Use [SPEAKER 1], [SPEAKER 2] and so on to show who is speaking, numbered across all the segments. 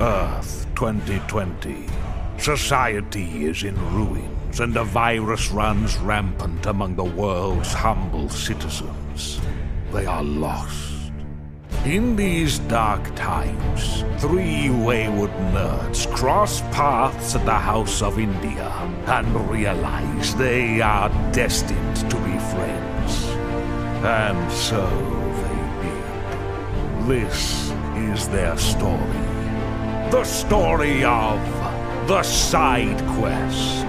[SPEAKER 1] Earth 2020. Society is in ruins, and a virus runs rampant among the world's humble citizens. They are lost. In these dark times, three wayward nerds cross paths at the House of India and realize they are destined to be friends. And so they be. This is their story. The story of the side quest.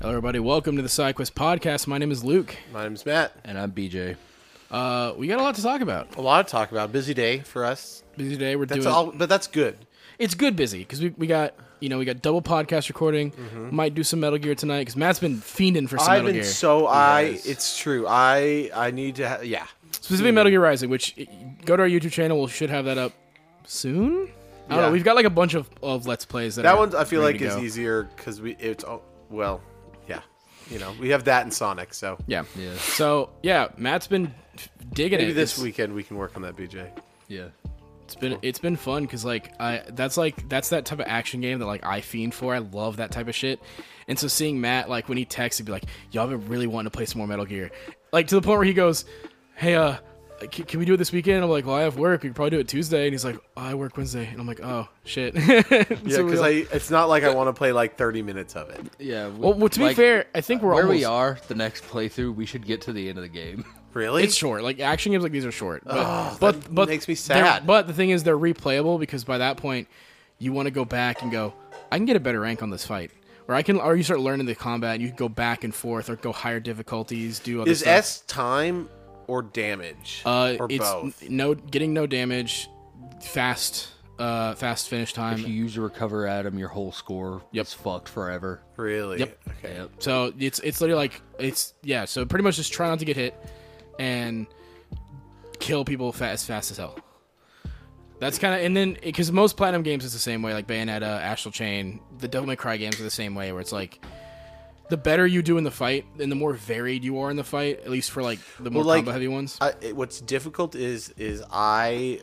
[SPEAKER 2] Hello, everybody. Welcome to the SideQuest podcast. My name is Luke,
[SPEAKER 3] My name's Matt.
[SPEAKER 4] And I'm BJ.
[SPEAKER 2] uh, we got a lot to talk about.
[SPEAKER 3] A lot to talk about. Busy day for us.
[SPEAKER 2] Busy day. We're
[SPEAKER 3] That's
[SPEAKER 2] doing.
[SPEAKER 3] all, but that's good.
[SPEAKER 2] It's good busy because we, we got you know we got double podcast recording. Might do some Metal Gear tonight because Matt's been fiending for some
[SPEAKER 3] Mm-hmm. I've
[SPEAKER 2] Metal
[SPEAKER 3] been
[SPEAKER 2] Gear,
[SPEAKER 3] so I. It's true. I I need to. Ha- yeah.
[SPEAKER 2] specifically Metal Gear Rising. Which i- go to our YouTube channel. We should have that up soon. I don't know.
[SPEAKER 3] Yeah.
[SPEAKER 2] We've got like a bunch of, of let's plays. That,
[SPEAKER 3] That
[SPEAKER 2] are
[SPEAKER 3] one I feel
[SPEAKER 2] ready
[SPEAKER 3] like
[SPEAKER 2] to
[SPEAKER 3] is
[SPEAKER 2] go.
[SPEAKER 3] easier because we. It's oh, well, yeah. You know, we have that and Sonic. So
[SPEAKER 2] Yeah. yeah. So yeah, Matt's been f- digging
[SPEAKER 3] maybe
[SPEAKER 2] it
[SPEAKER 3] this
[SPEAKER 2] It's-
[SPEAKER 3] weekend we can work on that, BJ.
[SPEAKER 4] Yeah.
[SPEAKER 2] It's been it's been fun because like I that's like that's that type of action game that like I fiend for. I love that type of shit. And so seeing Matt like when he texts, he'd be like, "Y'all been really wanting to play some more Metal Gear," like to the point where he goes, "Hey, uh, can, can we do it this weekend?" I'm like, "Well, I have work. We could probably do it Tuesday." And he's like, oh, "I work Wednesday," and I'm like, "Oh shit." yeah,
[SPEAKER 3] Yeah, because I. It's not like I want to play like 30 minutes of it.
[SPEAKER 4] Yeah. we-
[SPEAKER 2] well, well, to be
[SPEAKER 4] like,
[SPEAKER 2] fair, I think we're
[SPEAKER 4] where
[SPEAKER 2] almost,
[SPEAKER 4] we are, the next playthrough, we should get to the end of the game.
[SPEAKER 3] Really?
[SPEAKER 2] It's short. Like action games like these are short. But
[SPEAKER 3] Ugh,
[SPEAKER 2] but,
[SPEAKER 3] that
[SPEAKER 2] but
[SPEAKER 3] makes me
[SPEAKER 2] they're-
[SPEAKER 3] sad.
[SPEAKER 2] But the thing is they're replayable because by that point you want to go back and go, I can get a better rank on this fight. Or I can or you start learning the combat and you can go back and forth or go higher difficulties, do other
[SPEAKER 3] Is
[SPEAKER 2] stuff.
[SPEAKER 3] S time or damage
[SPEAKER 2] uh
[SPEAKER 3] or
[SPEAKER 2] it's
[SPEAKER 3] both?
[SPEAKER 2] n- no getting no damage, fast uh fast finish time.
[SPEAKER 4] If you use a recover item, your whole score
[SPEAKER 2] Yep.
[SPEAKER 4] is fucked forever.
[SPEAKER 3] Really?
[SPEAKER 2] Yep.
[SPEAKER 3] Okay.
[SPEAKER 4] Yep.
[SPEAKER 2] So it's it's literally like it's yeah, so pretty much just try not to get hit and kill people fa- as fast as hell. That's kind of and then because most platinum games is the same way, like Bayonetta, Astral Chain, the Devil May Cry games are the same way, where it's like the better you do in the fight and the more varied you are in the fight, at least for like the more
[SPEAKER 3] Well, like,
[SPEAKER 2] combo heavy ones.
[SPEAKER 3] I, it- what's difficult is is I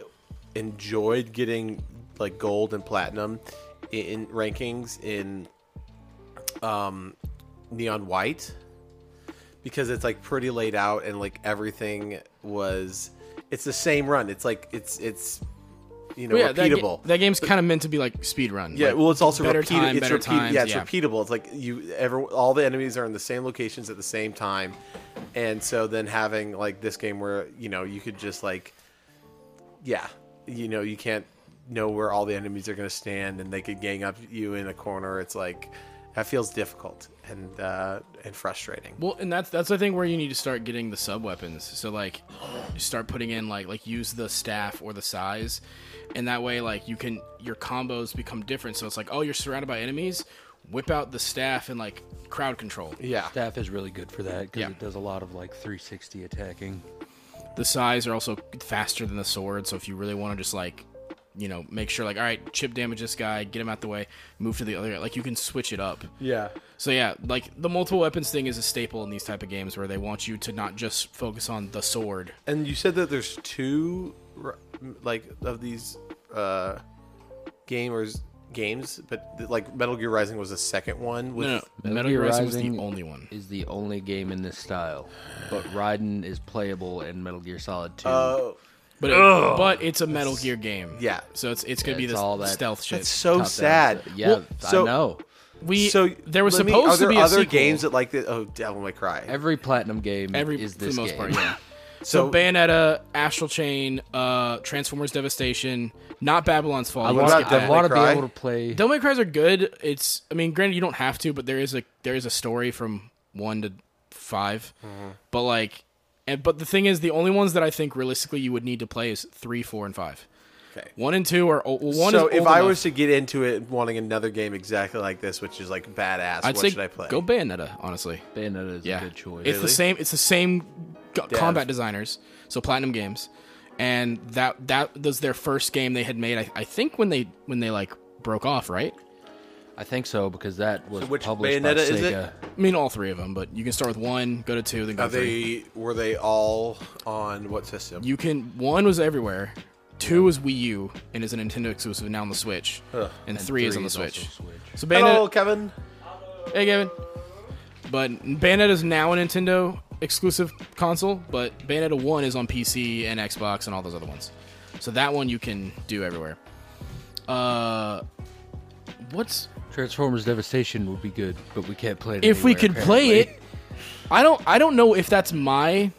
[SPEAKER 3] enjoyed getting like gold and platinum in, in rankings in um, neon white because it's like pretty laid out and like everything was it's the same run. It's like it's it's you know
[SPEAKER 2] But yeah, that, ga-
[SPEAKER 3] repeatable.
[SPEAKER 2] that game's kind of meant to be like speed run.
[SPEAKER 3] yeah,
[SPEAKER 2] like,
[SPEAKER 3] well, it's also
[SPEAKER 2] better
[SPEAKER 3] repeat-
[SPEAKER 2] time,
[SPEAKER 3] it's
[SPEAKER 2] better
[SPEAKER 3] repeat-
[SPEAKER 2] times,
[SPEAKER 3] Yeah, it's
[SPEAKER 2] yeah.
[SPEAKER 3] repeatable. It's like you ever all the enemies are in the same locations at the same time, and so then having like this game where you know you could just like, yeah, you know you can't know where all the enemies are going to stand, and they could gang up you in a corner. It's like that feels difficult and uh, and frustrating.
[SPEAKER 2] Well, and that's that's the thing where you need to start getting the sub weapons. So like, you start putting in like like use the staff or the size, and that way like you can your combos become different. So it's like oh you're surrounded by enemies, whip out the staff and like crowd control.
[SPEAKER 3] Yeah,
[SPEAKER 4] Staff is really good for that because
[SPEAKER 2] Yeah.
[SPEAKER 4] it does a lot of like 360 attacking.
[SPEAKER 2] The size are also faster than the sword. So if you really want to just like, you know, make sure like all right chip damage this guy, get him out the way, move to the other. Like you can switch it up.
[SPEAKER 3] yeah.
[SPEAKER 2] So yeah, like the multiple weapons thing is a staple in these type of games where they want you to not just focus on the sword
[SPEAKER 3] And you said that there's two, r- like, of these uh, gamers games, but like Metal Gear Rising was the second one. With
[SPEAKER 2] No, no.
[SPEAKER 4] Metal
[SPEAKER 2] Metal Gear
[SPEAKER 4] Gear
[SPEAKER 2] Rising was the
[SPEAKER 4] Rising-
[SPEAKER 2] only one.
[SPEAKER 4] Is the only game in this style, but Raiden is playable in Metal Gear Solid 2.
[SPEAKER 3] Oh,
[SPEAKER 2] But it, but it's a Metal Gear game.
[SPEAKER 3] yeah.
[SPEAKER 2] So it's it's gonna
[SPEAKER 4] Yeah,
[SPEAKER 2] be
[SPEAKER 4] it's
[SPEAKER 2] this
[SPEAKER 4] all that-
[SPEAKER 2] stealth shit.
[SPEAKER 3] that's so
[SPEAKER 4] Top down,
[SPEAKER 3] sad.
[SPEAKER 4] so- Yeah,
[SPEAKER 2] Well,
[SPEAKER 3] so-
[SPEAKER 4] I know.
[SPEAKER 2] we
[SPEAKER 3] so
[SPEAKER 2] there was
[SPEAKER 3] let me-
[SPEAKER 2] supposed
[SPEAKER 3] are there
[SPEAKER 2] to be a
[SPEAKER 3] other
[SPEAKER 2] sequel.
[SPEAKER 3] games that like the oh Devil May Cry.
[SPEAKER 4] Every platinum game
[SPEAKER 2] every
[SPEAKER 4] is
[SPEAKER 2] for
[SPEAKER 4] this
[SPEAKER 2] the most
[SPEAKER 4] game.
[SPEAKER 2] part. Yeah.
[SPEAKER 3] so
[SPEAKER 2] Bayonetta, Astral Chain, uh, Transformers Devastation, not Babylon's Fall.
[SPEAKER 4] I
[SPEAKER 2] You can
[SPEAKER 3] about
[SPEAKER 2] skip
[SPEAKER 4] want
[SPEAKER 2] that.
[SPEAKER 3] Devil May
[SPEAKER 4] to be
[SPEAKER 3] Cry?
[SPEAKER 4] able to play.
[SPEAKER 2] Devil May Cries are good. It's I mean, granted you don't have to, but there is a there is a story from one to 5
[SPEAKER 3] Mm-hmm.
[SPEAKER 2] But like, and but the thing is, the only ones that I think realistically you would need to play is three, four, and five.
[SPEAKER 3] okay.
[SPEAKER 2] One and two are o- well, one.
[SPEAKER 3] so
[SPEAKER 2] is
[SPEAKER 3] if
[SPEAKER 2] old
[SPEAKER 3] I
[SPEAKER 2] enough.
[SPEAKER 3] was to get into it, wanting another game exactly like this, which is like badass,
[SPEAKER 2] I'd
[SPEAKER 3] what
[SPEAKER 2] say
[SPEAKER 3] should I play?
[SPEAKER 2] go Bayonetta. Honestly,
[SPEAKER 4] Bayonetta is
[SPEAKER 2] Yeah,
[SPEAKER 4] a good choice.
[SPEAKER 2] It's the same. It's the same g- combat
[SPEAKER 3] Dev.
[SPEAKER 2] designers, so Platinum Games, and that that was their first game they had made. I, I think when they when they like broke off, right?
[SPEAKER 4] I think so because that was
[SPEAKER 3] So which
[SPEAKER 4] published by
[SPEAKER 3] Bayonetta is it?
[SPEAKER 4] Sega.
[SPEAKER 2] I mean, all three of them, but you can start with one, go to two, then go
[SPEAKER 3] Are
[SPEAKER 2] to three.
[SPEAKER 3] they were they all on what system?
[SPEAKER 2] You can one was everywhere, two was Wii U and is a Nintendo exclusive now on the Switch, and, three, is on the
[SPEAKER 4] also
[SPEAKER 2] Switch. So
[SPEAKER 3] Hello,
[SPEAKER 2] Bayonetta,
[SPEAKER 3] Kevin.
[SPEAKER 2] hey Gavin, but Bayonetta is now a Nintendo exclusive console, but Bayonetta one is on PC and Xbox and all those other ones. So that one you can do everywhere. Uh, what's
[SPEAKER 4] Transformers Devastation would be good, but we can't play it.
[SPEAKER 2] if we
[SPEAKER 4] anywhere,
[SPEAKER 2] could play
[SPEAKER 4] apparently.
[SPEAKER 2] it i don't i don't know if that's my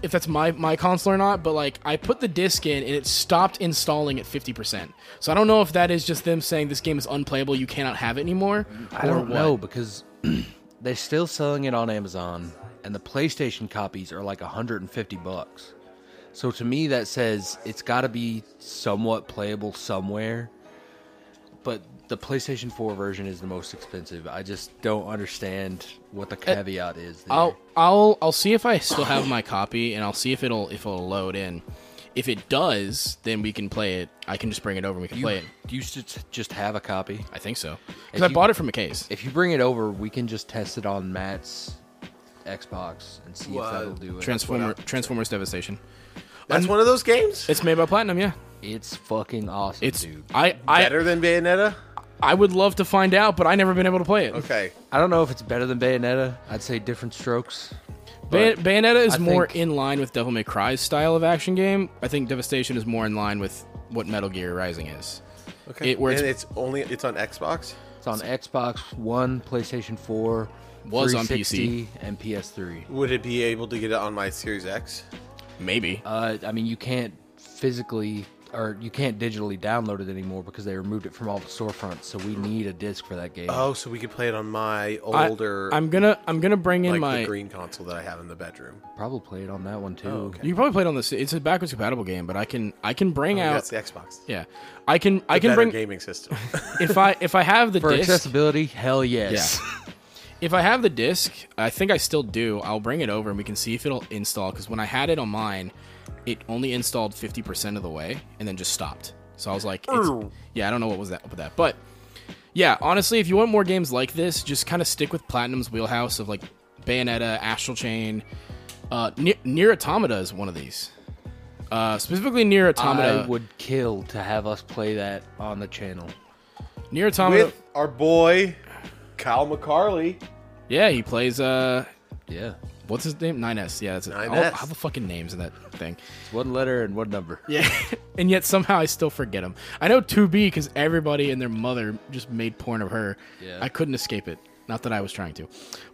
[SPEAKER 2] if that's my my console or not but like i put the disc in and it stopped installing at 50% so i don't know if that is just them saying this game is unplayable you cannot have it anymore
[SPEAKER 4] I don't know because they're still selling it on Amazon, and the PlayStation copies are like 150 bucks. So to me, that says it's got to be somewhat playable somewhere. But the PlayStation 4 version is the most expensive. I just don't understand what the caveat is. There.
[SPEAKER 2] Uh, I'll I'll I'll see if I still have my copy, and I'll see if it'll if it'll load in. If it does, then we can play it. I can just bring it over and we can
[SPEAKER 4] you,
[SPEAKER 2] play it.
[SPEAKER 4] do you s- just have a copy?
[SPEAKER 2] I think so because
[SPEAKER 4] If
[SPEAKER 2] I
[SPEAKER 4] you-
[SPEAKER 2] bought it from a case.
[SPEAKER 4] If you bring it over, we can just test it on Matt's Xbox and see
[SPEAKER 3] Well,
[SPEAKER 4] if that'll do it.
[SPEAKER 2] Transformer Transformers Devastation.
[SPEAKER 3] That's one of those games.
[SPEAKER 2] It's made by Platinum, yeah.
[SPEAKER 4] it's fucking awesome,
[SPEAKER 2] It's
[SPEAKER 4] dude.
[SPEAKER 2] I I
[SPEAKER 3] Better than Bayonetta.
[SPEAKER 2] I would love to find out, but I never been able to play it.
[SPEAKER 3] Okay.
[SPEAKER 4] I don't know if it's better than Bayonetta. I'd say different strokes.
[SPEAKER 2] Bay-
[SPEAKER 4] But
[SPEAKER 2] Bayonetta is
[SPEAKER 4] I
[SPEAKER 2] more
[SPEAKER 4] think-
[SPEAKER 2] in line with Devil May Cry's style of action game. I think Devastation is more in line with what Metal Gear Rising is.
[SPEAKER 3] Okay.
[SPEAKER 2] It- where
[SPEAKER 3] and
[SPEAKER 2] it's-
[SPEAKER 3] it's only it's on Xbox.
[SPEAKER 4] it's on Xbox One, PlayStation 4,
[SPEAKER 2] Was on
[SPEAKER 4] 360, and PS3.
[SPEAKER 3] Would it be able to get it on my Series X?
[SPEAKER 2] Maybe.
[SPEAKER 4] Uh, I mean, you can't physically or you can't digitally download it anymore because they removed it from all the storefronts. So we need a disc for that game.
[SPEAKER 3] Oh, so we could play it on my
[SPEAKER 2] I,
[SPEAKER 3] older,
[SPEAKER 2] am gonna I'm gonna bring in
[SPEAKER 3] like
[SPEAKER 2] my.
[SPEAKER 3] the green console that I have in the bedroom.
[SPEAKER 4] Probably play it on that one too.
[SPEAKER 2] You can probably play it on this. It's a backwards compatible game, but I can I can bring out.
[SPEAKER 3] That's the Xbox.
[SPEAKER 2] Yeah, I can I can
[SPEAKER 3] Better
[SPEAKER 2] bring
[SPEAKER 3] gaming system.
[SPEAKER 2] if I if I have the
[SPEAKER 4] For
[SPEAKER 2] disc.
[SPEAKER 4] accessibility, hell yes.
[SPEAKER 2] If I have the disc, I think I still do. I'll bring it over and we can see if it'll install. Because when I had it on mine, it only installed fifty percent of the way and then just stopped. So I was like, it's, yeah, I don't know what was that up with that, but yeah, honestly, if you want more games like this, just kind of stick with Platinum's wheelhouse of like Bayonetta, Astral Chain. Uh, Nier, Nier Automata is one of these. Uh, specifically, Nier Automata.
[SPEAKER 4] I would kill to have us play that on the channel.
[SPEAKER 2] Nier Automata.
[SPEAKER 3] With our boy Kyle McCarley.
[SPEAKER 2] yeah, he plays. Uh,
[SPEAKER 4] Yeah.
[SPEAKER 2] what's his name? 9S. Yeah, that's it.
[SPEAKER 3] 9S.
[SPEAKER 2] All, all the fucking names in that thing.
[SPEAKER 4] It's one letter and one number.
[SPEAKER 2] Yeah. and yet somehow I still forget him. I know 2B because everybody and their mother just made porn of her.
[SPEAKER 4] Yeah.
[SPEAKER 2] I couldn't escape it. Not that I was trying to.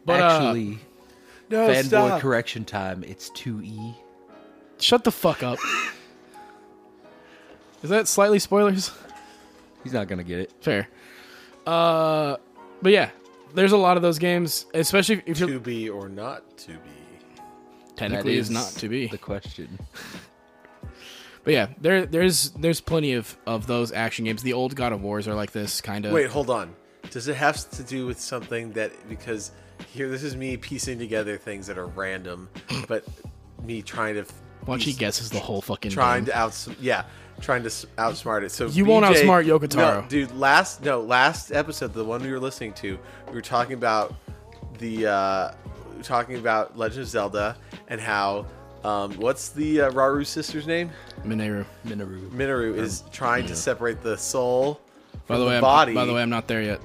[SPEAKER 2] But actually,
[SPEAKER 4] Actually,
[SPEAKER 3] No,
[SPEAKER 4] fanboy correction time. It's E. 2E.
[SPEAKER 2] shut the fuck up. Is that slightly spoilers?
[SPEAKER 4] He's not going to get it.
[SPEAKER 2] Fair. Uh, but yeah, there's a lot of those games, especially if you're
[SPEAKER 3] to be or not to be.
[SPEAKER 2] technically is not to be.
[SPEAKER 4] the question.
[SPEAKER 2] But yeah, there there's there's plenty of of those action games. The old God of Wars are like this kind of.
[SPEAKER 3] Wait, hold on. Does it have to do with something that because here this is me piecing together things that are random, but me trying to
[SPEAKER 2] once she
[SPEAKER 3] piece-
[SPEAKER 2] guesses the whole fucking.
[SPEAKER 3] trying
[SPEAKER 2] game.
[SPEAKER 3] to outs yeah trying to s- outsmart it. So
[SPEAKER 2] You won't
[SPEAKER 3] BJ
[SPEAKER 2] outsmart Yoko
[SPEAKER 3] No,
[SPEAKER 2] Taro.
[SPEAKER 3] dude. Last no, last episode, the one we were listening to, we were talking about the uh, we were talking about Legend of Zelda and how um, what's the uh, Raru sister's name?
[SPEAKER 2] Mineru.
[SPEAKER 4] Minoru.
[SPEAKER 3] Minoru is trying to separate the soul
[SPEAKER 2] Um, By
[SPEAKER 3] from
[SPEAKER 2] the way, I'm-
[SPEAKER 3] body.
[SPEAKER 2] by the way, I'm not there yet.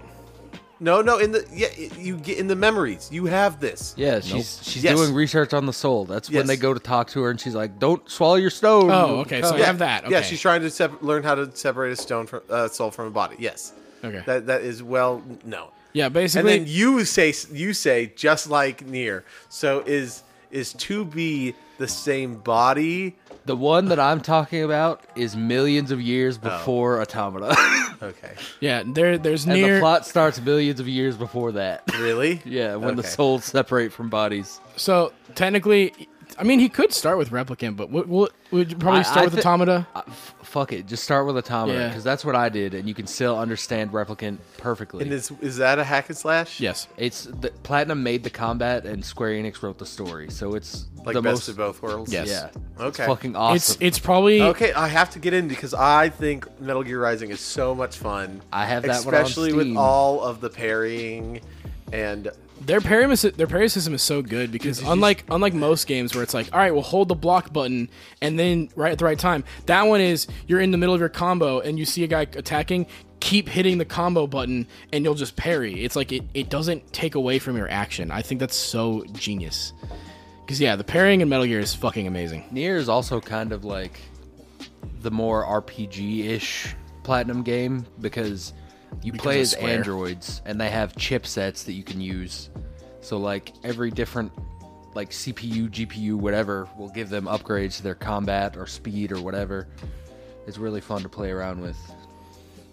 [SPEAKER 3] no, no, in the yeah, it- you get in the memories. You have this.
[SPEAKER 4] Yeah, she's she's
[SPEAKER 3] Yes.
[SPEAKER 4] doing research on the soul. That's when
[SPEAKER 3] Yes.
[SPEAKER 4] they go to talk to her, and she's like, "Don't swallow your stone."
[SPEAKER 2] Oh,
[SPEAKER 4] you'll
[SPEAKER 2] okay,
[SPEAKER 4] become-"
[SPEAKER 2] so I
[SPEAKER 3] Yeah,
[SPEAKER 2] have that. Okay.
[SPEAKER 3] Yeah, she's trying to sep- learn how to separate a stone from uh, soul from a body. Yes.
[SPEAKER 2] Okay.
[SPEAKER 3] That that is well known.
[SPEAKER 2] yeah,
[SPEAKER 3] and
[SPEAKER 2] basically.
[SPEAKER 3] then you say you say just like near so is is to be the same body
[SPEAKER 4] the one that I'm talking about is millions of years
[SPEAKER 2] Oh.
[SPEAKER 4] before Automata,
[SPEAKER 3] okay
[SPEAKER 2] yeah, there there's
[SPEAKER 4] and
[SPEAKER 2] near.
[SPEAKER 4] the plot starts millions of years before that.
[SPEAKER 3] really
[SPEAKER 4] yeah, when the
[SPEAKER 3] Okay.
[SPEAKER 4] souls separate from bodies.
[SPEAKER 2] So technically, I mean, he could start with replicant, but we'll, we'll, we'd probably
[SPEAKER 4] I-
[SPEAKER 2] start
[SPEAKER 4] I
[SPEAKER 2] with
[SPEAKER 4] thi-
[SPEAKER 2] automata.
[SPEAKER 4] Uh, f- fuck it, just start with automata
[SPEAKER 2] Yeah.
[SPEAKER 4] because that's what I did, and you can still understand replicant perfectly.
[SPEAKER 5] And is is that a hack and slash?
[SPEAKER 2] Yes.
[SPEAKER 4] It's the, Platinum made the combat and Square Enix wrote the story, so it's
[SPEAKER 5] Like
[SPEAKER 4] the
[SPEAKER 5] best
[SPEAKER 4] most.
[SPEAKER 5] of both worlds.
[SPEAKER 2] Yes.
[SPEAKER 4] Yeah, it's
[SPEAKER 5] Okay.
[SPEAKER 4] fucking awesome.
[SPEAKER 2] It's it's probably
[SPEAKER 5] Okay, I have to get in because I think Metal Gear Rising is so much fun.
[SPEAKER 4] I have that one on
[SPEAKER 5] especially
[SPEAKER 4] Steam.
[SPEAKER 5] with all of the parrying and
[SPEAKER 2] their parry mis- their parry system is so good because unlike unlike most games where it's like, all right, well hold the block button and then right at the right time. That one is you're in the middle of your combo and you see a guy attacking, keep hitting the combo button and you'll just parry. It's like it, it doesn't take away from your action. I think that's so genius. Cause yeah, the parrying in Metal Gear is fucking amazing.
[SPEAKER 4] Nier is also kind of like the more RPG ish platinum game because you play
[SPEAKER 2] of
[SPEAKER 4] as
[SPEAKER 2] Square.
[SPEAKER 4] androids and they have chipsets that you can use. So like every different like CPU, GPU, whatever will give them upgrades to their combat or speed or whatever. It's really fun to play around with.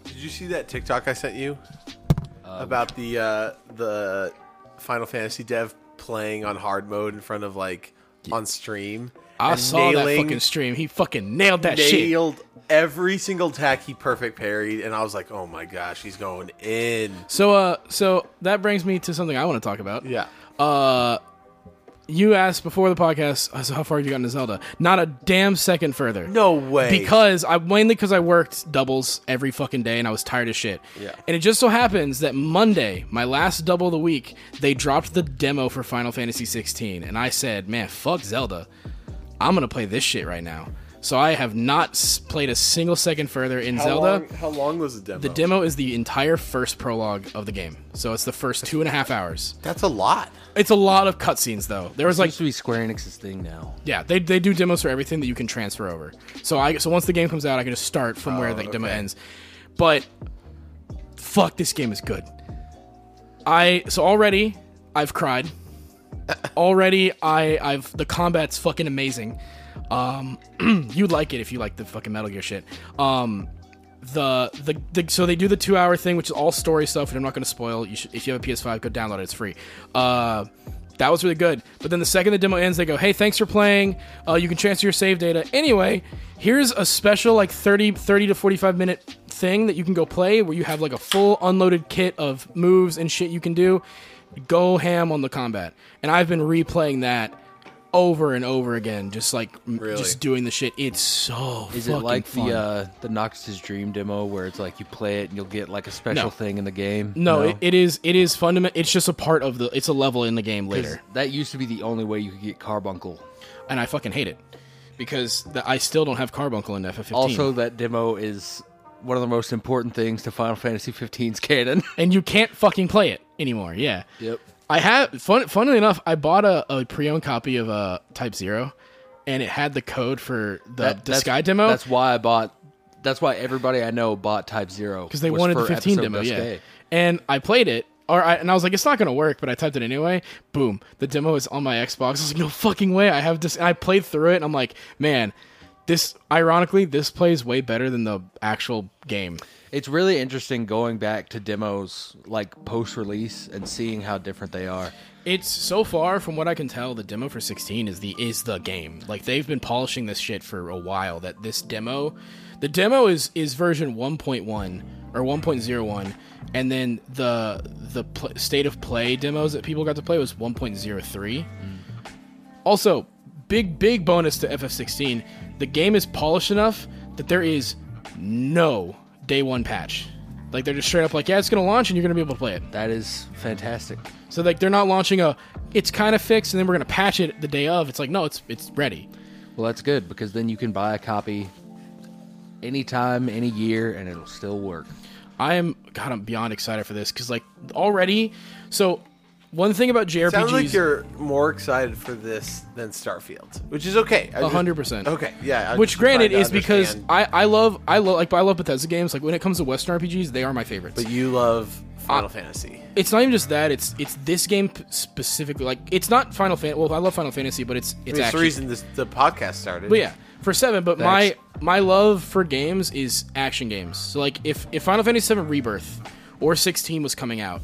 [SPEAKER 5] Did you see that TikTok I sent you
[SPEAKER 2] Um,
[SPEAKER 5] about the uh, the Final Fantasy dev playing on hard mode in front of like on stream?
[SPEAKER 2] I
[SPEAKER 5] and
[SPEAKER 2] saw that
[SPEAKER 5] nailing-
[SPEAKER 2] fucking stream. He fucking nailed that shit.
[SPEAKER 5] nailed every single attack he perfect parried, and I was like, oh my gosh, he's going in.
[SPEAKER 2] So uh so that brings me to something I want to talk about.
[SPEAKER 5] Yeah,
[SPEAKER 2] You asked before the podcast, uh, so how far have you gotten to Zelda? Not a damn second further.
[SPEAKER 5] no way.
[SPEAKER 2] Because I mainly because I worked doubles every fucking day and I was tired as shit.
[SPEAKER 5] Yeah.
[SPEAKER 2] And it just so happens that Monday, my last double of the week, they dropped the demo for Final Fantasy 16, and I said, "Man, fuck Zelda, I'm gonna play this shit right now." So I have not s- played a single second further in
[SPEAKER 5] how
[SPEAKER 2] Zelda.
[SPEAKER 5] long, how long was the demo?
[SPEAKER 3] Oh.
[SPEAKER 2] The demo is the entire first prologue of the game, so it's the first two and a half hours.
[SPEAKER 5] That's a lot.
[SPEAKER 2] It's a lot of cutscenes though. There was
[SPEAKER 4] It's like
[SPEAKER 2] like
[SPEAKER 4] to be Square Enix's thing now.
[SPEAKER 2] yeah, they, they do demos for everything that you can transfer over. So I so once the game comes out, I can just start from where the demo ends. But fuck, this game is good. I so already I've cried. already I I've the combat's fucking amazing. Um, you'd like it if you like the fucking Metal Gear shit. Um, the, the the so they do the two hour thing, which is all story stuff, and I'm not going to spoil. You should, if you have a PS5, go download it. It's free. Uh, that was really good. But then the second the demo ends, they go, "Hey, thanks for playing. Uh, you can transfer your save data. Anyway, here's a special like 30 30 to 45 minute thing that you can go play where you have like a full unloaded kit of moves and shit you can do. Go ham on the combat." And I've been replaying that over and over again, just like m-
[SPEAKER 5] Really?
[SPEAKER 2] just doing the shit. It's so
[SPEAKER 4] Is
[SPEAKER 2] fucking
[SPEAKER 4] it like
[SPEAKER 2] fun.
[SPEAKER 4] the uh, the Noxus Dream demo where it's like you play it and you'll get like a special
[SPEAKER 2] No.
[SPEAKER 4] thing in the game?
[SPEAKER 2] No, It, it is it is fundamental. It's just a part of the. It's a level in the game
[SPEAKER 4] 'Cause
[SPEAKER 2] later,
[SPEAKER 4] That used to be the only way you could get Carbuncle.
[SPEAKER 2] and I fucking hate it because the, I still don't have Carbuncle in FF15.
[SPEAKER 4] Also, that demo is one of the most important things to Final Fantasy 15's canon.
[SPEAKER 2] and you can't fucking play it anymore. Yeah.
[SPEAKER 4] Yep.
[SPEAKER 2] I have fun. Funnily enough, I bought a, a pre-owned copy of uh, Type Zero, and it had the code for the, the
[SPEAKER 4] that's-
[SPEAKER 2] Sky demo.
[SPEAKER 4] That's why I bought. That's why everybody I know bought Type Zero
[SPEAKER 2] because they
[SPEAKER 4] was
[SPEAKER 2] wanted the
[SPEAKER 4] for
[SPEAKER 2] 15
[SPEAKER 4] episode
[SPEAKER 2] demo,
[SPEAKER 4] Dusk
[SPEAKER 2] yeah.
[SPEAKER 4] Day.
[SPEAKER 2] And I played it, or I, and I was like, it's not gonna work, but I typed it anyway. Boom, the demo is on my Xbox. I was like, no fucking way. I have this. And I played through it, and I'm like, man, this. Ironically, this plays way better than the actual game.
[SPEAKER 4] It's really interesting going back to demos like post release and seeing how different they are.
[SPEAKER 2] It's so far, from what I can tell, the demo for 16 is the is the game. Like they've been polishing this shit for a while. That this demo, the demo is is version 1.1 or 1.01, and then the the pl- state of play demos that people got to play was 1.03. Also, big big bonus to FF16, the game is polished enough that there is no day one patch. Like they're just straight up like, yeah, it's gonna launch and you're gonna be able to play it.
[SPEAKER 4] That is fantastic.
[SPEAKER 2] So like they're not launching a it's kind of fixed and then we're gonna patch it the day of. It's like no, it's it's ready.
[SPEAKER 4] Well, that's good because then you can buy a copy anytime, any year, and it'll still work.
[SPEAKER 2] I am God, I'm beyond excited for this because like already. So one thing about JRPGs,
[SPEAKER 5] Sounds like you're more excited for this than Starfield, which is okay. I
[SPEAKER 2] A
[SPEAKER 5] just-
[SPEAKER 2] hundred percent.
[SPEAKER 5] Okay, yeah. I'm
[SPEAKER 2] Which
[SPEAKER 5] just trying
[SPEAKER 2] granted
[SPEAKER 5] to
[SPEAKER 2] is because
[SPEAKER 5] understand.
[SPEAKER 2] I I love I love like I love Bethesda games. Like when it comes to Western RPGs, they are my favorites.
[SPEAKER 5] But you love Final Fantasy.
[SPEAKER 2] it's not even just that. It's it's this game p- specifically. Like it's not Final Fantasy. Well, I love Final Fantasy, but it's
[SPEAKER 5] I
[SPEAKER 2] it's
[SPEAKER 5] mean, it's the
[SPEAKER 2] action.
[SPEAKER 5] reason this, the podcast started.
[SPEAKER 2] But yeah, for seven. But
[SPEAKER 4] Thanks.
[SPEAKER 2] my my love for games is action games. So like if if Final Fantasy VII Rebirth or sixteen was coming out,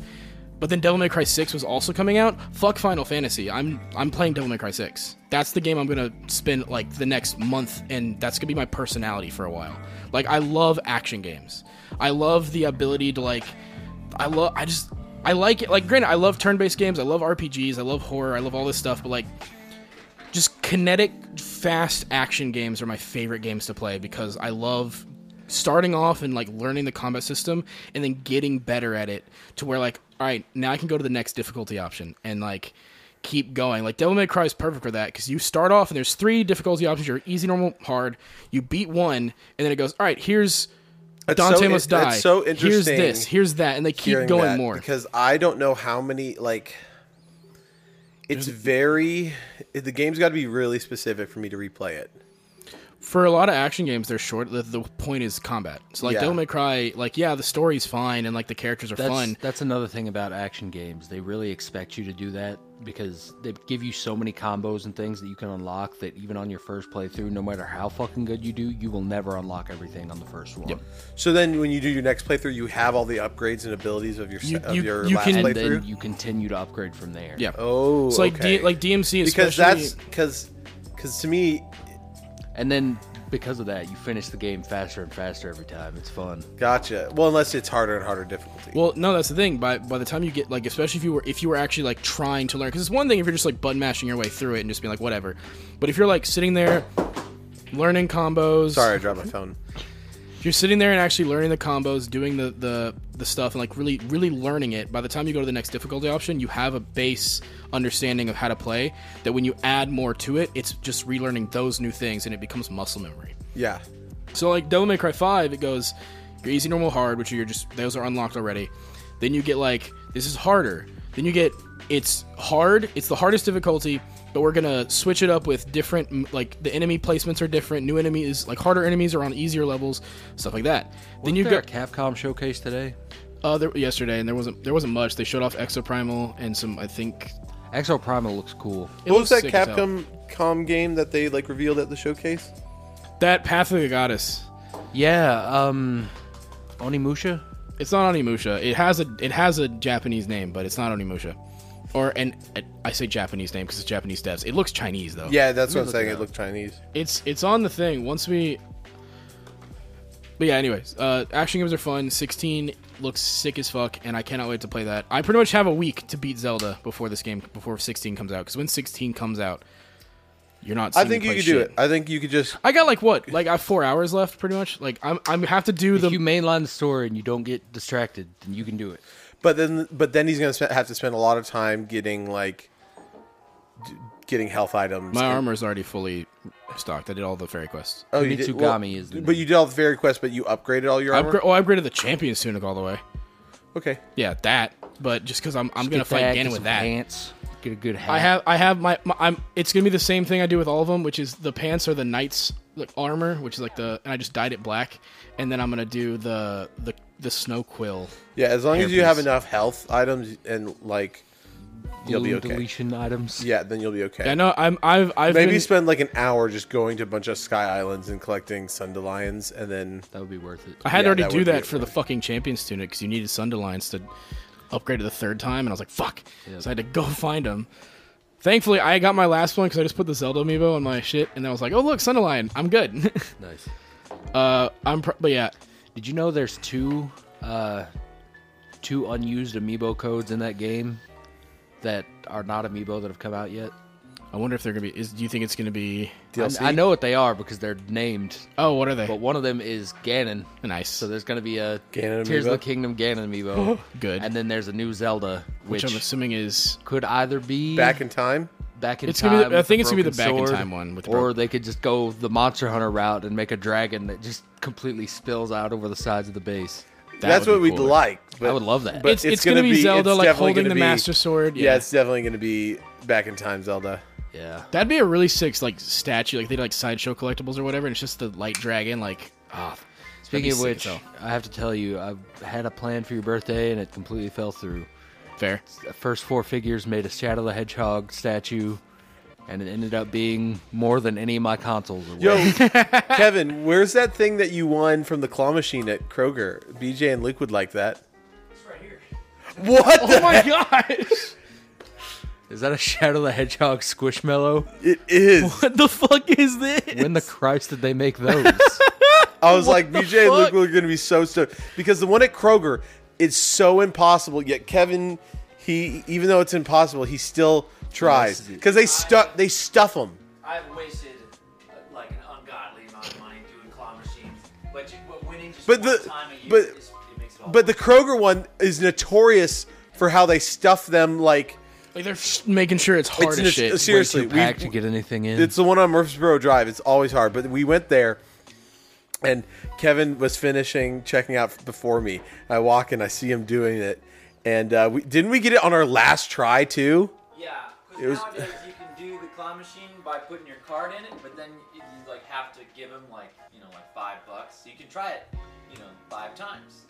[SPEAKER 2] But then Devil May Cry 6 was also coming out. Fuck Final Fantasy. I'm I'm playing Devil May Cry 6. That's the game I'm going to spend like the next month and that's going to be my personality for a while. Like I love action games. I love the ability to like I love I just I like it. Like granted, I love turn-based games. I love RPGs. I love horror. I love all this stuff, but like just kinetic, fast action games are my favorite games to play because I love starting off and like learning the combat system and then getting better at it to where like, all right, now I can go to the next difficulty option and like keep going. Like Devil May Cry is perfect for that because you start off and there's three difficulty options: you're easy, normal, hard. You beat one, and then it goes, all right, here's. Dante
[SPEAKER 3] so in-
[SPEAKER 2] must die.
[SPEAKER 3] that's so
[SPEAKER 2] Here's
[SPEAKER 3] interesting
[SPEAKER 2] this. Here's that, and they keep
[SPEAKER 3] hearing
[SPEAKER 2] going
[SPEAKER 3] that
[SPEAKER 2] more.
[SPEAKER 3] because I don't know how many like. It's very. The game's got to be really specific for me to replay it.
[SPEAKER 2] for a lot of action games, they're short. The, the point is combat. So like
[SPEAKER 3] Yeah.
[SPEAKER 2] Devil May Cry, like yeah, the story's fine and like the characters are
[SPEAKER 4] That's,
[SPEAKER 2] fun.
[SPEAKER 4] That's another thing about action games. They really expect you to do that because they give you so many combos and things that you can unlock that even on your first playthrough, no matter how fucking good you do, you will never unlock everything on the first one.
[SPEAKER 3] So then, when you do your next playthrough, you have all the upgrades and abilities of your se-
[SPEAKER 2] You-
[SPEAKER 3] of
[SPEAKER 2] you-
[SPEAKER 3] your
[SPEAKER 2] you
[SPEAKER 3] last
[SPEAKER 2] can-
[SPEAKER 4] And
[SPEAKER 3] playthrough.
[SPEAKER 4] then you continue to upgrade from there.
[SPEAKER 2] Yeah.
[SPEAKER 3] oh,
[SPEAKER 2] so like
[SPEAKER 3] okay.
[SPEAKER 2] D, like DMC
[SPEAKER 3] because
[SPEAKER 2] especially-
[SPEAKER 3] that's because because to me,
[SPEAKER 4] And then because of that, you finish the game faster and faster every time. It's fun.
[SPEAKER 3] gotcha. Well, unless it's harder and harder difficulty.
[SPEAKER 2] well no that's the thing by by the time you get like especially if you were if you were actually like trying to learn because it's one thing if you're just like button mashing your way through it and just being like whatever, but if you're like sitting there learning combos,
[SPEAKER 3] Sorry, I dropped my phone.
[SPEAKER 2] if you're sitting there and actually learning the combos, doing the the the stuff, and like really really learning it. By the time you go to the next difficulty option, you have a base understanding of how to play. That when you add more to it, it's just relearning those new things, and it becomes muscle memory.
[SPEAKER 3] Yeah,
[SPEAKER 2] So like Devil May Cry Five, it goes your easy, normal, hard, which you're just those are unlocked already. Then you get like this is harder. Then you get it's hard. It's the hardest difficulty, but we're gonna switch it up with different m- like the enemy placements are different. New enemies like harder enemies are on easier levels, stuff like that. then you
[SPEAKER 4] Wasn't there
[SPEAKER 2] got
[SPEAKER 4] a Capcom showcase today.
[SPEAKER 2] other yesterday, and there wasn't there wasn't much. They showed off Exoprimal and some I think.
[SPEAKER 4] Exo Primal looks cool.
[SPEAKER 2] it
[SPEAKER 3] what
[SPEAKER 2] looks
[SPEAKER 3] was that
[SPEAKER 2] sick as hell.
[SPEAKER 3] Capcom com game that they like revealed at the showcase?
[SPEAKER 2] That Path of the Goddess.
[SPEAKER 4] Yeah, um Onimusha?
[SPEAKER 2] It's not Onimusha. It has a it has a Japanese name, but it's not Onimusha. Or and I say Japanese name because it's Japanese devs. It looks Chinese though.
[SPEAKER 3] Yeah, that's what I'm saying. It looked Chinese.
[SPEAKER 2] It's it's on the thing. Once we. But yeah, anyways, uh, action games are fun. 16 looks sick as fuck, and I cannot wait to play that. I pretty much have a week to beat Zelda before this game, before 16 comes out. Because when 16 comes out, you're not.
[SPEAKER 3] I
[SPEAKER 2] seeing me
[SPEAKER 3] think you
[SPEAKER 2] play
[SPEAKER 3] could do
[SPEAKER 2] shit.
[SPEAKER 3] it. I think you could just
[SPEAKER 2] I got like what, like I have four hours left, pretty much. Like I'm, I'm have to do the
[SPEAKER 4] If you mainline the story and you don't get distracted, then you can do it.
[SPEAKER 3] But then, but then he's gonna spe- have to spend a lot of time getting like, d- getting health items.
[SPEAKER 2] My
[SPEAKER 3] And-
[SPEAKER 2] armor is already fully stocked. I did all the fairy quests.
[SPEAKER 3] Oh, you did. Well,
[SPEAKER 4] Mitsugami is the
[SPEAKER 3] but you did all the fairy quests, but you upgraded all your
[SPEAKER 2] I
[SPEAKER 3] armor.
[SPEAKER 2] upgra- oh, I upgraded the champion's tunic all the way.
[SPEAKER 3] okay.
[SPEAKER 2] Yeah, that. But just because I'm, I'm gonna
[SPEAKER 4] Get
[SPEAKER 2] fight
[SPEAKER 4] that,
[SPEAKER 2] Ganon
[SPEAKER 4] get
[SPEAKER 2] with
[SPEAKER 4] some
[SPEAKER 2] that.
[SPEAKER 4] Pants, get a good hat.
[SPEAKER 2] I have I have my, my I'm. It's gonna be the same thing I do with all of them, which is the pants are the knight's like armor, which is like the and I just dyed it black, and then I'm gonna do the the the snow quill.
[SPEAKER 3] Yeah, as long as you have
[SPEAKER 2] Hairpiece.
[SPEAKER 3] enough health items and like, you'll be
[SPEAKER 4] Blue
[SPEAKER 3] okay.
[SPEAKER 4] deletion items.
[SPEAKER 3] Yeah, then you'll be okay.
[SPEAKER 2] I know I'm I've I've
[SPEAKER 3] Maybe
[SPEAKER 2] been,
[SPEAKER 3] spend like an hour just going to a bunch of sky islands and collecting sundalions, and then
[SPEAKER 4] That would be worth it.
[SPEAKER 2] I had
[SPEAKER 3] yeah,
[SPEAKER 2] to
[SPEAKER 3] that
[SPEAKER 2] already do
[SPEAKER 3] would be
[SPEAKER 2] that
[SPEAKER 3] it.
[SPEAKER 2] for the fucking champion's tunic because you needed Sunderlines to upgrade it the third time, and I was like, fuck. So I had to go find them. Thankfully, I got my last one because I just put the Zelda amiibo on my shit, and I was like, oh, look, Sunderline, I'm good.
[SPEAKER 4] Nice.
[SPEAKER 2] uh, I'm pro- but yeah,
[SPEAKER 4] Did you know there's two uh two unused amiibo codes in that game that are not amiibo that have come out yet?
[SPEAKER 2] I wonder if they're going to be. Is, do you think it's going to be.
[SPEAKER 4] I,
[SPEAKER 3] DLC.
[SPEAKER 4] I know what they are because they're named,
[SPEAKER 2] Oh, what are they?
[SPEAKER 4] but one of them is Ganon.
[SPEAKER 2] nice.
[SPEAKER 4] So there's gonna be a
[SPEAKER 3] Ganon
[SPEAKER 4] Tears of the
[SPEAKER 3] amiibo?
[SPEAKER 4] Kingdom Ganon amiibo.
[SPEAKER 2] Good.
[SPEAKER 4] And then there's a new Zelda,
[SPEAKER 2] which
[SPEAKER 4] which,
[SPEAKER 2] I'm assuming is.
[SPEAKER 4] could either be
[SPEAKER 3] back in time.
[SPEAKER 4] back in
[SPEAKER 2] It's
[SPEAKER 4] time.
[SPEAKER 2] gonna be the- I
[SPEAKER 4] with
[SPEAKER 2] think it's gonna be
[SPEAKER 4] broken
[SPEAKER 2] the back in
[SPEAKER 4] sword,
[SPEAKER 2] time one with the
[SPEAKER 4] or
[SPEAKER 2] broken-
[SPEAKER 4] they could just go the Monster Hunter route and make a dragon that just completely spills out over the sides of the base.
[SPEAKER 2] that
[SPEAKER 3] That's
[SPEAKER 2] would
[SPEAKER 3] what
[SPEAKER 2] be
[SPEAKER 3] we'd
[SPEAKER 2] cooler.
[SPEAKER 3] like. But,
[SPEAKER 4] I would love that.
[SPEAKER 3] but
[SPEAKER 2] It's- it's gonna be Zelda,
[SPEAKER 3] it's
[SPEAKER 2] like,
[SPEAKER 3] definitely
[SPEAKER 2] holding
[SPEAKER 3] gonna
[SPEAKER 2] the Master Sword,
[SPEAKER 3] Yeah.
[SPEAKER 2] yeah.
[SPEAKER 3] it's definitely going to be back in time Zelda.
[SPEAKER 4] yeah,
[SPEAKER 2] That'd be a really sick like statue, like they do, like sideshow collectibles or whatever, and it's just the light dragon. Like, ah, that'd be
[SPEAKER 4] Speaking of
[SPEAKER 2] sick
[SPEAKER 4] which,
[SPEAKER 2] as hell.
[SPEAKER 4] I have to tell you, I had a plan for your birthday and it completely fell through.
[SPEAKER 2] fair.
[SPEAKER 4] The first four figures made a Shadow the Hedgehog statue, and it ended up being more than any of my consoles. Or
[SPEAKER 3] Yo, Kevin, where's that thing that you won from the claw machine at Kroger? BJ and Luke would like that. It's What?
[SPEAKER 2] Oh my gosh!
[SPEAKER 4] Is that a Shadow the Hedgehog Squishmallow?
[SPEAKER 3] It is.
[SPEAKER 2] What the fuck is this?
[SPEAKER 4] When the Christ did they make those?
[SPEAKER 3] I was like, BJ and Luke
[SPEAKER 2] fuck?
[SPEAKER 3] were going to be so stoked because the one at Kroger is so impossible. Yet Kevin, he even though it's impossible, he still tries because they stuff they stuff them.
[SPEAKER 6] I've wasted uh, like an ungodly amount of money doing claw machines, but, you, but winning just
[SPEAKER 3] But
[SPEAKER 6] one
[SPEAKER 3] the-
[SPEAKER 6] time a year
[SPEAKER 3] but-
[SPEAKER 6] is, it makes it all.
[SPEAKER 3] But the Kroger one is notorious for how they stuff them. Like
[SPEAKER 2] Like they're s- making sure it's hard
[SPEAKER 3] it's
[SPEAKER 2] as
[SPEAKER 3] no-
[SPEAKER 2] shit.
[SPEAKER 3] seriously, we-
[SPEAKER 4] Pack to get anything in.
[SPEAKER 3] it's the one on Murfreesboro Drive. It's always hard. But we went there, and Kevin was finishing checking out before me. I walk in, I see him doing it, and uh, we didn't we get it on our last try too?
[SPEAKER 6] yeah,
[SPEAKER 3] it was-
[SPEAKER 6] because nowadays you can do the claw machine by putting your card in it, but then you, you like have to give him like you know like five bucks. So you can try it, you know, five times.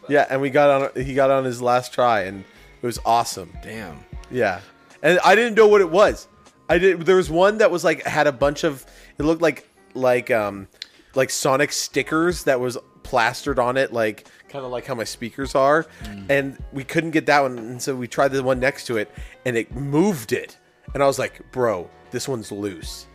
[SPEAKER 6] But
[SPEAKER 3] Yeah, and we got on. He got on his last try, and it was awesome.
[SPEAKER 2] Damn.
[SPEAKER 3] Yeah, and I didn't know what it was. I did. There was one that was like had a bunch of. It looked like like um like Sonic stickers that was plastered on it, like kind of like how my speakers are. And we couldn't get that one, and so we tried the one next to it, and it moved it. And I was like, "Bro, this one's loose."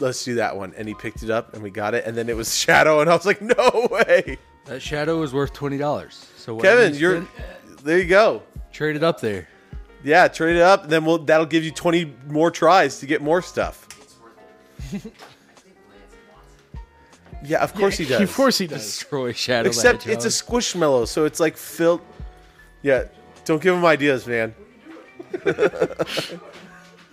[SPEAKER 3] Let's do that one. And he picked it up and we got it. And then it was Shadow. And I was like, no way.
[SPEAKER 4] that Shadow is worth twenty dollars. So whatever
[SPEAKER 3] Kevin,
[SPEAKER 4] you
[SPEAKER 3] you're.
[SPEAKER 4] spend,
[SPEAKER 3] There you go.
[SPEAKER 4] trade it up there.
[SPEAKER 3] Yeah, trade it up, and then we'll that'll give you twenty more tries to get more stuff.
[SPEAKER 6] it's worth it.
[SPEAKER 3] Yeah, uh, of course he does.
[SPEAKER 2] Of course he does.
[SPEAKER 4] Destroy Shadow.
[SPEAKER 3] Except
[SPEAKER 4] the
[SPEAKER 3] it's a
[SPEAKER 4] Hedgehog.
[SPEAKER 3] squishmallow, so it's like filled. Yeah, don't give him ideas, man.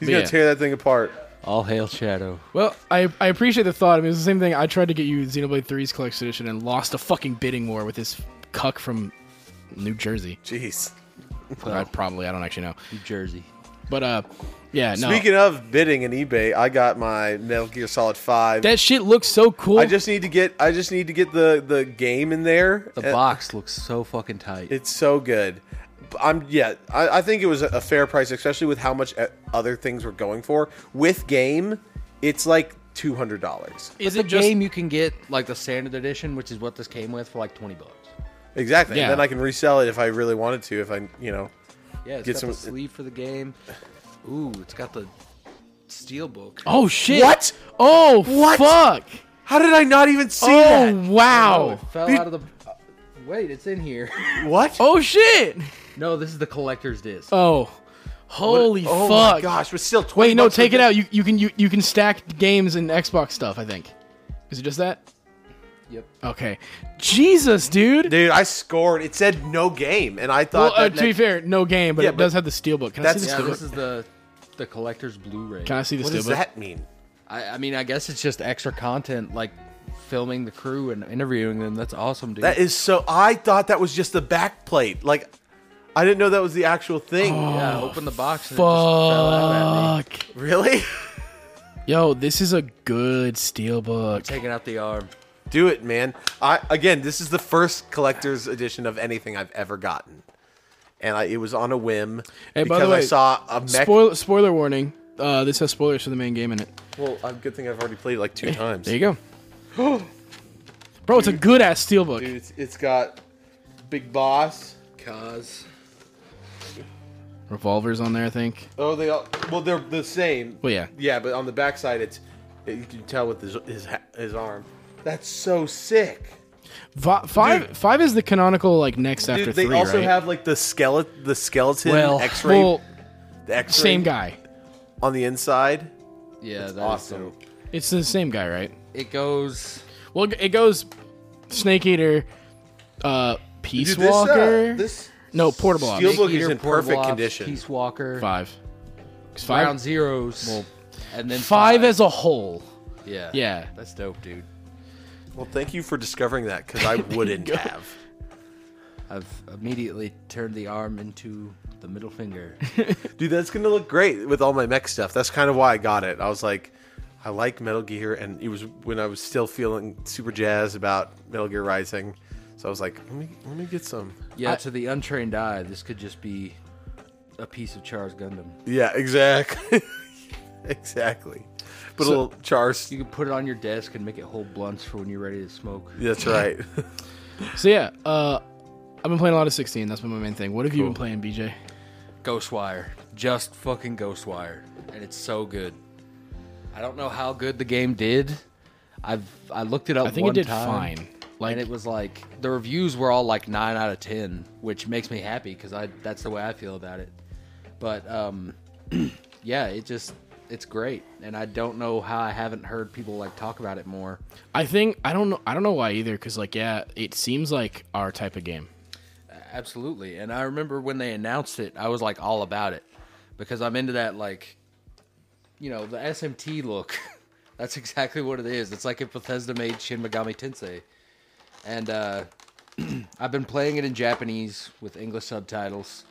[SPEAKER 3] He's gonna
[SPEAKER 2] Yeah.
[SPEAKER 3] tear that thing apart.
[SPEAKER 4] all hail Shadow.
[SPEAKER 2] Well, I, I appreciate the thought. I mean, it's the same thing. I tried to get you Xenoblade 3's collection edition and lost a fucking bidding war with this cuck from New Jersey.
[SPEAKER 3] Jeez.
[SPEAKER 2] I probably I don't actually know.
[SPEAKER 4] New Jersey.
[SPEAKER 2] But uh, yeah, no.
[SPEAKER 3] Speaking of bidding and eBay, I got my Metal Gear Solid Five.
[SPEAKER 2] that shit looks so cool.
[SPEAKER 3] I just need to get. I just need to get the the game in there.
[SPEAKER 4] The
[SPEAKER 3] Uh,
[SPEAKER 4] box looks so fucking tight.
[SPEAKER 3] It's so good. B- I'm yeah. I, I think it was a- a fair price, especially with how much uh, other things were going for. With game, it's like two hundred dollars.
[SPEAKER 2] is
[SPEAKER 4] the
[SPEAKER 2] it just
[SPEAKER 4] game you can get like the standard edition, which is what this came with for like twenty bucks.
[SPEAKER 3] Exactly.
[SPEAKER 2] Yeah.
[SPEAKER 3] And then I can resell it if I really wanted to. If I you know
[SPEAKER 4] Yeah, it's
[SPEAKER 3] Get
[SPEAKER 4] got
[SPEAKER 3] some-
[SPEAKER 4] the sleeve for the game. Ooh, it's got the steel book.
[SPEAKER 2] Oh shit.
[SPEAKER 3] What?
[SPEAKER 2] Oh
[SPEAKER 3] What?
[SPEAKER 2] fuck.
[SPEAKER 3] how did I not even see
[SPEAKER 2] Oh
[SPEAKER 3] that?
[SPEAKER 4] Oh,
[SPEAKER 2] wow.
[SPEAKER 4] it fell
[SPEAKER 3] Be-
[SPEAKER 4] out of the. uh, Wait, it's in here.
[SPEAKER 3] What?
[SPEAKER 2] Oh shit.
[SPEAKER 4] no, this is the collector's disc.
[SPEAKER 2] Oh. Holy
[SPEAKER 3] Oh
[SPEAKER 2] fuck.
[SPEAKER 3] my gosh! But still, 20
[SPEAKER 2] Wait, no,
[SPEAKER 3] bucks for
[SPEAKER 2] take it
[SPEAKER 3] this-
[SPEAKER 2] out. You you can you, you can stack games and Xbox stuff, I think. Is it just that?
[SPEAKER 4] Yep.
[SPEAKER 2] Okay. Jesus, dude.
[SPEAKER 3] dude. I scored. It said no game, and I
[SPEAKER 2] well,
[SPEAKER 3] thought
[SPEAKER 2] uh,
[SPEAKER 3] that
[SPEAKER 2] to be
[SPEAKER 3] meant-
[SPEAKER 2] fair, no game, but
[SPEAKER 3] Yeah,
[SPEAKER 2] it does
[SPEAKER 3] but-
[SPEAKER 2] have the steelbook. Can I
[SPEAKER 3] That's-
[SPEAKER 2] see the
[SPEAKER 4] Yeah,
[SPEAKER 2] steelbook?
[SPEAKER 4] this is the the collector's Blu-ray.
[SPEAKER 2] Can I see the
[SPEAKER 3] what
[SPEAKER 2] steelbook?
[SPEAKER 3] does that mean?
[SPEAKER 4] I, I mean, I guess it's just extra content, like filming the crew and interviewing them. That's awesome, dude.
[SPEAKER 3] That is so. I thought that was just the back plate. Like, I didn't know that was the actual thing.
[SPEAKER 2] Oh.
[SPEAKER 4] yeah, open the box. And it just fell out at me.
[SPEAKER 2] Fuck.
[SPEAKER 3] Really?
[SPEAKER 2] Yo, this is a good steelbook.
[SPEAKER 4] Taking out the arm.
[SPEAKER 3] Do it, man. I again, this is the first collector's edition of anything I've ever gotten, and I, it was on a whim
[SPEAKER 2] Hey,
[SPEAKER 3] because
[SPEAKER 2] by the
[SPEAKER 3] I
[SPEAKER 2] way,
[SPEAKER 3] saw a mech.
[SPEAKER 2] Spoiler, spoiler warning. Uh, this has spoilers for the main game in it.
[SPEAKER 3] well, uh, good thing I've already played it like two times.
[SPEAKER 2] There you go. Bro, it's a good ass steelbook.
[SPEAKER 3] Dude, it's, it's got Big Boss.
[SPEAKER 4] Cause
[SPEAKER 2] Revolvers on there, I think.
[SPEAKER 3] Oh, they all well, they're the same.
[SPEAKER 2] Well, yeah.
[SPEAKER 3] yeah, but on the backside, it's you can tell with his his, ha- his arm. That's so sick.
[SPEAKER 2] Vi- five, five is the canonical like next after
[SPEAKER 3] Dude, they
[SPEAKER 2] three,
[SPEAKER 3] also
[SPEAKER 2] right?
[SPEAKER 3] have like the skeleton, the skeleton
[SPEAKER 4] Well,
[SPEAKER 3] X-ray,
[SPEAKER 2] well,
[SPEAKER 3] the X-ray
[SPEAKER 2] same guy.
[SPEAKER 3] on the inside.
[SPEAKER 4] yeah, that's
[SPEAKER 3] awesome.
[SPEAKER 2] It's the same guy, right?
[SPEAKER 4] It goes.
[SPEAKER 2] Well, it goes Snake Eater, uh, Peace
[SPEAKER 3] Dude, this, uh,
[SPEAKER 2] Walker.
[SPEAKER 3] this
[SPEAKER 2] no, Portable Ops.
[SPEAKER 3] Steel Steelbook
[SPEAKER 4] Snake
[SPEAKER 3] is
[SPEAKER 4] Eater,
[SPEAKER 3] in
[SPEAKER 4] Portable
[SPEAKER 3] perfect
[SPEAKER 4] Ops,
[SPEAKER 3] condition.
[SPEAKER 4] Peace Walker,
[SPEAKER 2] Five. 'Cause Five,
[SPEAKER 4] round zeros, and then
[SPEAKER 2] five as a whole.
[SPEAKER 4] yeah,
[SPEAKER 2] Yeah.
[SPEAKER 4] That's dope, dude.
[SPEAKER 3] Well, thank you for discovering that because I wouldn't have.
[SPEAKER 4] I've immediately turned the arm into the middle finger.
[SPEAKER 3] Dude, that's gonna look great with all my mech stuff. That's kind of why I got it. I was like, I like Metal Gear, and it was when I was still feeling super jazzed about Metal Gear Rising. So I was like, let me let me get some.
[SPEAKER 4] Yeah,
[SPEAKER 2] I-
[SPEAKER 4] to the untrained eye, this could just be a piece of Char's Gundam.
[SPEAKER 3] Yeah, exactly, exactly. Put a little chars.
[SPEAKER 4] You could put it on your desk and make it whole blunts for when you're ready to smoke.
[SPEAKER 3] That's right.
[SPEAKER 2] So yeah, uh, I've been playing a lot of 16. That's been my main thing. What have you been playing, BJ?
[SPEAKER 4] Ghostwire. Just fucking Ghostwire. And it's so good. I don't know how good the game did. I've I looked it up
[SPEAKER 2] I think it
[SPEAKER 4] one
[SPEAKER 2] did
[SPEAKER 4] time,
[SPEAKER 2] fine. Like-
[SPEAKER 4] and it was like the reviews were all like 9 out of 10, which makes me happy cuz I that's the way I feel about it. But um yeah, it just it's great. And I don't know how I haven't heard people like talk about it more.
[SPEAKER 2] I think I don't know. I don't know why either. Because like, yeah, it seems like our type of game.
[SPEAKER 4] Absolutely. And I remember when they announced it, I was like all about it because I'm into that like you know, the SMT look. That's exactly what it is. It's like if Bethesda made Shin Megami Tensei. And uh I've been playing it in Japanese with English subtitles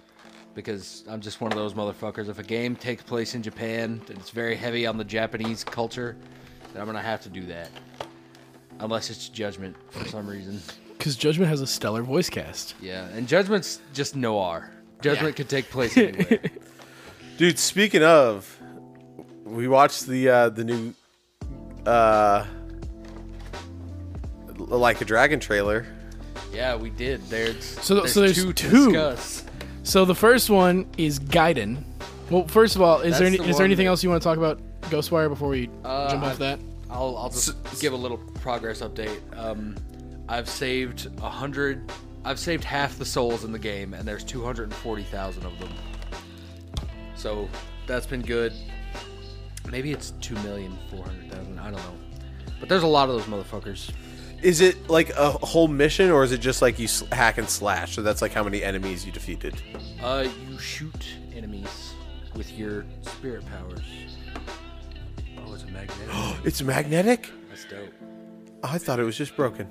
[SPEAKER 4] because I'm just one of those motherfuckers. If a game takes place in Japan and it's very heavy on the Japanese culture, then I'm going to have to do that. Unless it's Judgment for some reason.
[SPEAKER 2] Because Judgment has a stellar voice cast.
[SPEAKER 4] Yeah, and judgment's just no R. Judgment could take place anywhere.
[SPEAKER 5] Dude, speaking of, we watched the uh, the new uh, like a dragon trailer.
[SPEAKER 4] yeah, we did. There's
[SPEAKER 2] So th- so there's
[SPEAKER 4] to
[SPEAKER 2] two.
[SPEAKER 4] discuss.
[SPEAKER 2] So the first one is Gaiden. Well, first of all, is
[SPEAKER 4] That's
[SPEAKER 2] there any,
[SPEAKER 4] the
[SPEAKER 2] is
[SPEAKER 4] one
[SPEAKER 2] there anything
[SPEAKER 4] that-
[SPEAKER 2] else you want to talk about Ghostwire before we
[SPEAKER 4] Uh,
[SPEAKER 2] jump off
[SPEAKER 4] I've-
[SPEAKER 2] that?
[SPEAKER 4] I'll I'll just give a little progress update. Um, I've saved a hundred. I've saved half the souls in the game, and there's two hundred and forty thousand of them. So that's been good. Maybe it's two million four hundred thousand. I don't know, but there's a lot of those motherfuckers.
[SPEAKER 5] Is it like a whole mission, or is it just like you sl- hack and slash? So that's like how many enemies you defeated.
[SPEAKER 4] Uh, you shoot enemies with your spirit powers. Oh, it's a magnetic.
[SPEAKER 5] It's magnetic.
[SPEAKER 4] That's dope.
[SPEAKER 5] I thought it was just broken.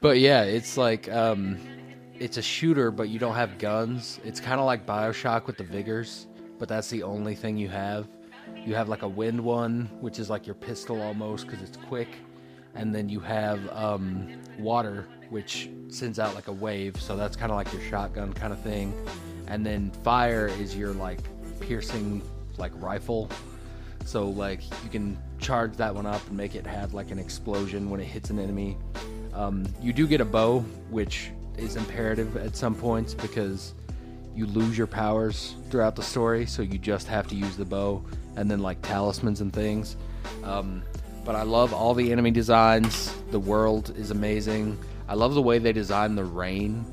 [SPEAKER 4] But yeah, it's like um, it's a shooter, but you don't have guns. It's kind of like Bioshock with the vigors, but that's the only thing you have. You have like a wind one, which is like your pistol almost because it's quick, and then you have um, water, which sends out like a wave, so that's kind of like your shotgun kind of thing, and then fire is your like piercing like rifle so like you can charge that one up and make it have like an explosion when it hits an enemy. Um, you do get a bow, which is imperative at some points because you lose your powers throughout the story, so you just have to use the bow and then like talismans and things. Um, but I love all the enemy designs. The world is amazing. I love the way they design the rain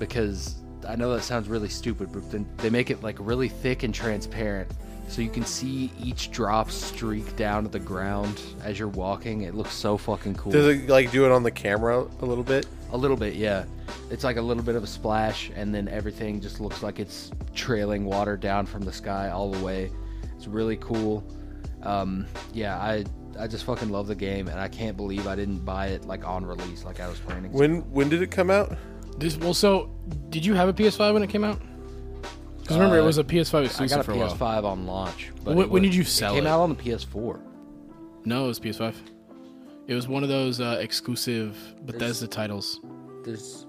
[SPEAKER 4] because I know that sounds really stupid, but then they make it like really thick and transparent, so you can see each drop streak down to the ground as you're walking. It looks so fucking cool.
[SPEAKER 5] Does it like do it on the camera a little bit?
[SPEAKER 4] A little bit, yeah. It's like a little bit of a splash, and then everything just looks like it's trailing water down from the sky all the way. It's really cool. Um, yeah, I I just fucking love the game, and I can't believe I didn't buy it like on release, like I was planning. to.
[SPEAKER 5] When when did it come out?
[SPEAKER 2] This well, so did you have a PS5 when it came out? Because remember, it
[SPEAKER 4] Uh,
[SPEAKER 2] was a PS5
[SPEAKER 4] I
[SPEAKER 2] exclusive
[SPEAKER 4] got a
[SPEAKER 2] for a while.
[SPEAKER 4] PS5 on launch. But
[SPEAKER 2] When-
[SPEAKER 4] it
[SPEAKER 2] when
[SPEAKER 4] was-
[SPEAKER 2] did you sell
[SPEAKER 4] It came
[SPEAKER 2] it?
[SPEAKER 4] out on the PS4.
[SPEAKER 2] No, it was PS5. It was one of those uh, exclusive Bethesda titles.
[SPEAKER 4] There's.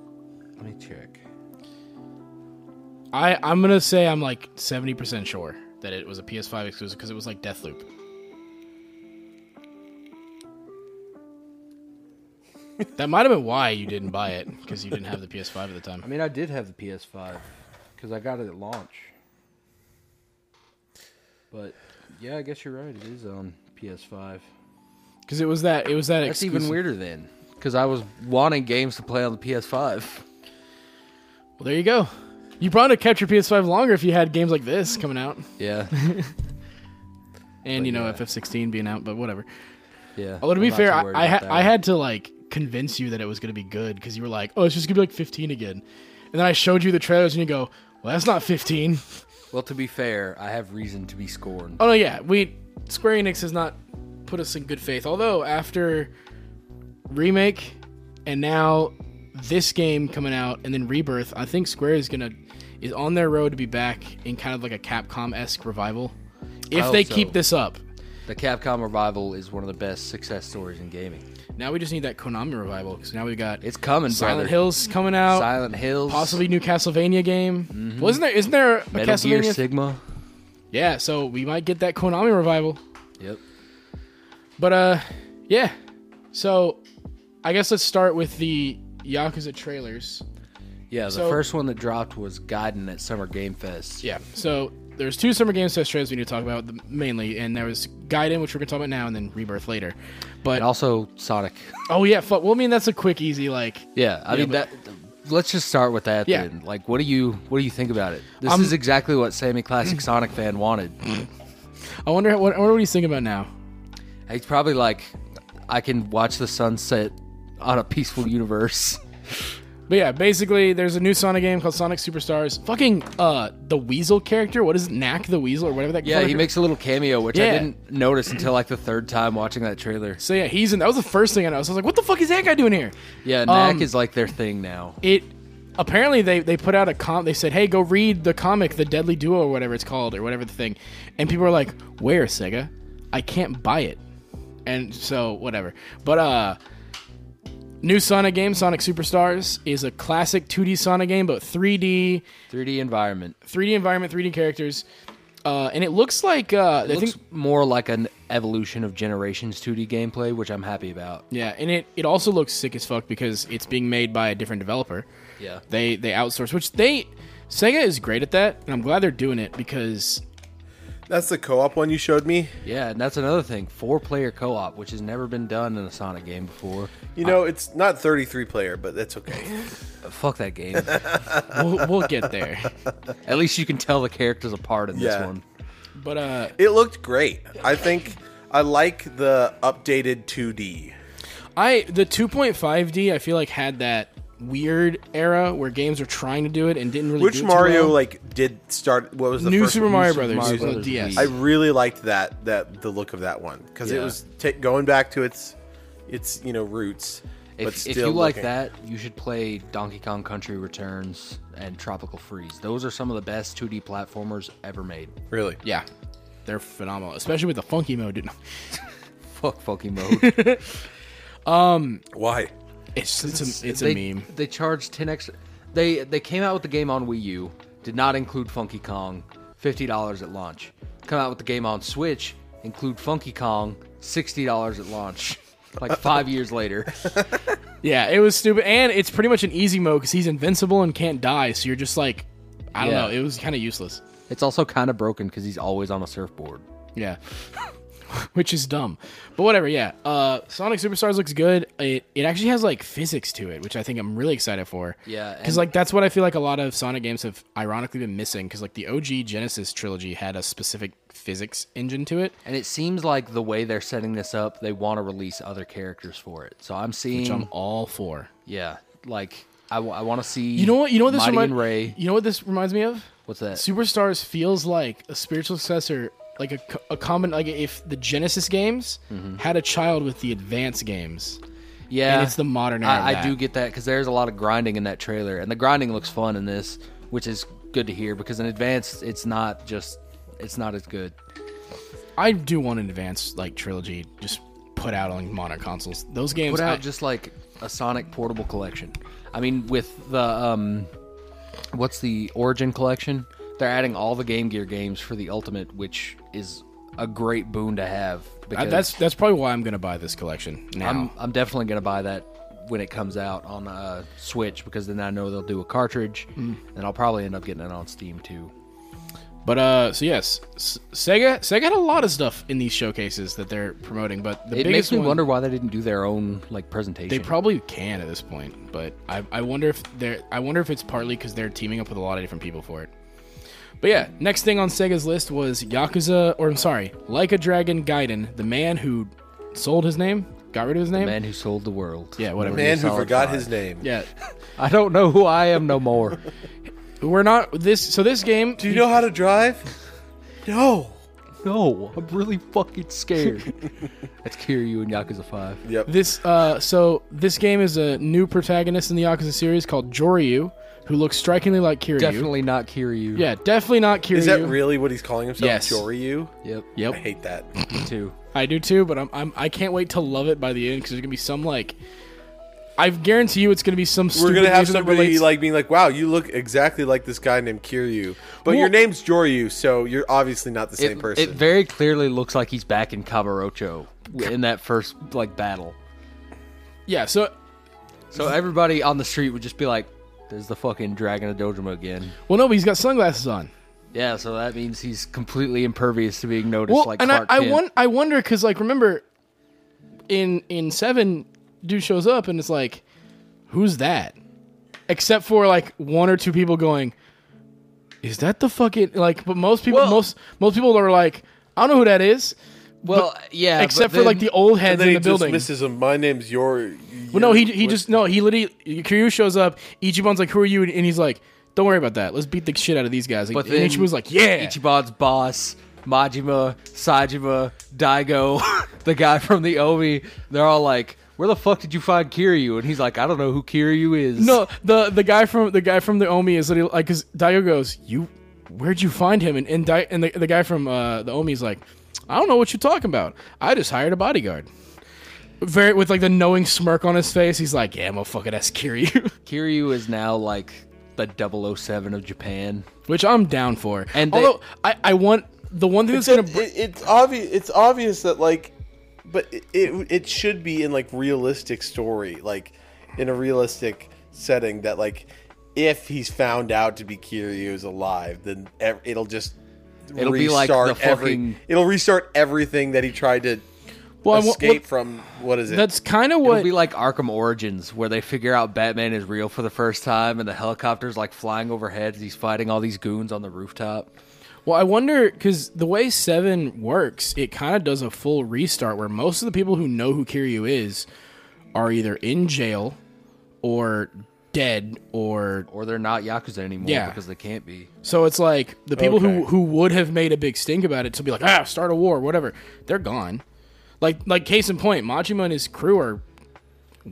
[SPEAKER 4] Let me check.
[SPEAKER 2] I I'm gonna say I'm like 70 percent sure that it was a PS5 exclusive because it was like Deathloop. that might have been why you didn't buy it because you didn't have the PS5 at the time.
[SPEAKER 4] I mean, I did have the PS5 because I got it at launch. But yeah, I guess you're right. It is on PS5.
[SPEAKER 2] Because it was that it was that
[SPEAKER 4] That's
[SPEAKER 2] exclusive.
[SPEAKER 4] even weirder then, because I was wanting games to play on the PS5.
[SPEAKER 2] Well, there you go. You probably would have kept your PS5 longer if you had games like this coming out,
[SPEAKER 4] Yeah,
[SPEAKER 2] and you know
[SPEAKER 4] yeah.
[SPEAKER 2] FF16 being out, but whatever.
[SPEAKER 4] yeah.
[SPEAKER 2] Although to
[SPEAKER 4] I'm
[SPEAKER 2] be
[SPEAKER 4] not
[SPEAKER 2] fair,
[SPEAKER 4] too
[SPEAKER 2] I
[SPEAKER 4] worried
[SPEAKER 2] I,
[SPEAKER 4] about
[SPEAKER 2] ha-
[SPEAKER 4] that
[SPEAKER 2] I
[SPEAKER 4] one.
[SPEAKER 2] had to like convince you that it was going to be good because you were like, "Oh, it's just going to be like 15 again," and then I showed you the trailers and you go, "Well, that's not 15."
[SPEAKER 4] Well, to be fair, I have reason to be scorned.
[SPEAKER 2] Oh no, yeah, we Square Enix has not put us in good faith. Although after remake and now this game coming out and then Rebirth, I think Square is gonna is on their road to be back in kind of like a Capcom esque revival if
[SPEAKER 4] hope
[SPEAKER 2] they
[SPEAKER 4] so.
[SPEAKER 2] keep this up.
[SPEAKER 4] The Capcom revival is one of the best success stories in gaming.
[SPEAKER 2] Now we just need that Konami revival because now we got
[SPEAKER 4] It's coming, brother.
[SPEAKER 2] Silent Hills coming out,
[SPEAKER 4] Silent Hills.
[SPEAKER 2] possibly new Castlevania game. Wasn't there? Isn't there a
[SPEAKER 4] Metal
[SPEAKER 2] Castlevania?
[SPEAKER 4] Gear Sigma.
[SPEAKER 2] yeah, so we might get that Konami revival.
[SPEAKER 4] Yep.
[SPEAKER 2] But uh yeah. So I guess let's start with the Yakuza trailers.
[SPEAKER 4] Yeah, the
[SPEAKER 2] So-
[SPEAKER 4] first one that dropped was Gaiden at Summer Game Fest.
[SPEAKER 2] Yeah. So there's two Summer Games Fest trailers we need to talk about the, mainly, and there was Gaiden, which we're gonna talk about now, and then Rebirth later. But
[SPEAKER 4] And also Sonic.
[SPEAKER 2] oh yeah, fuck. Well, I mean that's a quick, easy like.
[SPEAKER 4] Yeah, I
[SPEAKER 2] Yeah,
[SPEAKER 4] mean
[SPEAKER 2] but-
[SPEAKER 4] that. Let's just start with that.
[SPEAKER 2] Yeah.
[SPEAKER 4] Then. Like, what do you what do you think about it? This is exactly what Sammy Classic Sonic fan wanted.
[SPEAKER 2] I wonder what I wonder what he's thinking about now.
[SPEAKER 4] He's probably like, I can watch the sunset on a peaceful universe.
[SPEAKER 2] But yeah, basically, there's a new Sonic game called Sonic Superstars. Fucking uh, the Weasel character. What is it? Knack the Weasel or whatever that.
[SPEAKER 4] Yeah, he
[SPEAKER 2] fucker-
[SPEAKER 4] makes a little cameo, which I
[SPEAKER 2] Yeah.
[SPEAKER 4] didn't notice until like the third time watching that trailer.
[SPEAKER 2] So yeah, he's in. That was the first thing I noticed. I was like, what the fuck is that guy doing here?
[SPEAKER 4] Yeah, Knack
[SPEAKER 2] Um,
[SPEAKER 4] is like their thing now.
[SPEAKER 2] It apparently they they put out a com. They said, hey, go read the comic, the Deadly Duo or whatever it's called or whatever the thing. And people are like, where Sega? I can't buy it. And so whatever. But uh. New Sonic game, Sonic Superstars, is a classic 2D Sonic game, but 3D,
[SPEAKER 4] 3D environment
[SPEAKER 2] 3D environment, 3D characters, uh, and it looks like uh, I
[SPEAKER 4] it looks
[SPEAKER 2] think
[SPEAKER 4] more like an evolution of Generations 2D gameplay, which I'm happy about.
[SPEAKER 2] yeah, and it it also looks sick as fuck because it's being made by a different developer.
[SPEAKER 4] Yeah,
[SPEAKER 2] They they outsource, which they Sega is great at that, and I'm glad they're doing it because
[SPEAKER 5] That's the co-op one you showed me.
[SPEAKER 4] yeah, and that's another thing: four-player co-op, which has never been done in a Sonic game before.
[SPEAKER 5] You know, it's not 33 player, but that's okay.
[SPEAKER 4] Uh, Fuck that game.
[SPEAKER 2] we'll, we'll get there.
[SPEAKER 4] At least you can tell the characters apart in this
[SPEAKER 5] Yeah.
[SPEAKER 4] one.
[SPEAKER 2] But uh,
[SPEAKER 5] It looked great. I think I like the updated 2D.
[SPEAKER 2] I the 2.5D I feel like had that weird era where games were trying to do it and didn't really. do
[SPEAKER 5] Which
[SPEAKER 2] it too
[SPEAKER 5] Mario
[SPEAKER 2] well.
[SPEAKER 5] like did start? What was the
[SPEAKER 2] New
[SPEAKER 5] first
[SPEAKER 2] Super
[SPEAKER 5] one?
[SPEAKER 2] Mario
[SPEAKER 4] Super
[SPEAKER 2] Brothers,
[SPEAKER 4] Mario
[SPEAKER 2] on
[SPEAKER 4] Brothers
[SPEAKER 2] DS.
[SPEAKER 4] Wii.
[SPEAKER 5] I really liked that that the look of that one because it
[SPEAKER 4] Yeah.
[SPEAKER 5] was ta going back to its its you know roots. but
[SPEAKER 4] If,
[SPEAKER 5] still
[SPEAKER 4] if you like
[SPEAKER 5] looking-
[SPEAKER 4] that, you should play Donkey Kong Country Returns and Tropical Freeze. Those are some of the best 2D platformers ever made.
[SPEAKER 5] really,
[SPEAKER 2] yeah, they're phenomenal, especially with the funky mode. Dude.
[SPEAKER 4] Fuck fucking mode.
[SPEAKER 5] why?
[SPEAKER 2] It's it's a, it's
[SPEAKER 4] they,
[SPEAKER 2] a meme.
[SPEAKER 4] They charged 10x. They they came out with the game on Wii U, did not include Funky Kong, fifty dollars at launch. Come out with the game on Switch, include Funky Kong, sixty dollars at launch. Like five years later.
[SPEAKER 2] Yeah, it was stupid, and it's pretty much an easy mode because he's invincible and can't die. So you're just like, I don't
[SPEAKER 4] Yeah.
[SPEAKER 2] know. It was kind of useless.
[SPEAKER 4] It's also kind of broken because he's always on a surfboard.
[SPEAKER 2] Yeah, which is dumb, but whatever. Yeah, uh, Sonic Superstars looks good. It it actually has like physics to it, which I think I'm really excited for.
[SPEAKER 4] Yeah, and-
[SPEAKER 2] because like that's what I feel like a lot of Sonic games have ironically been missing. Because like the OG Genesis trilogy had a specific physics engine to it,
[SPEAKER 4] And it seems like the way they're setting this up, they want to release other characters for it. So I'm seeing,
[SPEAKER 2] which I'm all for.
[SPEAKER 4] yeah, like I, w- I want to see.
[SPEAKER 2] You know what? You know what this
[SPEAKER 4] Mighty
[SPEAKER 2] reminds
[SPEAKER 4] and Ray.
[SPEAKER 2] You know what this reminds me of?
[SPEAKER 4] What's that?
[SPEAKER 2] Superstars feels like a spiritual successor, like a, co- a common like if the Genesis games
[SPEAKER 4] Mm-hmm.
[SPEAKER 2] had a child with the Advance games.
[SPEAKER 4] yeah,
[SPEAKER 2] and it's the modern era of
[SPEAKER 4] I, I
[SPEAKER 2] that.
[SPEAKER 4] do get that because there's a lot of grinding in that trailer, and the grinding looks fun in this, which is good to hear because in advance, it's not just, it's not as good.
[SPEAKER 2] I do want an Advance like trilogy just put out on modern consoles. Those games,
[SPEAKER 4] Put out
[SPEAKER 2] I-
[SPEAKER 4] just like a Sonic portable collection. I mean, with the um, what's the Origin collection? They're adding all the Game Gear games for the Ultimate, which is a great boon to have.
[SPEAKER 2] I-
[SPEAKER 4] Because
[SPEAKER 2] that's that's probably why I'm gonna buy this collection now.
[SPEAKER 4] I'm I'm definitely gonna buy that when it comes out on uh, Switch because then I know they'll do a cartridge,
[SPEAKER 2] Hmm.
[SPEAKER 4] and I'll probably end up getting it on Steam too.
[SPEAKER 2] but uh, so yes, S- Sega Sega had a lot of stuff in these showcases that they're promoting, but the
[SPEAKER 4] It
[SPEAKER 2] biggest
[SPEAKER 4] makes me
[SPEAKER 2] one,
[SPEAKER 4] wonder why they didn't do their own like presentation.
[SPEAKER 2] They probably can at this point, but I, I wonder if they're I wonder if it's partly because they're teaming up with a lot of different people for it. But yeah, next thing on Sega's list was Yakuza, or I'm sorry, Like a Dragon Gaiden, the man who sold his name, got rid of his name.
[SPEAKER 4] man who sold the world.
[SPEAKER 2] Yeah, whatever.
[SPEAKER 5] Man who
[SPEAKER 4] Solid
[SPEAKER 5] forgot
[SPEAKER 4] five.
[SPEAKER 5] his name.
[SPEAKER 2] Yeah,
[SPEAKER 4] I don't know who I am no more.
[SPEAKER 2] we're not this. So this game,
[SPEAKER 5] Do you know how to drive? No.
[SPEAKER 4] no, I'm really fucking scared. That's Kiryu and Yakuza Five.
[SPEAKER 5] Yep.
[SPEAKER 2] this uh, so this game is a new protagonist in the Yakuza series called Joryu, who looks strikingly like Kiryu.
[SPEAKER 4] Definitely not Kiryu.
[SPEAKER 2] Yeah, definitely not Kiryu.
[SPEAKER 5] Is that really what he's calling himself?
[SPEAKER 2] Yes.
[SPEAKER 5] Joryu?
[SPEAKER 4] Yep.
[SPEAKER 2] Yep.
[SPEAKER 5] I hate that.
[SPEAKER 4] Me too.
[SPEAKER 2] I do too, but I'm, I'm I can't wait to love it by the end because there's gonna be some like, I guarantee you it's gonna be some.
[SPEAKER 5] We're
[SPEAKER 2] Stupid
[SPEAKER 5] gonna have
[SPEAKER 2] news that
[SPEAKER 5] somebody
[SPEAKER 2] relates-
[SPEAKER 5] like being like, "Wow, you look exactly like this guy named Kiryu, but your
[SPEAKER 2] Well-
[SPEAKER 5] name's Joryu, so you're obviously not the same
[SPEAKER 4] It, it
[SPEAKER 5] person."
[SPEAKER 4] very clearly looks like he's back in Kabarocho in that first like battle.
[SPEAKER 2] yeah. So
[SPEAKER 4] So everybody on the street would just be like, "There's the fucking Dragon of Dojima again."
[SPEAKER 2] Well, no, but he's got sunglasses on.
[SPEAKER 4] Yeah, so that means he's completely impervious to being noticed.
[SPEAKER 2] well,
[SPEAKER 4] like
[SPEAKER 2] and I,
[SPEAKER 4] Clark
[SPEAKER 2] I,
[SPEAKER 4] Kent.
[SPEAKER 2] won- I wonder because like remember, in in seven, dude shows up and it's like, who's that? Except for like one or two people going, is that the fucking like? But most people,
[SPEAKER 4] Well-
[SPEAKER 2] most most people are like, I don't know who that is.
[SPEAKER 4] Well, yeah, but
[SPEAKER 2] except for
[SPEAKER 4] then-
[SPEAKER 2] like the old heads
[SPEAKER 3] then
[SPEAKER 2] in
[SPEAKER 3] he
[SPEAKER 2] the building.
[SPEAKER 3] dismisses him. My name's your.
[SPEAKER 2] Well, no, he he just no, he literally Kiryu shows up. Ichiban's like, "Who are you?" and he's like, "Don't worry about that. Let's beat the shit out of these guys."
[SPEAKER 4] But
[SPEAKER 2] and
[SPEAKER 4] then
[SPEAKER 2] Ichiban's like, "Yeah."
[SPEAKER 4] Ichiban's boss, Majima, Sajima, Daigo, the guy from the Omi, they're all like, "Where the fuck did you find Kiryu?" And he's like, "I don't know who Kiryu is."
[SPEAKER 2] no, the the guy from the guy from the Omi is literally like, because Daigo goes, "You, where'd you find him?" And and, Dai- and the, the guy from uh, the Omi is like, "I don't know what you're talking about. I just hired a bodyguard." Very with like the knowing smirk on his face, he's like, "Yeah, I'm a fucking ass Kiryu,"
[SPEAKER 4] Kiryu is now like the 007 of Japan.
[SPEAKER 2] which I'm down for.
[SPEAKER 4] And they-
[SPEAKER 2] although I I want the one thing that's gonna br-
[SPEAKER 3] it, it's obvious. It's obvious that like, but it, it it should be in like realistic story, like in a realistic setting that like, if he's found out to be Kiryu is alive, then ev- it'll just
[SPEAKER 4] It'll be like the
[SPEAKER 3] every,
[SPEAKER 4] fucking-
[SPEAKER 3] It'll restart everything that he tried to
[SPEAKER 2] well, I wa-
[SPEAKER 3] escape
[SPEAKER 2] well,
[SPEAKER 3] from. What is it?
[SPEAKER 2] that's kind of
[SPEAKER 4] It'll
[SPEAKER 2] what
[SPEAKER 4] be like Arkham Origins, where they figure out Batman is real for the first time, and the helicopter's like flying overhead, and he's fighting all these goons on the rooftop.
[SPEAKER 2] Well, I wonder because the way Seven works, it kind of does a full restart where most of the people who know who Kiryu is are either in jail or dead or
[SPEAKER 4] Or they're not Yakuza anymore
[SPEAKER 2] Yeah.
[SPEAKER 4] because they can't be.
[SPEAKER 2] so it's like the people who
[SPEAKER 3] Okay.
[SPEAKER 2] who would have made a big stink about it to be like ah start a war whatever they're gone like like case in point Majima and his crew are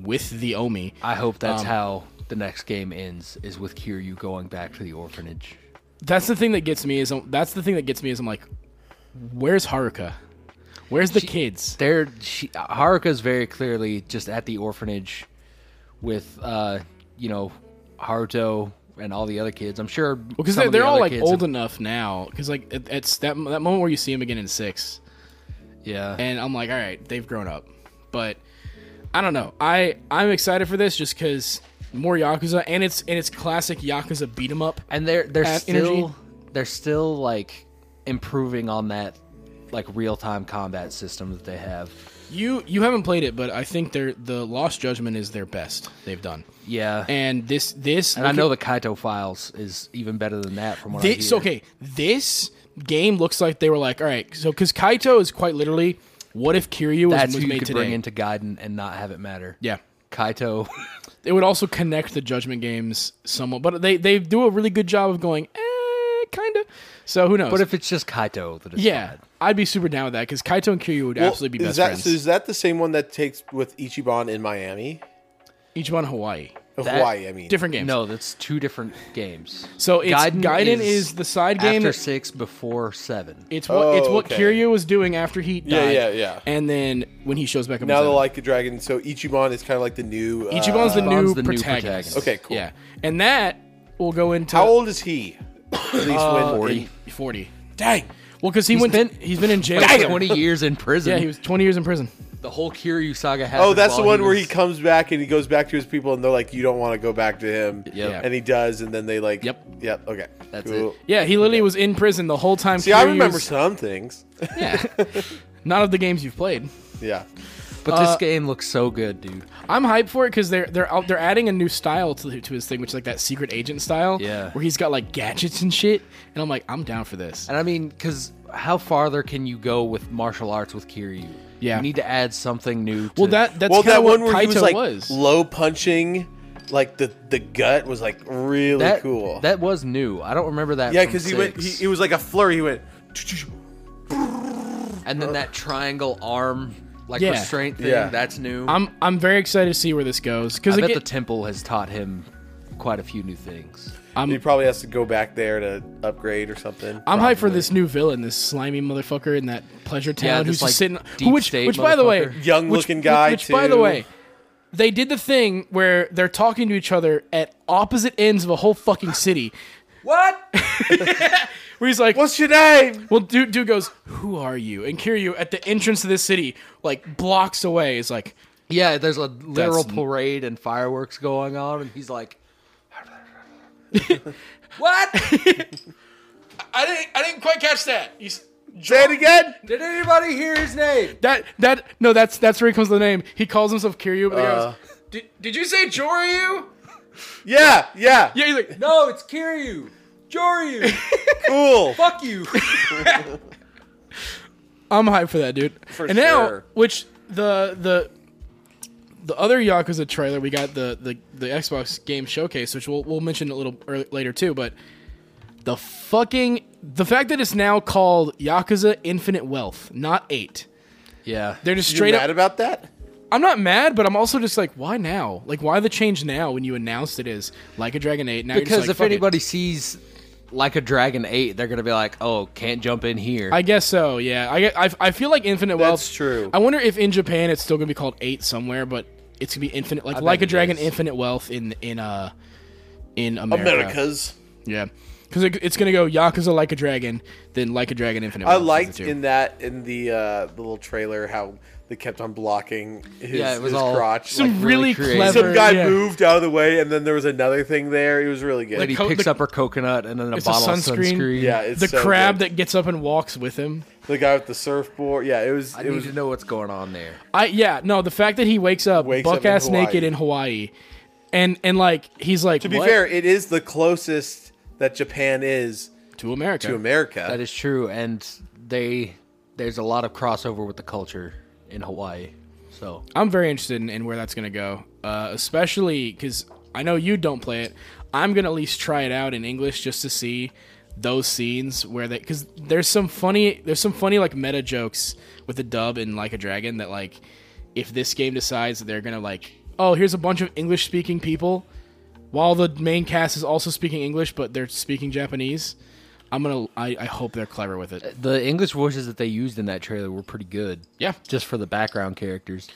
[SPEAKER 2] with the Omi
[SPEAKER 4] I hope that's
[SPEAKER 2] Um,
[SPEAKER 4] how the next game ends, is with Kiryu going back to the orphanage.
[SPEAKER 2] that's the thing that gets me is um, that's the thing that gets me is I'm like where's Haruka where's the kids
[SPEAKER 4] There, she, Haruka's very clearly just at the orphanage with, uh, you know, Haruto and all the other kids. I'm sure
[SPEAKER 2] because
[SPEAKER 4] some
[SPEAKER 2] they're,
[SPEAKER 4] of the
[SPEAKER 2] they're all
[SPEAKER 4] other
[SPEAKER 2] like
[SPEAKER 4] kids
[SPEAKER 2] old
[SPEAKER 4] have-
[SPEAKER 2] enough now because like it, it's that that moment where you see him again in six
[SPEAKER 4] yeah.
[SPEAKER 2] and i'm like all right they've grown up but i don't know i i'm excited for this just because more yakuza and it's and it's classic yakuza beat 'em up
[SPEAKER 4] and they're they're
[SPEAKER 2] Uh,
[SPEAKER 4] still
[SPEAKER 2] energy.
[SPEAKER 4] they're still like improving on that like real time combat system that they have.
[SPEAKER 2] you you haven't played it but i think they're the lost judgment is their best they've done
[SPEAKER 4] Yeah, and,
[SPEAKER 2] and this this
[SPEAKER 4] I know the Kaito Files is even better than that from what I
[SPEAKER 2] This
[SPEAKER 4] hear.
[SPEAKER 2] okay. This game looks like they were like, all right, so because Kaito is quite literally, what if Kiryu was,
[SPEAKER 4] That's
[SPEAKER 2] was
[SPEAKER 4] who you
[SPEAKER 2] made
[SPEAKER 4] could
[SPEAKER 2] today?
[SPEAKER 4] bring into Gaiden and not have it matter.
[SPEAKER 2] yeah,
[SPEAKER 4] Kaito.
[SPEAKER 2] it would also connect the judgment games somewhat but they they do a really good job of going eh, kind of so who knows
[SPEAKER 4] but if it's just Kaito that it's
[SPEAKER 2] yeah
[SPEAKER 4] bad.
[SPEAKER 2] i'd be super down with that because kaito and kiryu would
[SPEAKER 3] Well,
[SPEAKER 2] absolutely be
[SPEAKER 3] is
[SPEAKER 2] best
[SPEAKER 3] that,
[SPEAKER 2] friends
[SPEAKER 3] So is that the same one that takes with Ichiban in Miami,
[SPEAKER 2] each one hawaii
[SPEAKER 3] Of
[SPEAKER 4] That-
[SPEAKER 3] Hawaii? I mean,
[SPEAKER 2] different games
[SPEAKER 4] No, that's two different games.
[SPEAKER 2] so it's gaiden, is, the side game
[SPEAKER 4] after six before seven.
[SPEAKER 2] it's what it's
[SPEAKER 3] Oh,
[SPEAKER 2] what
[SPEAKER 3] okay.
[SPEAKER 2] kiryu was doing after he
[SPEAKER 3] Yeah,
[SPEAKER 2] died
[SPEAKER 3] yeah, yeah.
[SPEAKER 2] and then when he shows back up
[SPEAKER 3] Now
[SPEAKER 2] in
[SPEAKER 3] the
[SPEAKER 2] seven.
[SPEAKER 3] like a dragon. So Ichiban is kind of like the new. Uh,
[SPEAKER 2] ichiban's the, new,
[SPEAKER 4] Ichiban's the new
[SPEAKER 2] protagonist.
[SPEAKER 4] protagonist.
[SPEAKER 3] Okay, cool.
[SPEAKER 2] yeah and that will go into
[SPEAKER 3] How old is he? At least
[SPEAKER 4] Uh,
[SPEAKER 3] when
[SPEAKER 4] 40.
[SPEAKER 2] 40
[SPEAKER 1] Dang!
[SPEAKER 2] well because he went
[SPEAKER 4] been-
[SPEAKER 2] he's been in jail
[SPEAKER 4] Like
[SPEAKER 2] for
[SPEAKER 4] 20 years in prison.
[SPEAKER 2] yeah he was 20 years in prison
[SPEAKER 4] the whole Kiryu saga happened.
[SPEAKER 3] Oh, that's the
[SPEAKER 4] while
[SPEAKER 3] one where he
[SPEAKER 4] was-
[SPEAKER 3] comes back and he goes back to his people, and they're like, "You don't want to go back to him."
[SPEAKER 4] Yeah.
[SPEAKER 3] And he does, and then they like.
[SPEAKER 2] Yep.
[SPEAKER 3] Yep. Okay.
[SPEAKER 4] That's it.
[SPEAKER 2] yeah he literally was in prison the whole time
[SPEAKER 3] See, I
[SPEAKER 2] Kiryu's-
[SPEAKER 3] remember some things.
[SPEAKER 2] Yeah. Not of the games you've played.
[SPEAKER 3] yeah.
[SPEAKER 4] But
[SPEAKER 2] uh,
[SPEAKER 4] this game looks so good, dude.
[SPEAKER 2] I'm hyped for it because they're they're out, they're adding a new style to to his thing, which is like that secret agent style.
[SPEAKER 4] Yeah.
[SPEAKER 2] Where he's got like gadgets and shit, and I'm like, I'm down for this.
[SPEAKER 4] And I mean, because how farther can you go with martial arts with Kiryu?
[SPEAKER 2] Yeah.
[SPEAKER 4] you need to add something new. To,
[SPEAKER 2] Well, that that's
[SPEAKER 3] well,
[SPEAKER 2] kind
[SPEAKER 3] that
[SPEAKER 2] of what
[SPEAKER 3] one
[SPEAKER 2] Kaito
[SPEAKER 3] where he was like
[SPEAKER 2] was.
[SPEAKER 3] low punching, like the the gut was like really
[SPEAKER 4] that
[SPEAKER 3] cool.
[SPEAKER 4] That was new. I don't remember that.
[SPEAKER 3] yeah,
[SPEAKER 4] because
[SPEAKER 3] because he went. He, it was like a flurry. He went.
[SPEAKER 4] and then that triangle arm like
[SPEAKER 2] Yeah.
[SPEAKER 4] restraint thing.
[SPEAKER 3] Yeah.
[SPEAKER 4] That's new.
[SPEAKER 2] I'm I'm very excited to see where this goes because
[SPEAKER 4] I bet the temple has taught him quite a few new things.
[SPEAKER 3] He probably has to go back there to upgrade or something.
[SPEAKER 2] I'm hyped for this new villain, this slimy motherfucker in that pleasure town who's
[SPEAKER 4] this, like,
[SPEAKER 2] just sitting.
[SPEAKER 4] deep
[SPEAKER 2] which,
[SPEAKER 4] state
[SPEAKER 2] which by the way,
[SPEAKER 4] motherfucker.
[SPEAKER 3] Young-looking guy,
[SPEAKER 2] Which, by the
[SPEAKER 3] too.
[SPEAKER 2] way, they did the thing where they're talking to each other at opposite ends of a whole fucking city.
[SPEAKER 7] What?
[SPEAKER 2] Where he's like,
[SPEAKER 3] What's your name?
[SPEAKER 2] Well, dude, dude goes, "Who are you?" And Kiryu, at the entrance of this city, like blocks away, is like,
[SPEAKER 4] Yeah, there's a literal
[SPEAKER 2] That's-
[SPEAKER 4] parade and fireworks going on, and he's like, "What?
[SPEAKER 2] I didn't. I didn't quite catch that. You, s-
[SPEAKER 5] Say it again.
[SPEAKER 4] Did anybody hear his name?"
[SPEAKER 2] that that no. That's that's where he comes to the name. He calls himself Kiryu. But the guy
[SPEAKER 5] Uh.
[SPEAKER 2] goes, did, did you say Joryu?
[SPEAKER 5] Yeah, yeah.
[SPEAKER 2] Yeah. He's like,
[SPEAKER 4] No, it's Kiryu, Joryu.
[SPEAKER 5] Cool.
[SPEAKER 4] Fuck you.
[SPEAKER 2] I'm hyped for that, dude.
[SPEAKER 5] For
[SPEAKER 2] and now,
[SPEAKER 5] sure.
[SPEAKER 2] which the the the other Yakuza trailer, we got the the, the Xbox game showcase, which we'll we'll mention a little early, later too. But the fucking the fact that it's now called Yakuza Infinite Wealth, not eight.
[SPEAKER 4] Yeah,
[SPEAKER 2] They're just
[SPEAKER 5] You
[SPEAKER 2] straight
[SPEAKER 5] mad
[SPEAKER 2] up.
[SPEAKER 5] about that?
[SPEAKER 2] I'm not mad, but I'm also just like, why now? Like, why the change now when you announced it is like a Dragon Eight? Now
[SPEAKER 4] because
[SPEAKER 2] you're just like,
[SPEAKER 4] if
[SPEAKER 2] "Fuck it."
[SPEAKER 4] anybody sees like a Dragon Eight, they're gonna be like, "Oh, can't jump in here."
[SPEAKER 2] I guess so. Yeah, I, get- I, I feel like Infinite Wealth.
[SPEAKER 5] That's true.
[SPEAKER 2] I wonder if in Japan it's still gonna be called Eight somewhere, but it's gonna be Infinite, like
[SPEAKER 4] bet
[SPEAKER 2] like a
[SPEAKER 4] it
[SPEAKER 2] Dragon
[SPEAKER 4] is.
[SPEAKER 2] Infinite Wealth in in uh in America.
[SPEAKER 5] Americas.
[SPEAKER 2] Yeah, because it, it's gonna go Yakuza Like a Dragon, then Like a Dragon Infinite.
[SPEAKER 5] I
[SPEAKER 2] Wealth is the
[SPEAKER 5] liked
[SPEAKER 2] two.
[SPEAKER 5] in that in the uh, the little trailer how they kept on blocking his,
[SPEAKER 4] Yeah, it was
[SPEAKER 5] his
[SPEAKER 4] all
[SPEAKER 5] crotch.
[SPEAKER 2] some
[SPEAKER 5] like,
[SPEAKER 2] really,
[SPEAKER 4] really creative.
[SPEAKER 2] clever
[SPEAKER 5] some guy
[SPEAKER 2] yeah.
[SPEAKER 5] moved out of the way, and then there was another thing there. It was really good.
[SPEAKER 4] and he
[SPEAKER 2] co-
[SPEAKER 4] picks
[SPEAKER 2] the-
[SPEAKER 4] up her coconut and then a
[SPEAKER 2] It's a
[SPEAKER 4] bottle of
[SPEAKER 2] sunscreen.
[SPEAKER 4] sunscreen.
[SPEAKER 5] yeah, it's
[SPEAKER 2] The
[SPEAKER 5] so
[SPEAKER 2] crab
[SPEAKER 5] good.
[SPEAKER 2] that gets up and walks with him.
[SPEAKER 5] the guy with the surfboard. Yeah, it was.
[SPEAKER 4] I
[SPEAKER 5] it
[SPEAKER 4] need
[SPEAKER 5] was
[SPEAKER 4] to know what's going on there.
[SPEAKER 2] I yeah no the fact that he wakes up
[SPEAKER 5] Wakes up
[SPEAKER 2] buck
[SPEAKER 5] in
[SPEAKER 2] ass
[SPEAKER 5] Hawaii.
[SPEAKER 2] naked in Hawaii, and and like he's like
[SPEAKER 5] To be fair, it is the closest that Japan is
[SPEAKER 2] to America
[SPEAKER 5] to America.
[SPEAKER 4] That is true, and they there's a lot of crossover with the culture in Hawaii. So
[SPEAKER 2] I'm very interested in, in where that's going to go, uh, especially because I know you don't play it. I'm going to at least try it out in English just to see those scenes where they because there's some funny there's some funny like meta jokes with the dub in like a dragon that like if this game decides that they're gonna like oh here's a bunch of english speaking people while the main cast is also speaking english but they're speaking japanese i'm gonna i, I hope they're clever with it
[SPEAKER 4] the English voices that they used in that trailer were pretty good.
[SPEAKER 2] yeah
[SPEAKER 4] Just for the background characters.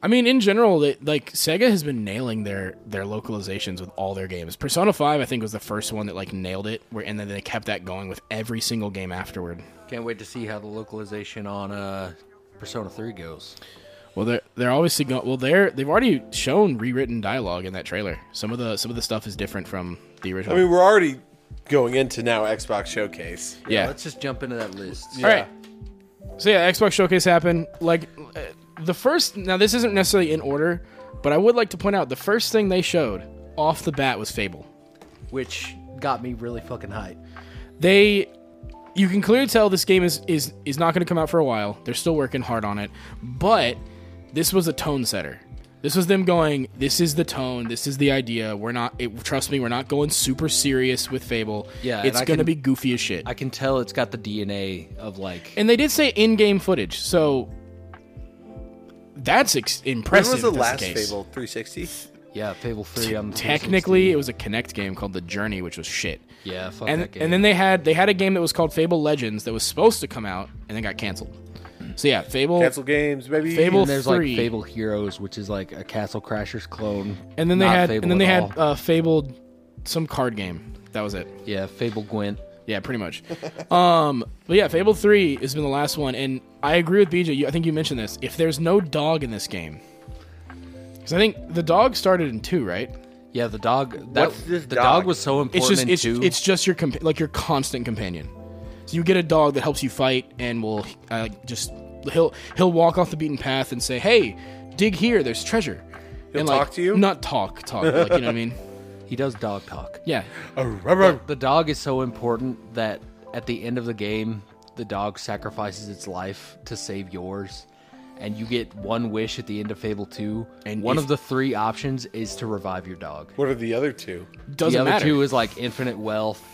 [SPEAKER 2] I mean, in general, they, like Sega has been nailing their their localizations with all their games. Persona Five, I think, was the first one that like nailed it, where and then they kept that going with every single game afterward.
[SPEAKER 4] Can't wait to see how the localization on uh, Persona 3 goes.
[SPEAKER 2] Well, they're they're obviously go- well they're they've already shown rewritten dialogue in that trailer. Some of the some of the stuff is different from the
[SPEAKER 5] I
[SPEAKER 2] original.
[SPEAKER 5] mean, we're already going into now Xbox Showcase.
[SPEAKER 2] yeah.
[SPEAKER 4] Let's just jump into that list.
[SPEAKER 2] All right. So yeah, Xbox Showcase happened. Like uh, the first. Now this isn't necessarily in order, but I would like to point out the first thing they showed off the bat was Fable.
[SPEAKER 4] Which got me really fucking hyped.
[SPEAKER 2] they you can clearly tell this game is is is not going to come out for a while they're still working hard on it but this was a tone setter this was them going this is the tone this is the idea we're not it, trust me we're not going super serious with fable
[SPEAKER 4] Yeah, and
[SPEAKER 2] it's
[SPEAKER 4] I
[SPEAKER 2] going to
[SPEAKER 4] can-
[SPEAKER 2] be goofy as shit
[SPEAKER 4] I can tell it's got the DNA of like.
[SPEAKER 2] and they did say in-game footage so that's ex-
[SPEAKER 5] When
[SPEAKER 2] impressive
[SPEAKER 5] was the
[SPEAKER 2] if
[SPEAKER 5] last
[SPEAKER 2] that's case.
[SPEAKER 5] Fable? 360.
[SPEAKER 4] yeah, Fable 3 on the
[SPEAKER 2] technically it was a connect game called the journey which was shit
[SPEAKER 4] 360. Yeah, fuck
[SPEAKER 2] and
[SPEAKER 4] that game.
[SPEAKER 2] and then they had they had a game that was called Fable Legends that was supposed to come out and then got canceled. So yeah, Fable
[SPEAKER 5] Cancel games, maybe.
[SPEAKER 2] Fable
[SPEAKER 4] And there's
[SPEAKER 2] three.
[SPEAKER 4] like Fable Heroes, which is like a Castle Crashers clone.
[SPEAKER 2] and then they
[SPEAKER 4] Not
[SPEAKER 2] had
[SPEAKER 4] Fable
[SPEAKER 2] and then
[SPEAKER 4] at
[SPEAKER 2] they
[SPEAKER 4] all.
[SPEAKER 2] had uh, Fable some card game. That was it.
[SPEAKER 4] yeah, Fable Gwent.
[SPEAKER 2] Yeah, pretty much. um, but yeah, Fable Three has been the last one, and I agree with BJ. You, I think you mentioned this. If there's no dog in this game, because I think the dog started in two, right?
[SPEAKER 4] Yeah, the dog. That,
[SPEAKER 5] What's this
[SPEAKER 4] the
[SPEAKER 5] dog?
[SPEAKER 4] dog was so important.
[SPEAKER 2] It's just
[SPEAKER 4] in
[SPEAKER 2] it's,
[SPEAKER 4] two.
[SPEAKER 2] it's just your compa- like your constant companion. So you get a dog that helps you fight and will uh, just he'll he'll walk off the beaten path and say, "Hey, dig here. There's treasure." He'll and, like,
[SPEAKER 5] talk to you?
[SPEAKER 2] Not talk, talk. like, you know what I mean?
[SPEAKER 4] he does dog talk.
[SPEAKER 2] Yeah.
[SPEAKER 4] Uh, The dog is so important that at the end of the game, the dog sacrifices its life to save yours, and you get one wish at the end of Fable Two.
[SPEAKER 2] And
[SPEAKER 4] And one
[SPEAKER 2] if-
[SPEAKER 4] of the three options is to revive your dog.
[SPEAKER 5] What are the other two?
[SPEAKER 2] Doesn't
[SPEAKER 4] the other
[SPEAKER 2] matter.
[SPEAKER 4] two is like infinite wealth,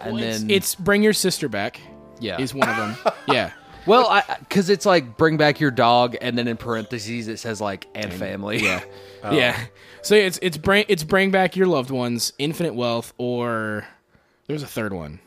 [SPEAKER 4] and
[SPEAKER 2] Well, it's,
[SPEAKER 4] then
[SPEAKER 2] it's bring your sister back.
[SPEAKER 4] yeah.
[SPEAKER 2] Is one of them. yeah.
[SPEAKER 4] well, I because it's like bring back your dog, and then in parentheses it says like and, family. Yeah,
[SPEAKER 2] Yeah. So it's it's bring it's bring back your loved ones, infinite wealth, or there's a third one,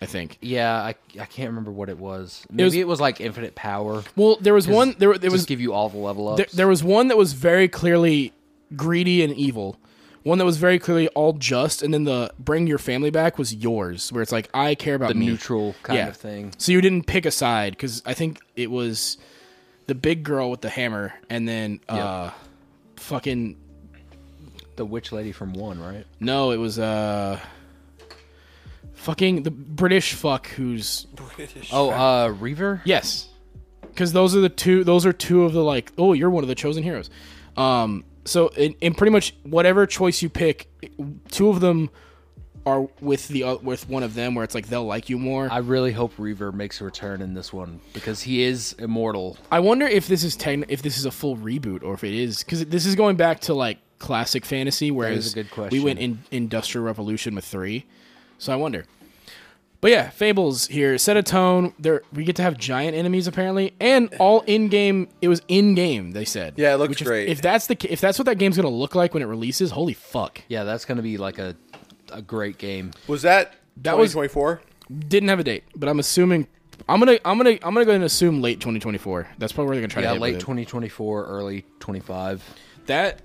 [SPEAKER 2] I think.
[SPEAKER 4] yeah. I, I can't remember what it was. Maybe it
[SPEAKER 2] was-
[SPEAKER 4] was, like infinite power.
[SPEAKER 2] Well, there was one. There there
[SPEAKER 4] It
[SPEAKER 2] was
[SPEAKER 4] just give you all the level ups.
[SPEAKER 2] there, there was one that was very clearly greedy and evil one that was very clearly all just and then the bring your family back was yours where it's like i care about
[SPEAKER 4] the
[SPEAKER 2] me
[SPEAKER 4] neutral kind
[SPEAKER 2] Yeah.
[SPEAKER 4] of thing.
[SPEAKER 2] so you didn't pick a side because i think it was the big girl with the hammer, and then uh, fucking
[SPEAKER 4] The witch lady from one, right?
[SPEAKER 2] no, it was uh, fucking the British fuck who's
[SPEAKER 4] Oh, uh, Reaver.
[SPEAKER 2] Yes, because those are the two. Those are two of the like. Oh, you're one of the chosen heroes. Um, so in, in pretty much whatever choice you pick, two of them are with the o- with one of them where it's like they'll like you more.
[SPEAKER 4] I
[SPEAKER 2] I,
[SPEAKER 4] really hope Reaver makes a return in this one because he is immortal.
[SPEAKER 2] wonder if this is techn- if this is a full reboot or if it is because this is going back to like classic fantasy. Whereas
[SPEAKER 4] a good
[SPEAKER 2] we went
[SPEAKER 4] question.
[SPEAKER 2] in industrial revolution with three, so I wonder. But yeah, Fables here set a tone. There we get to have giant enemies apparently, and all in game. It was in game. They said.
[SPEAKER 5] Yeah, it looks
[SPEAKER 2] Which if-
[SPEAKER 5] great.
[SPEAKER 2] If, that's the ca- if that's what that game's gonna look like when it releases, holy fuck!
[SPEAKER 4] Yeah, that's gonna be like a a great game.
[SPEAKER 3] Was that
[SPEAKER 2] That was-
[SPEAKER 3] 24?
[SPEAKER 2] Didn't have a date, but I'm assuming. I'm gonna I'm gonna I'm gonna go and assume late 2024. That's probably where they're gonna try
[SPEAKER 4] Yeah,
[SPEAKER 2] to hit
[SPEAKER 4] late
[SPEAKER 2] with it.
[SPEAKER 4] 2024, early 25.
[SPEAKER 2] that.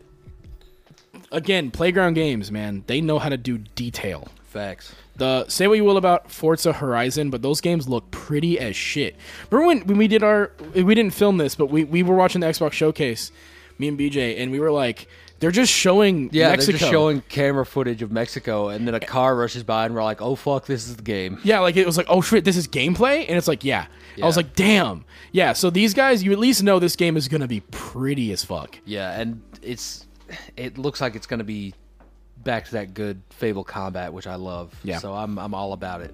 [SPEAKER 2] Again, playground games, man. They know how to do detail.
[SPEAKER 4] Facts.
[SPEAKER 2] The say what you will about Forza Horizon, but those games look pretty as shit. Remember when, when we did our we didn't film this, but we, we were watching the Xbox showcase, me and BJ, and we were like, they're just showing
[SPEAKER 4] Yeah,
[SPEAKER 2] Mexico.
[SPEAKER 4] they're just showing camera footage of Mexico, and then a car rushes by, and we're like, "Oh fuck, this is the game."
[SPEAKER 2] Yeah, like it was like, oh shit, this is gameplay, and it's like, yeah. I was
[SPEAKER 4] Yeah.
[SPEAKER 2] like, damn, yeah. So these guys, you at least know this game is gonna be pretty as fuck.
[SPEAKER 4] Yeah, and it's it looks like it's gonna be back to that good Fable combat, which I love.
[SPEAKER 2] Yeah.
[SPEAKER 4] So I'm I'm all about it.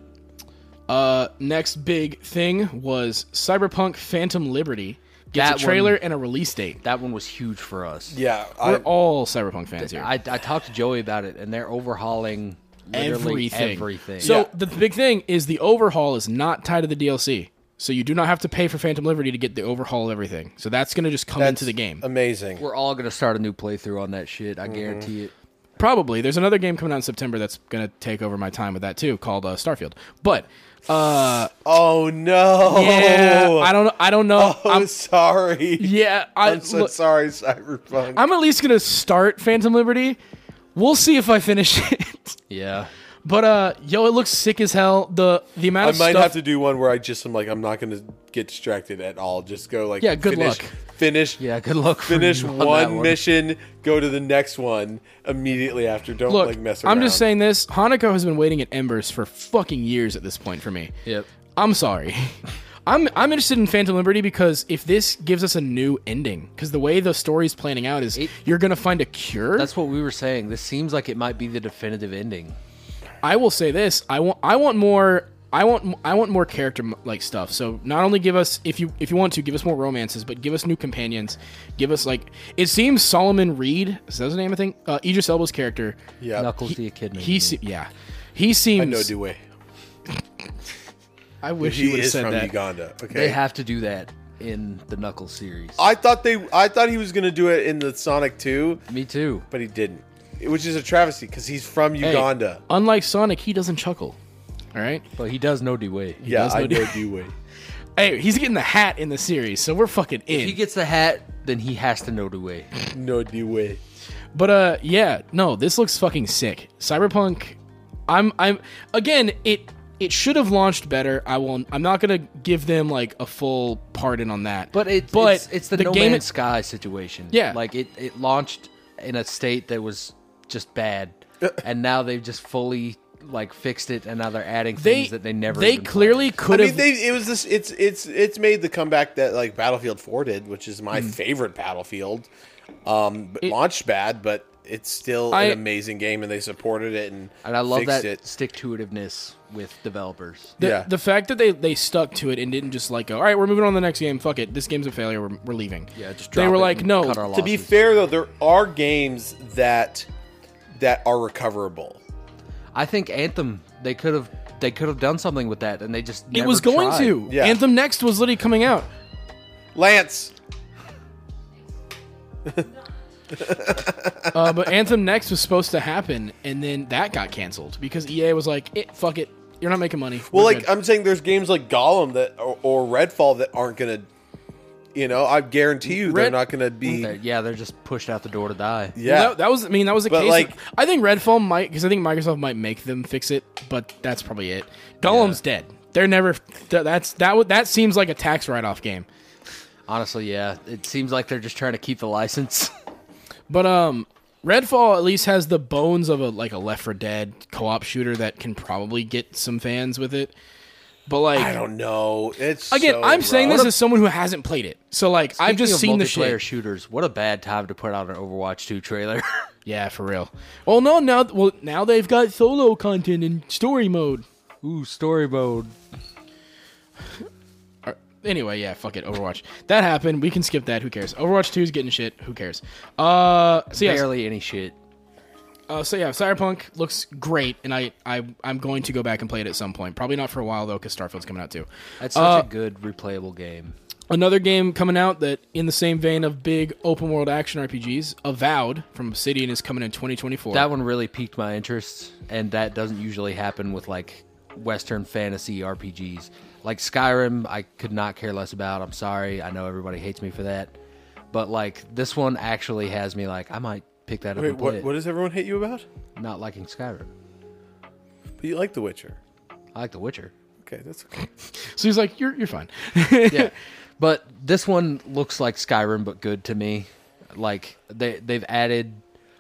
[SPEAKER 2] Uh, next big thing was Cyberpunk Phantom Liberty gets
[SPEAKER 4] That
[SPEAKER 2] a trailer
[SPEAKER 4] one-
[SPEAKER 2] and a release date.
[SPEAKER 4] That one was huge for us.
[SPEAKER 3] Yeah.
[SPEAKER 2] We're
[SPEAKER 3] I,
[SPEAKER 2] all Cyberpunk fans here.
[SPEAKER 4] I, I talked to Joey about it, and they're overhauling literally
[SPEAKER 2] everything.
[SPEAKER 4] everything.
[SPEAKER 2] So
[SPEAKER 3] Yeah.
[SPEAKER 2] the big thing is the overhaul is not tied to the DLC. So you do not have to pay for Phantom Liberty to get the overhaul of everything. So that's going to just come into the game.
[SPEAKER 3] Amazing.
[SPEAKER 4] we're all gonna start a new playthrough on that shit.
[SPEAKER 3] Mm-hmm.
[SPEAKER 4] I guarantee it.
[SPEAKER 2] Probably. There's another game coming out in September that's going to take over my time with that too called uh, Starfield. But uh
[SPEAKER 3] Oh, no.
[SPEAKER 2] yeah, I don't know I don't know.
[SPEAKER 3] Oh,
[SPEAKER 2] I'm,
[SPEAKER 3] sorry.
[SPEAKER 2] yeah, I
[SPEAKER 3] I'm so
[SPEAKER 2] look,
[SPEAKER 3] sorry, Cyberpunk.
[SPEAKER 2] I'm at least going to start Phantom Liberty. We'll see if I finish it.
[SPEAKER 4] Yeah.
[SPEAKER 2] But uh yo, it looks sick as hell. The the amount
[SPEAKER 3] I
[SPEAKER 2] of
[SPEAKER 3] might
[SPEAKER 2] stuff
[SPEAKER 3] have to do one where I just am like, I'm not going to get distracted at all. Just go like,
[SPEAKER 2] Yeah, good
[SPEAKER 3] finish,
[SPEAKER 2] luck.
[SPEAKER 3] Finish.
[SPEAKER 4] Yeah. Good luck. For
[SPEAKER 3] Finish
[SPEAKER 4] you on
[SPEAKER 3] one,
[SPEAKER 4] that one
[SPEAKER 3] mission, go to the next one immediately after. Don't
[SPEAKER 2] Look,
[SPEAKER 3] like mess around.
[SPEAKER 2] I'm just saying this. Hanako has been waiting at Embers for fucking years at this point for me.
[SPEAKER 4] Yep.
[SPEAKER 2] I'm sorry. I'm I'm interested in Phantom Liberty because if this gives us a new ending, because the way the story's planning out is you're gonna find a cure.
[SPEAKER 4] That's what we were saying. This seems like it might be the definitive ending.
[SPEAKER 2] I will say this. I want I want more. I want I want more character like stuff. So not only give us if you if you want to give us more romances, but give us new companions. Give us like it seems Solomon Reed is that his name I think uh, Idris Elba's character.
[SPEAKER 3] yeah,
[SPEAKER 4] Knuckles the Echidna.
[SPEAKER 2] He se- yeah, he seems.
[SPEAKER 3] I know Dewey.
[SPEAKER 2] I wish he
[SPEAKER 3] He
[SPEAKER 2] would have
[SPEAKER 3] is
[SPEAKER 2] said
[SPEAKER 3] from
[SPEAKER 2] that.
[SPEAKER 3] Uganda. Okay,
[SPEAKER 4] they have to do that in the Knuckles series.
[SPEAKER 3] I thought they. I thought he was going to do it in the Sonic Two,
[SPEAKER 4] Me too.
[SPEAKER 3] but he didn't, which is a travesty because he's from
[SPEAKER 2] Hey,
[SPEAKER 3] Uganda.
[SPEAKER 2] Unlike Sonic, he doesn't chuckle. All right.
[SPEAKER 4] But he does know D Way.
[SPEAKER 3] yeah,
[SPEAKER 2] does
[SPEAKER 3] I
[SPEAKER 2] know Dewey.
[SPEAKER 3] know Dewey.
[SPEAKER 2] Hey, he's getting the hat in the series, so we're fucking in.
[SPEAKER 4] If he gets the hat, then he has to know the way.
[SPEAKER 3] No Dewey.
[SPEAKER 2] but uh, yeah, no, this looks fucking sick. Cyberpunk, I'm, I'm again, it it should have launched better. I will. I'm not gonna give them like a full pardon on that.
[SPEAKER 4] But it's
[SPEAKER 2] but
[SPEAKER 4] it's, it's the, No
[SPEAKER 2] game
[SPEAKER 4] Man's
[SPEAKER 2] it-
[SPEAKER 4] Sky situation.
[SPEAKER 2] Yeah.
[SPEAKER 4] like it it launched in a state that was just bad, and now they've just fully like fixed it, and now they're adding
[SPEAKER 2] they
[SPEAKER 4] things that they never.
[SPEAKER 2] they
[SPEAKER 4] even
[SPEAKER 2] clearly
[SPEAKER 4] planned.
[SPEAKER 3] I
[SPEAKER 2] could
[SPEAKER 3] mean,
[SPEAKER 2] have.
[SPEAKER 3] they, it was this. It's it's it's made the comeback that like Battlefield Four did, which is
[SPEAKER 2] Hmm.
[SPEAKER 3] my favorite Battlefield. Um, but launched bad, but it's still
[SPEAKER 2] I-
[SPEAKER 3] an amazing game, and they supported it and
[SPEAKER 4] and I love
[SPEAKER 3] fixed
[SPEAKER 4] that
[SPEAKER 3] It.
[SPEAKER 4] stick to itiveness with developers.
[SPEAKER 2] The,
[SPEAKER 3] yeah.
[SPEAKER 2] the fact that they, they stuck to it and didn't just like go, all right, we're moving on to the next game. Fuck it, this game's a failure. We're, we're leaving.
[SPEAKER 4] Yeah, just
[SPEAKER 2] they
[SPEAKER 4] drop
[SPEAKER 2] were
[SPEAKER 4] it
[SPEAKER 2] like,
[SPEAKER 4] and
[SPEAKER 2] no,
[SPEAKER 4] cut our
[SPEAKER 3] to be
[SPEAKER 4] losses.
[SPEAKER 3] fair though, there are games that that are recoverable.
[SPEAKER 4] I think Anthem they could have they could have done something with that, and they just
[SPEAKER 2] it
[SPEAKER 4] never
[SPEAKER 2] was going
[SPEAKER 4] tried.
[SPEAKER 2] to.
[SPEAKER 3] Yeah.
[SPEAKER 2] Anthem Next was literally coming out.
[SPEAKER 3] Lance,
[SPEAKER 2] Uh, but Anthem Next was supposed to happen, and then that got canceled because EA was like, it, "Fuck it, you're not making money."
[SPEAKER 3] well,
[SPEAKER 2] We're
[SPEAKER 3] like um,
[SPEAKER 2] good."
[SPEAKER 3] I'm saying, there's games like Gollum that or, or Redfall that aren't gonna, you know, I guarantee you they're
[SPEAKER 2] Red-
[SPEAKER 3] not gonna be.
[SPEAKER 4] They're- yeah, they're just pushed out the door to die.
[SPEAKER 3] yeah,
[SPEAKER 2] Well, that, that was. I mean, that was the
[SPEAKER 3] But,
[SPEAKER 2] case.
[SPEAKER 3] like-
[SPEAKER 2] I think Redfall might because I think Microsoft might make them fix it, but that's probably it. Gollum's dead. They're never. th- That's that. would- That seems like a tax write-off game.
[SPEAKER 4] Honestly, yeah, it seems like they're just trying to keep the license.
[SPEAKER 2] But um, Redfall at least has the bones of a like a Left 4 Dead co-op shooter that can probably get some fans with it. But
[SPEAKER 3] I
[SPEAKER 2] like
[SPEAKER 3] don't know. It's
[SPEAKER 2] again,
[SPEAKER 3] so
[SPEAKER 2] I'm saying
[SPEAKER 3] rough.
[SPEAKER 2] this as someone who hasn't played it, so like I've just
[SPEAKER 4] Speaking
[SPEAKER 2] seen
[SPEAKER 4] of
[SPEAKER 2] the
[SPEAKER 4] multiplayer
[SPEAKER 2] shit.
[SPEAKER 4] shooters. What a bad time to put out an Overwatch 2 trailer.
[SPEAKER 2] yeah, for real. Oh no, now well now they've got solo content and story mode.
[SPEAKER 4] Ooh, story mode.
[SPEAKER 2] Or- Anyway, yeah, fuck it. Overwatch. That happened. We can skip that. Who cares? Overwatch 2 is getting shit. Who cares? Uh, so yeah,
[SPEAKER 4] Barely any shit.
[SPEAKER 2] uh, so yeah, Cyberpunk looks great, and I, I, I'm going to go back and play it at some point. Probably not for a while though, because Starfield's coming out too.
[SPEAKER 4] That's such
[SPEAKER 2] Uh,
[SPEAKER 4] a good replayable game.
[SPEAKER 2] Another game coming out that, in the same vein of big open world action RPGs, Avowed from Obsidian is coming in 2024.
[SPEAKER 4] That one really piqued my interest, and that doesn't usually happen with like Western fantasy RPGs. Like Skyrim, I could not care less about. I'm sorry. I know everybody hates me for that, but like this one actually has me like I might pick that up
[SPEAKER 3] Wait,
[SPEAKER 4] and play
[SPEAKER 3] what,
[SPEAKER 4] it.
[SPEAKER 3] what does everyone hate you about?
[SPEAKER 4] Not liking Skyrim.
[SPEAKER 3] But you like The Witcher.
[SPEAKER 4] I like The Witcher.
[SPEAKER 3] Okay, that's okay.
[SPEAKER 2] so he's like, you're, you're fine.
[SPEAKER 4] yeah. But this one looks like Skyrim, but good to me. Like they they've added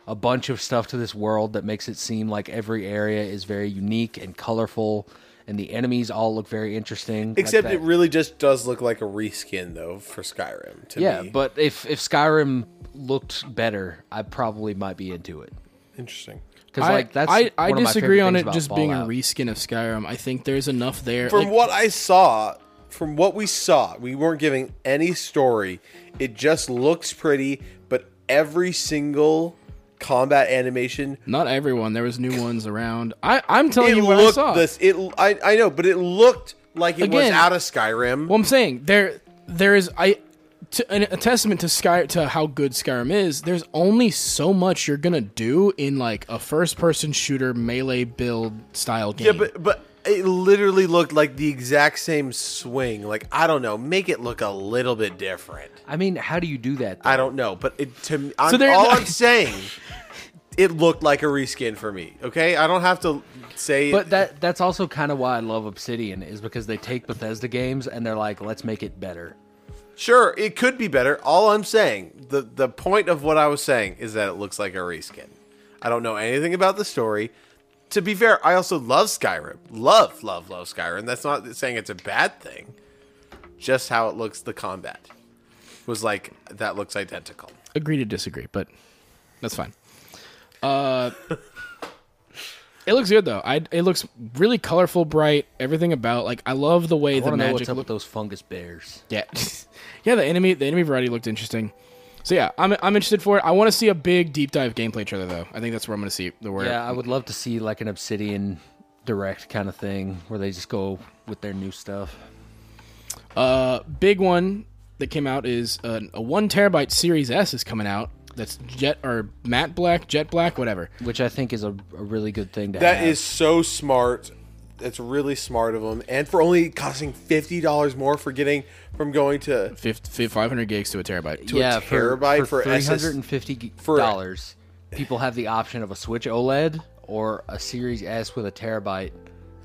[SPEAKER 4] a bunch of stuff to this world that makes it seem like every area is very unique and colorful, and the enemies all look very interesting. like
[SPEAKER 3] Except
[SPEAKER 4] that.
[SPEAKER 3] it really just does look like a reskin though for Skyrim to
[SPEAKER 4] yeah.
[SPEAKER 3] me.
[SPEAKER 4] But if if Skyrim looked better, I probably might be into it.
[SPEAKER 3] interesting.
[SPEAKER 4] Because like that's
[SPEAKER 2] I, I
[SPEAKER 4] one of my
[SPEAKER 2] disagree
[SPEAKER 4] favorite
[SPEAKER 2] on
[SPEAKER 4] things
[SPEAKER 2] it
[SPEAKER 4] about
[SPEAKER 2] just being a
[SPEAKER 4] Fallout.
[SPEAKER 2] reskin of Skyrim. I think there's enough there.
[SPEAKER 3] From
[SPEAKER 2] like-
[SPEAKER 3] what I saw, from what we saw, we weren't giving any story. It just looks pretty, but every single combat animation
[SPEAKER 2] Not everyone. There was new ones around. I, I'm telling
[SPEAKER 3] it
[SPEAKER 2] you what I
[SPEAKER 3] looked
[SPEAKER 2] saw.
[SPEAKER 3] this it I, I know, but it looked like it was
[SPEAKER 2] Again-
[SPEAKER 3] out of Skyrim.
[SPEAKER 2] Well, I'm saying there, there is I, to, an, a testament to Sky to how good Skyrim is. There's only so much you're gonna do in like a first-person shooter melee build style game.
[SPEAKER 3] yeah, but but it literally looked like the exact same swing. Like I don't know, make it look a little bit different.
[SPEAKER 4] I mean, how do you do that?
[SPEAKER 3] I don't know, but it, to me, I'm,
[SPEAKER 2] there-
[SPEAKER 3] all I'm saying, it looked like a reskin for me. Okay, I don't have to say.
[SPEAKER 4] But that that's also kind of why I love Obsidian is because they take Bethesda games and they're like, let's make it better.
[SPEAKER 3] sure, it could be better. All I'm saying, the the point of what I was saying is that it looks like a reskin. I don't know anything about the story. To be fair, I also love Skyrim. Love, love, love Skyrim. That's not saying it's a bad thing. Just how it looks, the combat was like that looks identical.
[SPEAKER 2] agree to disagree, but that's fine. Uh, it looks good though. I it looks really colorful, bright. Everything about like I love the way
[SPEAKER 4] I
[SPEAKER 2] the
[SPEAKER 4] want to know
[SPEAKER 2] magic
[SPEAKER 4] what's up with those fungus bears.
[SPEAKER 2] Yeah, yeah. The enemy, the enemy variety looked interesting. So yeah, I'm I'm interested for it. I want to see a big deep dive gameplay trailer though. I think that's where I'm going to see the word.
[SPEAKER 4] Yeah, I would love to see like an Obsidian direct kind of thing where they just go with their new stuff.
[SPEAKER 2] Uh, big one that came out is uh, a one terabyte Series S is coming out. That's jet or matte black, jet black, whatever.
[SPEAKER 4] Which I think is a, a really good thing to
[SPEAKER 3] That
[SPEAKER 4] have.
[SPEAKER 3] is so smart. That's really smart of them. And for only costing fifty dollars more for getting from going to
[SPEAKER 2] Five hundred gigs to a terabyte. To-
[SPEAKER 4] yeah,
[SPEAKER 3] terabyte
[SPEAKER 4] for,
[SPEAKER 3] for SS
[SPEAKER 4] $350.
[SPEAKER 3] for-
[SPEAKER 4] dollars, people have the option of a Switch OLED or a Series S with a terabyte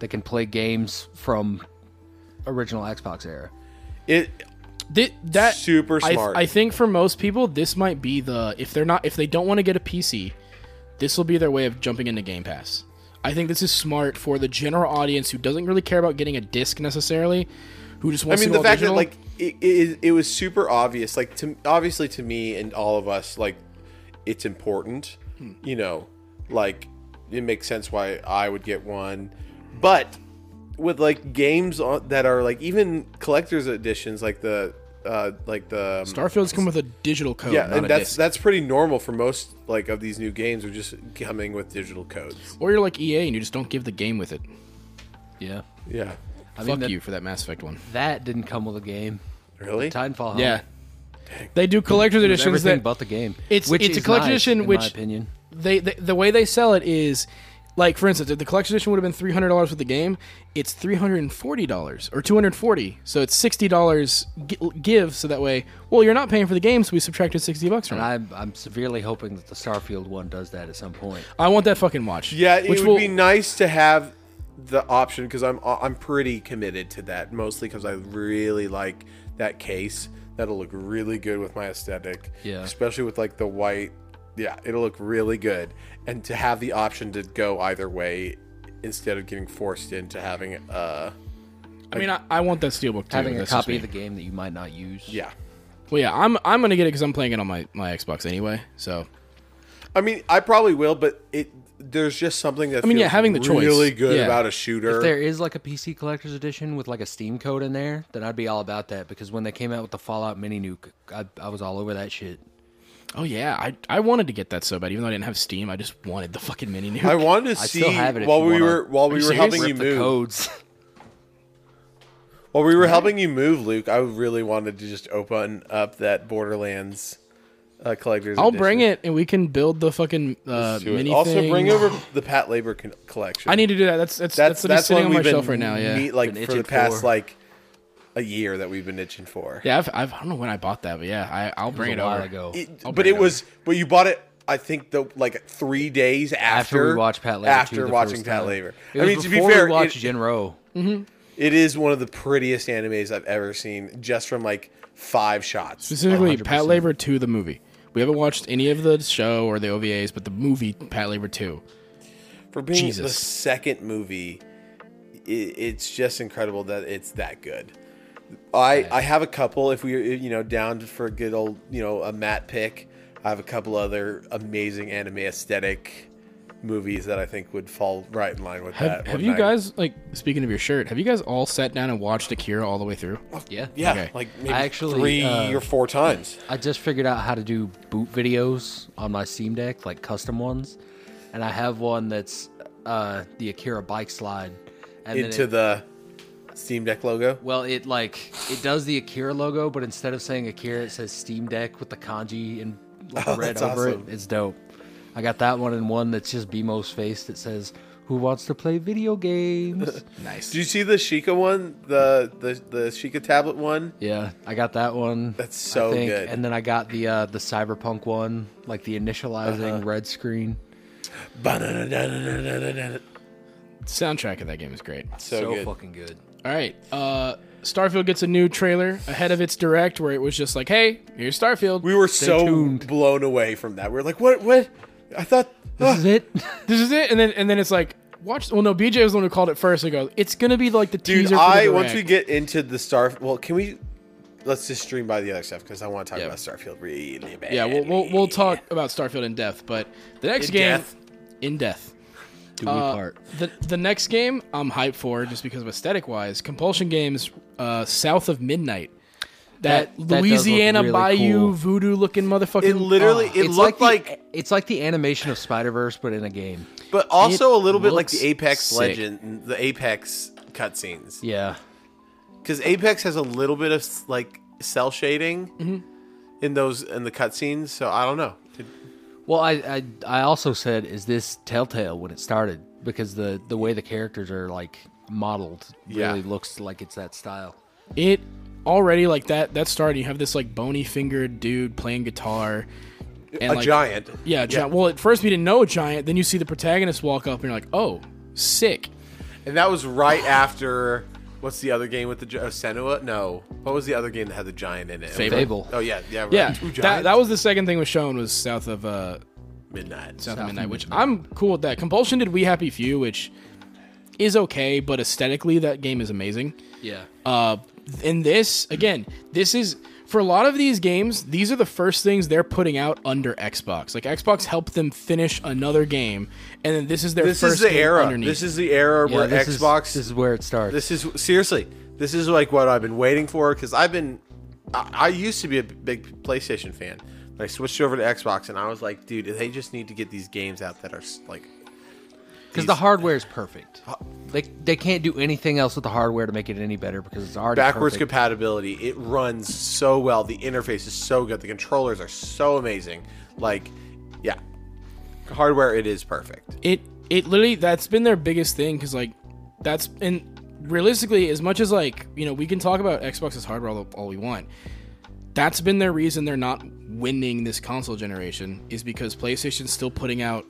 [SPEAKER 4] that can play games from original Xbox era.
[SPEAKER 3] it.
[SPEAKER 2] Thi- that
[SPEAKER 3] Super
[SPEAKER 2] I-
[SPEAKER 3] smart.
[SPEAKER 2] I, think for most people, this might be the if they're not if they don't want to get a PC, this will be their way of jumping into Game Pass. I think this is smart for the general audience who doesn't really care about getting a disc necessarily, who just
[SPEAKER 3] I
[SPEAKER 2] wants.
[SPEAKER 3] mean,
[SPEAKER 2] to
[SPEAKER 3] the fact that like it, it, it was super obvious. Like to obviously to me and all of us, like it's important.
[SPEAKER 2] Hmm.
[SPEAKER 3] You know, like it makes sense why I would get one, but with like games on, that are like even collector's editions, like the uh, like the um,
[SPEAKER 2] Starfield's come with a digital code.
[SPEAKER 3] Yeah,
[SPEAKER 2] not
[SPEAKER 3] and
[SPEAKER 2] a
[SPEAKER 3] that's
[SPEAKER 2] disc.
[SPEAKER 3] that's pretty normal for most like of these new games. Are just coming with digital codes.
[SPEAKER 2] Or you're like EA and you just don't give the game with it.
[SPEAKER 4] Yeah.
[SPEAKER 3] Yeah,
[SPEAKER 4] I mean,
[SPEAKER 2] Fuck
[SPEAKER 4] that-
[SPEAKER 2] you for that Mass Effect one.
[SPEAKER 4] That didn't come with a game.
[SPEAKER 3] really.
[SPEAKER 4] Titanfall. huh?
[SPEAKER 2] Yeah. They do collector's
[SPEAKER 4] There's
[SPEAKER 2] editions
[SPEAKER 4] Oh. everything
[SPEAKER 2] that
[SPEAKER 4] about the game.
[SPEAKER 2] It's-
[SPEAKER 4] which
[SPEAKER 2] it's a
[SPEAKER 4] is
[SPEAKER 2] collector's
[SPEAKER 4] nice,
[SPEAKER 2] edition,
[SPEAKER 4] in my
[SPEAKER 2] which-
[SPEAKER 4] opinion.
[SPEAKER 2] they, they the way they sell it is like for instance, if the collector's edition would have been three hundred dollars with the game, it's three hundred and forty dollars or two hundred forty. So it's sixty dollars gi- give. So that way, well, you're not paying for the game, so we subtracted sixty bucks from it. I,
[SPEAKER 4] I'm I'm severely hoping that the Starfield one does that at some point.
[SPEAKER 2] want that fucking watch.
[SPEAKER 3] Yeah, it
[SPEAKER 2] which
[SPEAKER 3] would
[SPEAKER 2] will,
[SPEAKER 3] be nice to have the option uh, because I'm I'm pretty committed to that mostly because I really like that case That'll look really good with my aesthetic.
[SPEAKER 2] Yeah.
[SPEAKER 3] Especially with like the white. Yeah, it'll look really good. And to have the option to go either way instead of getting forced into having uh
[SPEAKER 2] I mean, I, I want that steelbook too.
[SPEAKER 4] Having a
[SPEAKER 2] that's just
[SPEAKER 4] copy
[SPEAKER 2] me.
[SPEAKER 4] of the game that you might not use.
[SPEAKER 3] yeah.
[SPEAKER 2] Well, yeah, I'm I'm gonna get it because I'm playing it on my, my Xbox anyway. So
[SPEAKER 3] I mean, I probably will, but it there's just something that I
[SPEAKER 2] mean, yeah, having the choice.
[SPEAKER 3] really good
[SPEAKER 2] Yeah.
[SPEAKER 3] about a shooter.
[SPEAKER 4] If there is like a PC collector's edition with like a Steam code in there, then I'd be all about that because when they came out with the Fallout mini nuke, I, I was all over that shit.
[SPEAKER 2] Oh yeah, I I wanted to get that so bad, even though I didn't have Steam. I just wanted the fucking mini nuke.
[SPEAKER 3] I wanted to
[SPEAKER 4] I
[SPEAKER 3] see
[SPEAKER 4] still have it if
[SPEAKER 3] while
[SPEAKER 4] you
[SPEAKER 3] we
[SPEAKER 4] wanna-
[SPEAKER 3] were while we
[SPEAKER 2] you
[SPEAKER 3] were
[SPEAKER 2] serious?
[SPEAKER 3] helping
[SPEAKER 2] Rip
[SPEAKER 3] you
[SPEAKER 4] the
[SPEAKER 3] move.
[SPEAKER 4] codes.
[SPEAKER 3] While we were helping you move, Luke, I really wanted to just open up that Borderlands uh, collector's.
[SPEAKER 2] I'll bring
[SPEAKER 3] edition
[SPEAKER 2] it and we can build the fucking uh,
[SPEAKER 3] to it.
[SPEAKER 2] mini.
[SPEAKER 3] Also,
[SPEAKER 2] thing.
[SPEAKER 3] bring over the Pat Labor con- collection.
[SPEAKER 2] I need to do that. That's that's that's,
[SPEAKER 3] that's
[SPEAKER 2] what is
[SPEAKER 3] that's
[SPEAKER 2] sitting on
[SPEAKER 3] one
[SPEAKER 2] my
[SPEAKER 3] we've been
[SPEAKER 2] shelf right now. Yeah,
[SPEAKER 3] meet- like
[SPEAKER 4] Been
[SPEAKER 3] for the
[SPEAKER 4] itching
[SPEAKER 3] past
[SPEAKER 4] for.
[SPEAKER 3] like a year that we've been itching for.
[SPEAKER 2] yeah. I've, I've I don't know when I bought that, but yeah, I I'll bring
[SPEAKER 4] a
[SPEAKER 2] it,
[SPEAKER 4] while
[SPEAKER 2] over.
[SPEAKER 4] ago.
[SPEAKER 3] It-
[SPEAKER 2] I'll
[SPEAKER 3] but
[SPEAKER 2] bring
[SPEAKER 3] it
[SPEAKER 2] it
[SPEAKER 3] was but you bought it. I think the like three days after
[SPEAKER 4] after we watched Pat Labor.
[SPEAKER 3] after
[SPEAKER 4] too, the
[SPEAKER 3] watching
[SPEAKER 4] first
[SPEAKER 3] Pat
[SPEAKER 4] time.
[SPEAKER 3] Labor.
[SPEAKER 4] It
[SPEAKER 3] I
[SPEAKER 4] was
[SPEAKER 3] mean, to be
[SPEAKER 4] before we
[SPEAKER 3] fair,
[SPEAKER 4] watched
[SPEAKER 3] it-
[SPEAKER 4] Jin Ro.
[SPEAKER 3] It is one of the prettiest animes I've ever seen, just from like five shots.
[SPEAKER 2] Specifically,
[SPEAKER 4] 100%.
[SPEAKER 2] Pat Labor two, the movie. We haven't watched any of the show or the OVAs, but the movie Pat Labor two.
[SPEAKER 3] For being the
[SPEAKER 2] Jesus.
[SPEAKER 3] second movie, i it's just incredible that it's that good. I I have a couple. If we are you know down for a good old you know a Matt pick, I have a couple other amazing anime aesthetic movies that I think would fall right in line with
[SPEAKER 2] Have,
[SPEAKER 3] that.
[SPEAKER 2] have
[SPEAKER 3] one
[SPEAKER 2] you
[SPEAKER 3] night.
[SPEAKER 2] guys like speaking of your shirt? Have you guys all sat down and watched Akira all the way through?
[SPEAKER 4] Yeah.
[SPEAKER 3] Yeah,
[SPEAKER 2] Okay.
[SPEAKER 3] like maybe
[SPEAKER 4] I actually,
[SPEAKER 3] three
[SPEAKER 4] uh,
[SPEAKER 3] or four times.
[SPEAKER 4] I just figured out how to do boot videos on my Steam Deck, like custom ones, and I have one that's uh, the Akira bike slide. And then
[SPEAKER 3] into
[SPEAKER 4] it-
[SPEAKER 3] the Steam Deck logo.
[SPEAKER 4] well, it like it does the Akira logo, but instead of saying Akira, it says Steam Deck with the kanji and like,
[SPEAKER 3] Oh,
[SPEAKER 4] red
[SPEAKER 3] that's
[SPEAKER 4] over
[SPEAKER 3] awesome.
[SPEAKER 4] it. It's dope. I got that one and one that's just BMO's face that says "Who wants to play video games?"
[SPEAKER 3] Do you see the Sheikah one? The the the Sheikah tablet one?
[SPEAKER 4] Yeah, I got that one.
[SPEAKER 3] That's
[SPEAKER 4] I
[SPEAKER 3] so good.
[SPEAKER 4] And then I got the uh, the cyberpunk one, like the
[SPEAKER 3] Uh-huh.
[SPEAKER 4] initializing red screen.
[SPEAKER 3] Ba-na-na-na-na-na-na-na.
[SPEAKER 2] Soundtrack of that game is great.
[SPEAKER 3] So, good.
[SPEAKER 4] fucking good.
[SPEAKER 2] All right. Uh, Starfield gets a new trailer ahead of its direct, where it was just like, "Hey, here's Starfield."
[SPEAKER 3] we were so
[SPEAKER 4] tuned.
[SPEAKER 3] blown away from that. We were like, what what? I thought
[SPEAKER 4] This is it.
[SPEAKER 2] this is it, and then and then it's like, watch. Well, no, BJ was the one who called it first. He goes, "It's gonna be like the
[SPEAKER 3] dude,
[SPEAKER 2] teaser." for the
[SPEAKER 3] I
[SPEAKER 2] direct."
[SPEAKER 3] once we get into the star well, can we let's just stream by the other stuff because I want to talk
[SPEAKER 2] Yeah.
[SPEAKER 3] about Starfield really bad.
[SPEAKER 2] yeah, we'll, we'll we'll talk about Starfield in depth, but the next
[SPEAKER 3] In
[SPEAKER 2] game
[SPEAKER 3] death.
[SPEAKER 2] in death.
[SPEAKER 4] Do we part?
[SPEAKER 2] Uh, The the next game I'm hyped for just because of aesthetic wise. Compulsion Games, uh, South of Midnight. That,
[SPEAKER 4] That- that does look
[SPEAKER 2] Louisiana
[SPEAKER 4] really
[SPEAKER 2] Bayou
[SPEAKER 4] cool.
[SPEAKER 2] voodoo looking motherfucking.
[SPEAKER 3] It literally
[SPEAKER 2] oh.
[SPEAKER 3] it looked like,
[SPEAKER 4] the, it's like the animation of Spider Verse, but in a game.
[SPEAKER 3] but also a little bit like
[SPEAKER 2] looks
[SPEAKER 3] the Apex
[SPEAKER 2] sick.
[SPEAKER 3] Legend, the Apex cutscenes.
[SPEAKER 4] Yeah,
[SPEAKER 3] because Apex has a little bit of like cell shading
[SPEAKER 2] Mm-hmm.
[SPEAKER 3] in those in the cutscenes. So I don't know.
[SPEAKER 4] Well, I, I I also said, is this Telltale when it started? Because the the way the characters are like modeled
[SPEAKER 3] Yeah.
[SPEAKER 4] really looks like it's that style.
[SPEAKER 2] Ah. it already like that that started you have this like bony fingered dude playing guitar and
[SPEAKER 3] a
[SPEAKER 2] like,
[SPEAKER 3] giant.
[SPEAKER 2] yeah, a giant well at first we didn't know a giant then you see the protagonist walk up and you're like oh sick
[SPEAKER 3] and that was right after what's the other game with the gi- oh, Senua? No, what was the other game that had the giant in it?
[SPEAKER 2] Fable.
[SPEAKER 4] Fable.
[SPEAKER 3] Oh yeah, yeah, right.
[SPEAKER 2] yeah
[SPEAKER 3] Two
[SPEAKER 2] that,
[SPEAKER 3] giants.
[SPEAKER 2] that was the second thing was shown was south of uh
[SPEAKER 3] midnight.
[SPEAKER 2] south, of midnight which i'm cool with that compulsion did we happy few which is okay but aesthetically that game is amazing
[SPEAKER 4] Yeah.
[SPEAKER 2] Uh, and this again, this is for a lot of these games. These are the first things they're putting out under Xbox. Like Xbox helped them finish another game, and then this is their
[SPEAKER 3] this
[SPEAKER 2] first
[SPEAKER 3] is the
[SPEAKER 2] game
[SPEAKER 3] era.
[SPEAKER 2] Underneath.
[SPEAKER 3] This is the era
[SPEAKER 4] Yeah,
[SPEAKER 3] where
[SPEAKER 4] this is-
[SPEAKER 3] Xbox.
[SPEAKER 4] this is where it starts.
[SPEAKER 3] This is seriously. This is like what I've been waiting for because I've been. I, I used to be a big PlayStation fan. but I switched over to Xbox, and I was like, dude, they just need to get these games out that are like.
[SPEAKER 4] Because the hardware is perfect. They, they can't do anything else with the hardware to make it any better because it's already
[SPEAKER 3] backwards
[SPEAKER 4] perfect.
[SPEAKER 3] compatibility. It runs so well. The interface is so good. The controllers are so amazing. Like, yeah, hardware it is perfect.
[SPEAKER 2] it it literally that's been their biggest thing because like that's and realistically as much as like you know we can talk about xbox's hardware all, all we want that's been their reason they're not winning this console generation is because playstation's still putting out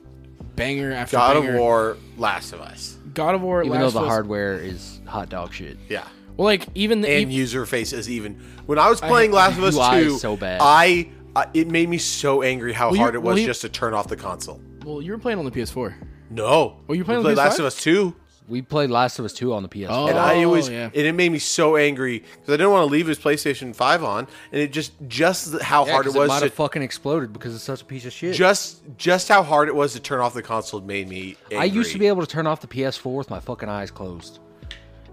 [SPEAKER 2] banger after
[SPEAKER 3] God of
[SPEAKER 2] banger.
[SPEAKER 3] War, Last of Us.
[SPEAKER 2] god of war
[SPEAKER 4] even
[SPEAKER 2] Last
[SPEAKER 4] though
[SPEAKER 2] of
[SPEAKER 4] the
[SPEAKER 2] Us.
[SPEAKER 4] hardware is hot dog shit.
[SPEAKER 3] Yeah,
[SPEAKER 2] Well, like even the,
[SPEAKER 3] and
[SPEAKER 2] ev-
[SPEAKER 3] user face is even. When I was playing Last of Us
[SPEAKER 4] UI is
[SPEAKER 3] Two,
[SPEAKER 4] so bad.
[SPEAKER 3] I, I it made me so angry how
[SPEAKER 2] you-
[SPEAKER 3] hard it was
[SPEAKER 2] well, you-
[SPEAKER 3] just to turn off the console.
[SPEAKER 2] well, you were playing on the PS4.
[SPEAKER 3] No,
[SPEAKER 2] Oh, you
[SPEAKER 3] We
[SPEAKER 2] playing on
[SPEAKER 3] played Last
[SPEAKER 2] PS5?
[SPEAKER 3] of Us Two,
[SPEAKER 4] We played Last of Us 2 on the PS4.
[SPEAKER 2] Oh,
[SPEAKER 3] and I it was
[SPEAKER 2] yeah.
[SPEAKER 3] and it made me so angry because I didn't want to leave his PlayStation Five on, and it just just th- how
[SPEAKER 4] Yeah,
[SPEAKER 3] hard it
[SPEAKER 4] 'cause
[SPEAKER 3] was
[SPEAKER 4] It might
[SPEAKER 3] to
[SPEAKER 4] have fucking exploded because it's such a piece of shit.
[SPEAKER 3] just just how hard it was to turn off the console made me. Angry.
[SPEAKER 4] I used to be able to turn off the PS4 with my fucking eyes closed.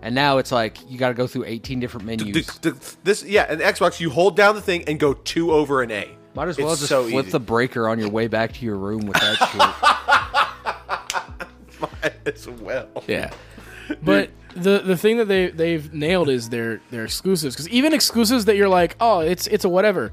[SPEAKER 4] And now it's like you got to go through 18 different menus.
[SPEAKER 3] Th- th- this yeah, and Xbox, you hold down the thing and go two over an A.
[SPEAKER 4] Might as well
[SPEAKER 3] It's
[SPEAKER 4] just
[SPEAKER 3] so
[SPEAKER 4] flip
[SPEAKER 3] easy.
[SPEAKER 4] the breaker on your way back to your room with that shit.
[SPEAKER 3] as well.
[SPEAKER 2] Yeah. But the the thing that they they've nailed is their their exclusives because even exclusives that you're like oh it's it's a whatever.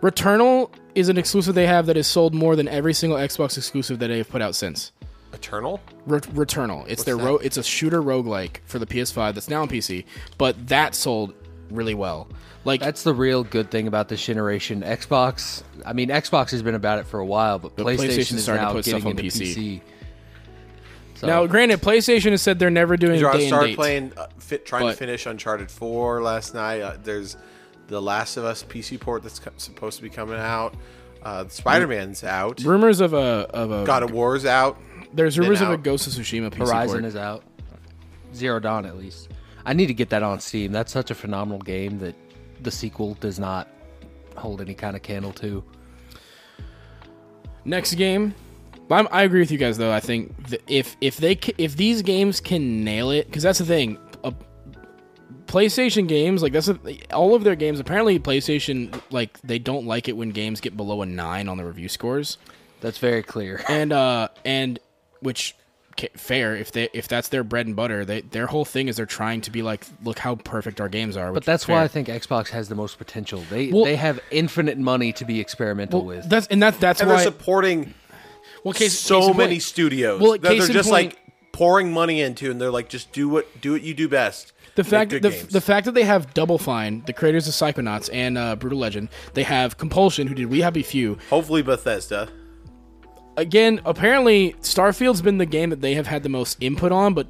[SPEAKER 2] Returnal is an exclusive they have that is sold more than every single Xbox exclusive that they've put out since.
[SPEAKER 3] Eternal.
[SPEAKER 2] Re- Returnal. It's their ro- it's a shooter roguelike for the PS5 that's now on PC, but that sold really well. Like
[SPEAKER 4] That's the real good thing about this generation. Xbox, I mean, Xbox has been about it for a while, but
[SPEAKER 2] But
[SPEAKER 4] PlayStation,
[SPEAKER 2] PlayStation's
[SPEAKER 4] is
[SPEAKER 2] starting to
[SPEAKER 4] now
[SPEAKER 2] put stuff
[SPEAKER 4] getting
[SPEAKER 2] on
[SPEAKER 4] into
[SPEAKER 2] PC.
[SPEAKER 4] PC. So,
[SPEAKER 2] now, granted, PlayStation has said they're never doing
[SPEAKER 3] Andrew,
[SPEAKER 2] day
[SPEAKER 3] I
[SPEAKER 2] and
[SPEAKER 3] started
[SPEAKER 2] date.
[SPEAKER 3] playing, uh, fit, trying
[SPEAKER 2] But-
[SPEAKER 3] to finish Uncharted Four last night. Uh, there's the Last of Us PC port that's co- supposed to be coming out. Uh, Spider Man's out.
[SPEAKER 2] rumors of a of a
[SPEAKER 3] God of War's out.
[SPEAKER 2] there's rumors of a
[SPEAKER 3] out.
[SPEAKER 2] Ghost of Tsushima PC
[SPEAKER 4] Horizon
[SPEAKER 2] port.
[SPEAKER 4] is out. Zero Dawn, at least. I need to get that on Steam. That's such a phenomenal game that the sequel does not hold any kind of candle to.
[SPEAKER 2] Next game, I'm, I agree with you guys though. I think th- if if they ca- if these games can nail it, because that's the thing. A, PlayStation games like that's a, all of their games. Apparently, PlayStation like they don't like it when games get below a nine on the review scores,
[SPEAKER 4] That's very clear.
[SPEAKER 2] and uh and which ca- fair if they if that's their bread and butter. They their whole thing is they're trying to be like, look how perfect our games are.
[SPEAKER 4] But that's why I think Xbox has the most potential. They
[SPEAKER 2] Well-
[SPEAKER 4] they have infinite money to be experimental with.
[SPEAKER 2] that's and that's that's
[SPEAKER 3] And
[SPEAKER 2] why
[SPEAKER 3] they're supporting
[SPEAKER 2] well, case- case
[SPEAKER 3] so
[SPEAKER 2] in
[SPEAKER 3] many
[SPEAKER 2] point.
[SPEAKER 3] studios
[SPEAKER 2] Well,
[SPEAKER 3] that
[SPEAKER 2] case
[SPEAKER 3] they're
[SPEAKER 2] in
[SPEAKER 3] just
[SPEAKER 2] point-
[SPEAKER 3] like pouring money into, and they're like, just do what do what you do best.
[SPEAKER 2] The
[SPEAKER 3] Make
[SPEAKER 2] fact that
[SPEAKER 3] good
[SPEAKER 2] the,
[SPEAKER 3] games.
[SPEAKER 2] the fact that they have Double Fine, the creators of Psychonauts and uh, Brutal Legend, they have Compulsion, who did We Happy Few.
[SPEAKER 3] hopefully Bethesda.
[SPEAKER 2] Again, apparently Starfield's been the game that they have had the most input on, but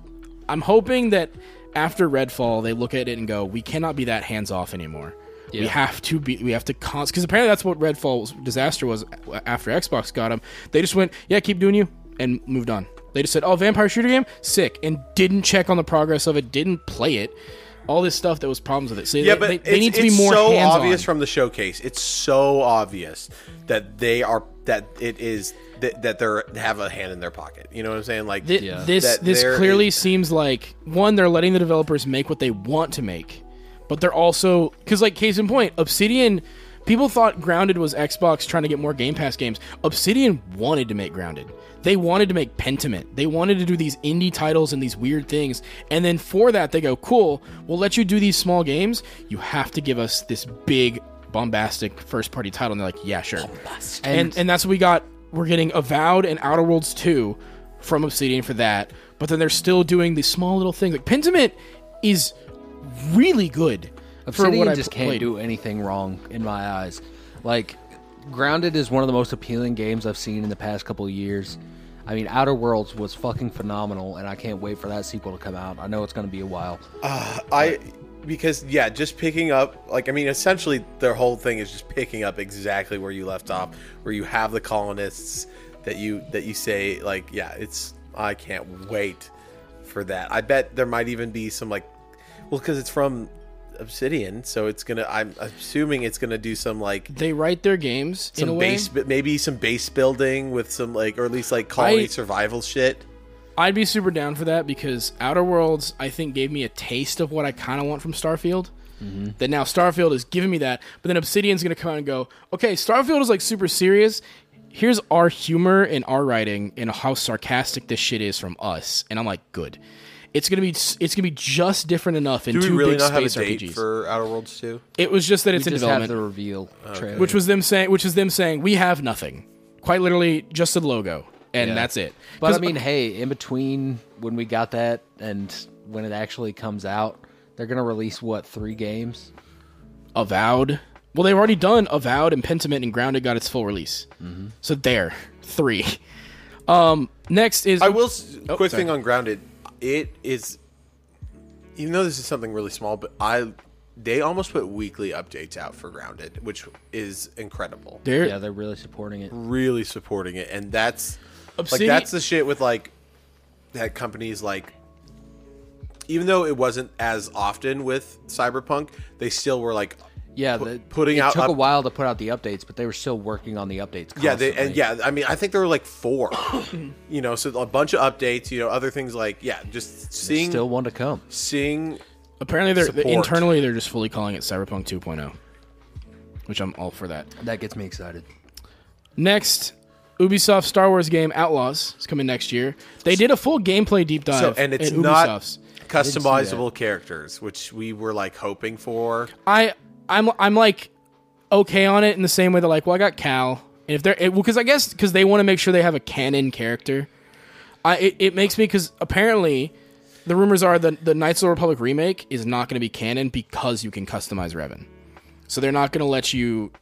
[SPEAKER 2] I'm hoping that after Redfall, they look at it and go, "We cannot be that hands off anymore. We have to be. We have to cons." Because apparently that's what Redfall's disaster was after Xbox got them. They just went, "Yeah, keep doing you," and moved on. They just said, "Oh, vampire shooter game, sick," and didn't check on the progress of it, didn't play it. All this stuff that was problems with it. So
[SPEAKER 3] Yeah,
[SPEAKER 2] they,
[SPEAKER 3] but
[SPEAKER 2] they,
[SPEAKER 3] it's,
[SPEAKER 2] they need to be
[SPEAKER 3] it's
[SPEAKER 2] more
[SPEAKER 3] so
[SPEAKER 2] hands-on.
[SPEAKER 3] obvious from the showcase. It's so obvious that they are that it is that, that they're have a hand in their pocket. You know what I'm saying? Like
[SPEAKER 2] Th-
[SPEAKER 4] Yeah.
[SPEAKER 2] This
[SPEAKER 3] that
[SPEAKER 2] this
[SPEAKER 3] there
[SPEAKER 2] clearly
[SPEAKER 3] is-
[SPEAKER 2] seems like one they're letting the developers make what they want to make, but they're also because like case in point, Obsidian. People thought Grounded was Xbox trying to get more Game Pass games. Obsidian wanted to make Grounded. They wanted to make Pentiment. They wanted to do these indie titles and these weird things. And then for that, they go, "Cool, we'll let you do these small games. You have to give us this big, bombastic first-party title." And they're like, "Yeah, sure." and and that's what we got. We're getting Avowed and Outer Worlds 2 from Obsidian for that, but then they're still doing these small little things. Like Pentiment is really good for
[SPEAKER 4] Obsidian
[SPEAKER 2] what I
[SPEAKER 4] just
[SPEAKER 2] pl-
[SPEAKER 4] can't
[SPEAKER 2] played.
[SPEAKER 4] do anything wrong in my eyes. Like Grounded is one of the most appealing games I've seen in the past couple of years. I mean, Outer Worlds was fucking phenomenal, and I can't wait for that sequel to come out. I know it's going to be a while.
[SPEAKER 3] I because yeah, just picking up like I mean, essentially their whole thing is just picking up exactly where you left off, where you have the colonists that you that you say like yeah, it's I can't wait for that. I bet there might even be some like well because it's from Obsidian, so it's gonna I'm assuming it's gonna do some like
[SPEAKER 2] They write their games in a
[SPEAKER 3] some
[SPEAKER 2] way.
[SPEAKER 3] base bu- maybe some base building with some like or at least like colony
[SPEAKER 2] I-
[SPEAKER 3] survival shit.
[SPEAKER 2] I'd be super down for that because Outer Worlds I think gave me a taste of what I kind of want from Starfield.
[SPEAKER 3] Mm-hmm.
[SPEAKER 2] That now Starfield is giving me that, but then Obsidian's gonna come out and go, okay, Starfield is like super serious. Here's our humor and our writing and how sarcastic this shit is from us, and I'm like, good. It's gonna be it's gonna be just different enough in
[SPEAKER 3] Do we
[SPEAKER 2] two
[SPEAKER 3] really
[SPEAKER 2] big
[SPEAKER 3] not have a
[SPEAKER 2] space
[SPEAKER 3] date
[SPEAKER 2] RPGs.
[SPEAKER 3] for Outer Worlds 2?
[SPEAKER 2] it was just that it's in
[SPEAKER 4] We just have
[SPEAKER 2] development,
[SPEAKER 4] the reveal trailer.
[SPEAKER 2] which was them saying, which is them saying we have nothing, quite literally just a logo, and
[SPEAKER 4] Yeah.
[SPEAKER 2] that's it.
[SPEAKER 4] But I
[SPEAKER 2] 'Cause-
[SPEAKER 4] mean, hey, in between when we got that and when it actually comes out, they're gonna release what three games?
[SPEAKER 2] Avowed. Well, they've already done Avowed and Pentiment and Grounded got its full release.
[SPEAKER 3] Mm-hmm.
[SPEAKER 2] So there, three. Um, next is
[SPEAKER 3] I will s quick
[SPEAKER 2] Oh, sorry.
[SPEAKER 3] thing on grounded. It is you know this is something really small, but I they almost put weekly updates out for Grounded, which is incredible.
[SPEAKER 2] They're
[SPEAKER 4] Yeah, they're really supporting it.
[SPEAKER 3] Really supporting it, and that's
[SPEAKER 2] Obsidian-
[SPEAKER 3] like that's the shit with like that companies like. Even though it wasn't as often with Cyberpunk, they still were like,
[SPEAKER 4] Yeah,
[SPEAKER 3] pu-
[SPEAKER 4] the,
[SPEAKER 3] putting
[SPEAKER 4] it
[SPEAKER 3] out
[SPEAKER 4] took
[SPEAKER 3] up-
[SPEAKER 4] a while to put out the updates, but they were still working on the updates. Constantly.
[SPEAKER 3] yeah, they and yeah, I mean, I think there were like four, you know, so a bunch of updates, you know, other things like yeah, just seeing
[SPEAKER 4] still one to come.
[SPEAKER 3] seeing
[SPEAKER 2] apparently they're
[SPEAKER 3] Support.
[SPEAKER 2] internally they're just fully calling it Cyberpunk 2.0, which I'm all for that.
[SPEAKER 4] That gets me excited.
[SPEAKER 2] Next, Ubisoft Star Wars game Outlaws is coming next year. They did a full gameplay deep dive,
[SPEAKER 3] so and it's
[SPEAKER 2] at
[SPEAKER 3] not
[SPEAKER 2] Ubisoft's.
[SPEAKER 3] customizable characters, which we were like hoping for.
[SPEAKER 2] I I'm I'm like okay on it in the same way they're like, well, I got Cal. And if they're because well 'cause I guess because they want to make sure they have a canon character. I it, it makes me because apparently the rumors are that the Knights of the Republic remake is not going to be canon because you can customize Revan. So they're not going to let you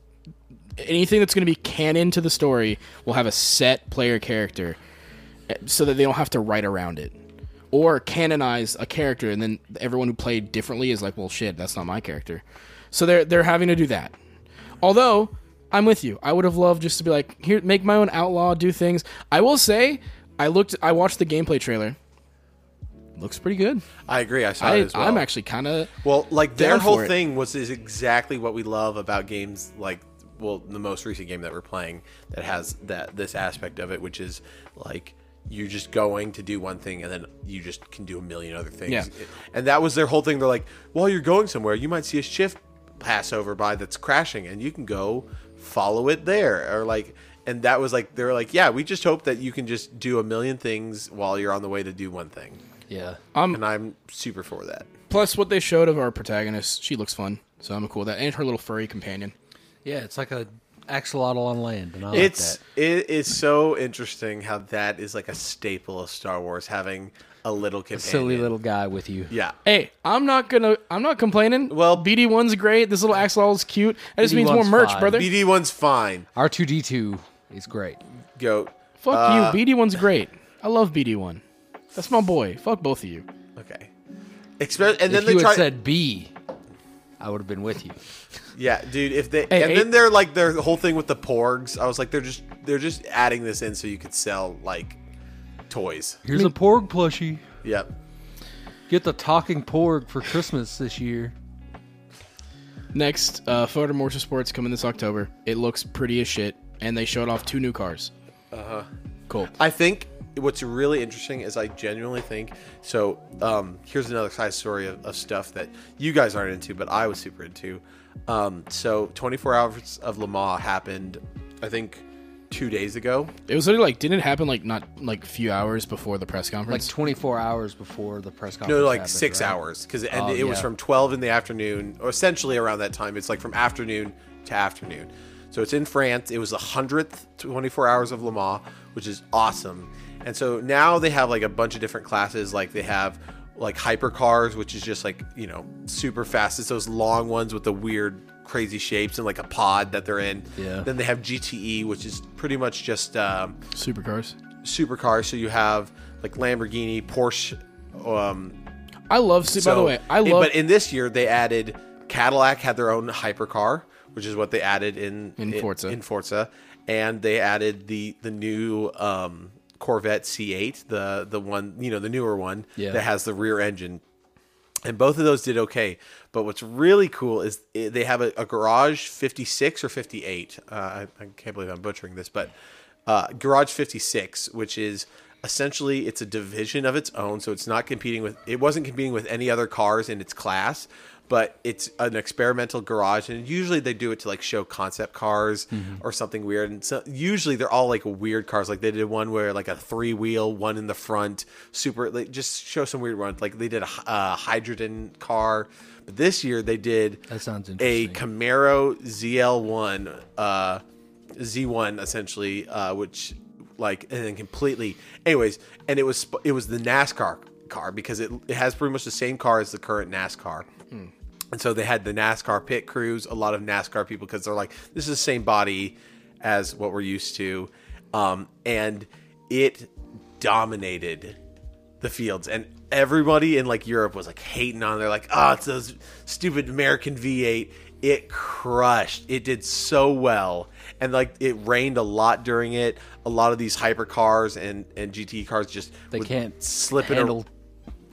[SPEAKER 2] anything that's going to be canon to the story will have a set player character eh, so that they don't have to write around it or canonize a character and then everyone who played differently is like, "Well, shit, that's not my character." So they're they're having to do that. Although I'm with you, I would have loved just to be like, here, make my own outlaw, do things. I will say, I looked, I watched the gameplay trailer. Looks pretty good.
[SPEAKER 3] I agree. I saw it
[SPEAKER 2] I,
[SPEAKER 3] as well.
[SPEAKER 2] I'm actually kind of
[SPEAKER 3] well, like their
[SPEAKER 2] down
[SPEAKER 3] whole
[SPEAKER 2] for it.
[SPEAKER 3] thing was is exactly what we love about games like well, the most recent game that we're playing that has that this aspect of it, which is like you're just going to do one thing and then you just can do a million other things.
[SPEAKER 2] Yeah.
[SPEAKER 3] And that was their whole thing. They're like, while you're going somewhere, you might see a shift pass over by that's crashing and you can go follow it there or like and that was like they were like, yeah, we just hope that you can just do a million things while you're on the way to do one thing.
[SPEAKER 4] Yeah,
[SPEAKER 3] And I'm super for that.
[SPEAKER 2] plus what they showed of our protagonist. She looks fun, so I'm cool with that. And her little furry companion.
[SPEAKER 4] yeah, it's like a axolotl on land, and I
[SPEAKER 3] it's
[SPEAKER 4] like
[SPEAKER 3] it is so interesting how that is like a staple of Star Wars having a little companion.
[SPEAKER 4] that silly little guy with you.
[SPEAKER 3] yeah.
[SPEAKER 2] Hey, I'm not gonna, I'm not complaining.
[SPEAKER 3] Well-
[SPEAKER 2] BD one's great. This little axolotl is cute. That just means more
[SPEAKER 4] BD1's
[SPEAKER 2] merch,
[SPEAKER 4] fine.
[SPEAKER 2] brother.
[SPEAKER 3] BD one's fine.
[SPEAKER 4] R two D two is great.
[SPEAKER 3] Goat.
[SPEAKER 2] Fuck you. BD one's great. I love BD one. That's my boy. Fuck both of you.
[SPEAKER 3] Okay. Expe- and then
[SPEAKER 4] if
[SPEAKER 3] they
[SPEAKER 4] you had
[SPEAKER 3] try.
[SPEAKER 4] said B, I would have been with you.
[SPEAKER 3] yeah, dude. If they
[SPEAKER 2] Hey,
[SPEAKER 3] and
[SPEAKER 2] hey.
[SPEAKER 3] then they're like their whole thing with the porgs. I was like, they're just they're just adding this in so you could sell like toys.
[SPEAKER 4] Here's a porg plushie.
[SPEAKER 3] Yep.
[SPEAKER 4] Get the talking porg for Christmas this year.
[SPEAKER 2] Next, uh, Photo Mortar Sports coming this October. It looks pretty as shit, and they showed off two new cars. Uh
[SPEAKER 3] Uh-huh.
[SPEAKER 2] huh. Cool.
[SPEAKER 3] I think what's really interesting is I genuinely think so. Um, here's another side story of, of stuff that you guys aren't into, but I was super into. Um, so 24 hours of Le Mans happened, I think, two days ago.
[SPEAKER 2] It was literally like, didn't it happen like not like few hours before the press
[SPEAKER 4] Like
[SPEAKER 2] conference?
[SPEAKER 4] 24 hours before the press conference.
[SPEAKER 3] No, like
[SPEAKER 4] happened,
[SPEAKER 3] six
[SPEAKER 4] right?
[SPEAKER 3] hours because it, ended
[SPEAKER 4] Oh,
[SPEAKER 3] it was
[SPEAKER 4] yeah.
[SPEAKER 3] from 12 in the afternoon, or essentially around that time. It's like from afternoon to afternoon. So it's in France. It was the 100th 24 hours of Le Mans, which is awesome. And so now they have like a bunch of different classes. Like they have like hypercars, which is just like, you know, super fast. It's those long ones with the weird, crazy shapes and like a pod that they're in.
[SPEAKER 4] Yeah.
[SPEAKER 3] Then they have GTE, which is pretty much just. Um,
[SPEAKER 2] Supercars.
[SPEAKER 3] supercars so you have like lamborghini porsche um,
[SPEAKER 2] I love. su- by the way, I
[SPEAKER 3] it-
[SPEAKER 2] love.
[SPEAKER 3] But in this year, they added Cadillac had their own hypercar, which is what they added in
[SPEAKER 2] In Forza.
[SPEAKER 3] In Forza, and they added the the new um, Corvette C8, the the one you know the newer one
[SPEAKER 4] Yeah.
[SPEAKER 3] that has the rear engine. And both of those did okay, but what's really cool is i- they have a, a garage 56 or 58. Uh, I, I can't believe I'm butchering this, but uh, garage 56, which is essentially it's a division of its own, so it's not competing with. It wasn't competing with any other cars in its class, but it's an experimental garage, and usually they do it to like show concept cars
[SPEAKER 4] Mm-hmm.
[SPEAKER 3] or something weird. And so usually they're all like weird cars. Like they did one where like a three wheel, one in the front, super. Like just show some weird ones. Like they did a hy- uh, hydrogen car, but this year they did
[SPEAKER 4] That sounds
[SPEAKER 3] a
[SPEAKER 4] interesting.
[SPEAKER 3] Camaro ZL1, uh, Z1 essentially, uh, which like and then completely. Anyways, and it was sp- it was the NASCAR car because it it has pretty much the same car as the current NASCAR. And so they had the NASCAR pit crews, a lot of NASCAR people because they're like, this is the same body as what we're used to, um, and it dominated the fields, and everybody in like Europe was like hating on. it. They're like, "Oh, it's those stupid American V8." It crushed. It did so well, and like it rained a lot during it. A lot of these hypercars and and GT cars just
[SPEAKER 4] They
[SPEAKER 3] would
[SPEAKER 4] can't
[SPEAKER 3] slip it
[SPEAKER 4] handle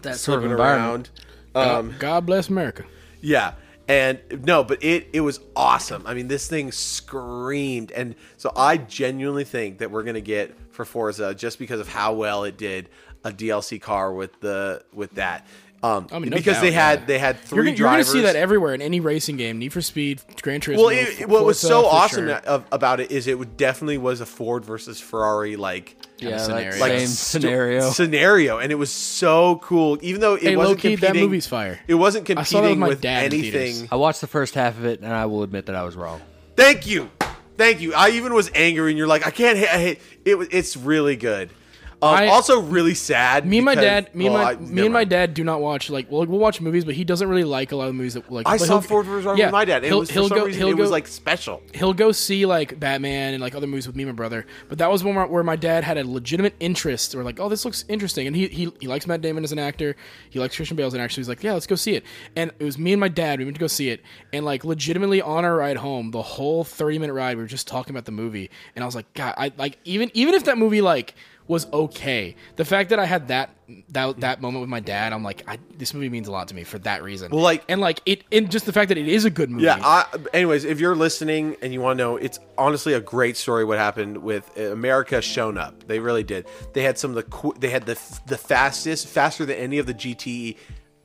[SPEAKER 4] that sort of
[SPEAKER 3] slipping
[SPEAKER 4] environment.
[SPEAKER 3] around. Um,
[SPEAKER 2] God bless America.
[SPEAKER 3] yeah. And no, but it it was awesome. I mean, this thing screamed. And so I genuinely think that we're going to get for Forza just because of how well it did a DLC car with the with that. Um
[SPEAKER 2] I mean, no
[SPEAKER 3] because they
[SPEAKER 2] doubt,
[SPEAKER 3] had
[SPEAKER 2] yeah.
[SPEAKER 3] they had 3
[SPEAKER 2] You're, gonna- you're gonna
[SPEAKER 3] drivers.
[SPEAKER 2] see that everywhere in any racing game. Need for Speed, Gran Turismo.
[SPEAKER 3] well, it, it- what was
[SPEAKER 2] Forza,
[SPEAKER 3] so
[SPEAKER 2] for
[SPEAKER 3] awesome
[SPEAKER 2] sure.
[SPEAKER 3] that- of, about it is it would definitely was a Ford versus Ferrari like
[SPEAKER 4] Yeah,
[SPEAKER 2] scenario.
[SPEAKER 4] that
[SPEAKER 2] Like,
[SPEAKER 4] same
[SPEAKER 3] sto-
[SPEAKER 4] scenario.
[SPEAKER 3] scenario and it was so cool even though it
[SPEAKER 2] Hey,
[SPEAKER 3] wasn't
[SPEAKER 2] low-key, that
[SPEAKER 3] competing
[SPEAKER 2] movie's fire.
[SPEAKER 3] it wasn't
[SPEAKER 2] I saw that with
[SPEAKER 3] competing
[SPEAKER 2] my
[SPEAKER 3] with
[SPEAKER 2] dad in theaters.
[SPEAKER 3] anything
[SPEAKER 4] I watched the first half of it, and I will admit that I was wrong.
[SPEAKER 3] Thank you, thank you. I even was angry, and you're like, I can't. ha- I hate. It was. It's really good. Um,
[SPEAKER 2] I-
[SPEAKER 3] also, really sad.
[SPEAKER 2] Me and my
[SPEAKER 3] because-
[SPEAKER 2] dad, me and
[SPEAKER 3] well,
[SPEAKER 2] my
[SPEAKER 3] I-
[SPEAKER 2] me
[SPEAKER 3] never
[SPEAKER 2] and my
[SPEAKER 3] mind.
[SPEAKER 2] dad do not watch like well we'll watch movies, but he doesn't really like a lot of movies that like.
[SPEAKER 3] I
[SPEAKER 2] like,
[SPEAKER 3] saw
[SPEAKER 2] he'll-
[SPEAKER 3] Ford vs. Ferrari
[SPEAKER 2] yeah,
[SPEAKER 3] with my dad. It
[SPEAKER 2] he'll-
[SPEAKER 3] was for
[SPEAKER 2] he'll
[SPEAKER 3] some
[SPEAKER 2] go-
[SPEAKER 3] reason
[SPEAKER 2] he'll
[SPEAKER 3] it was
[SPEAKER 2] go-
[SPEAKER 3] like special.
[SPEAKER 2] he'll go see like Batman and like other movies with me and my brother. But that was one where, where my dad had a legitimate interest. Or like, oh, this looks interesting, and he, he he likes Matt Damon as an actor. He likes Christian Bale as an actor. He's like, yeah, let's go see it. And it was me and my dad. We went to go see it, and like legitimately on our ride home, the whole thirty minute ride, we were just talking about the movie, and I was like, God, I like even even if that movie like was okay, the fact that I had that. That, that moment with my dad, I'm like, I, this movie means a lot to me for that reason. Well,
[SPEAKER 3] like-
[SPEAKER 2] and like it, and just the fact that it is a good movie.
[SPEAKER 3] Yeah. I, anyways, if you're listening and you want to know, it's honestly a great story. What happened with uh, America shown up? They really did. They had some of the. Qu- they had the f- the fastest, faster than any of the GTE.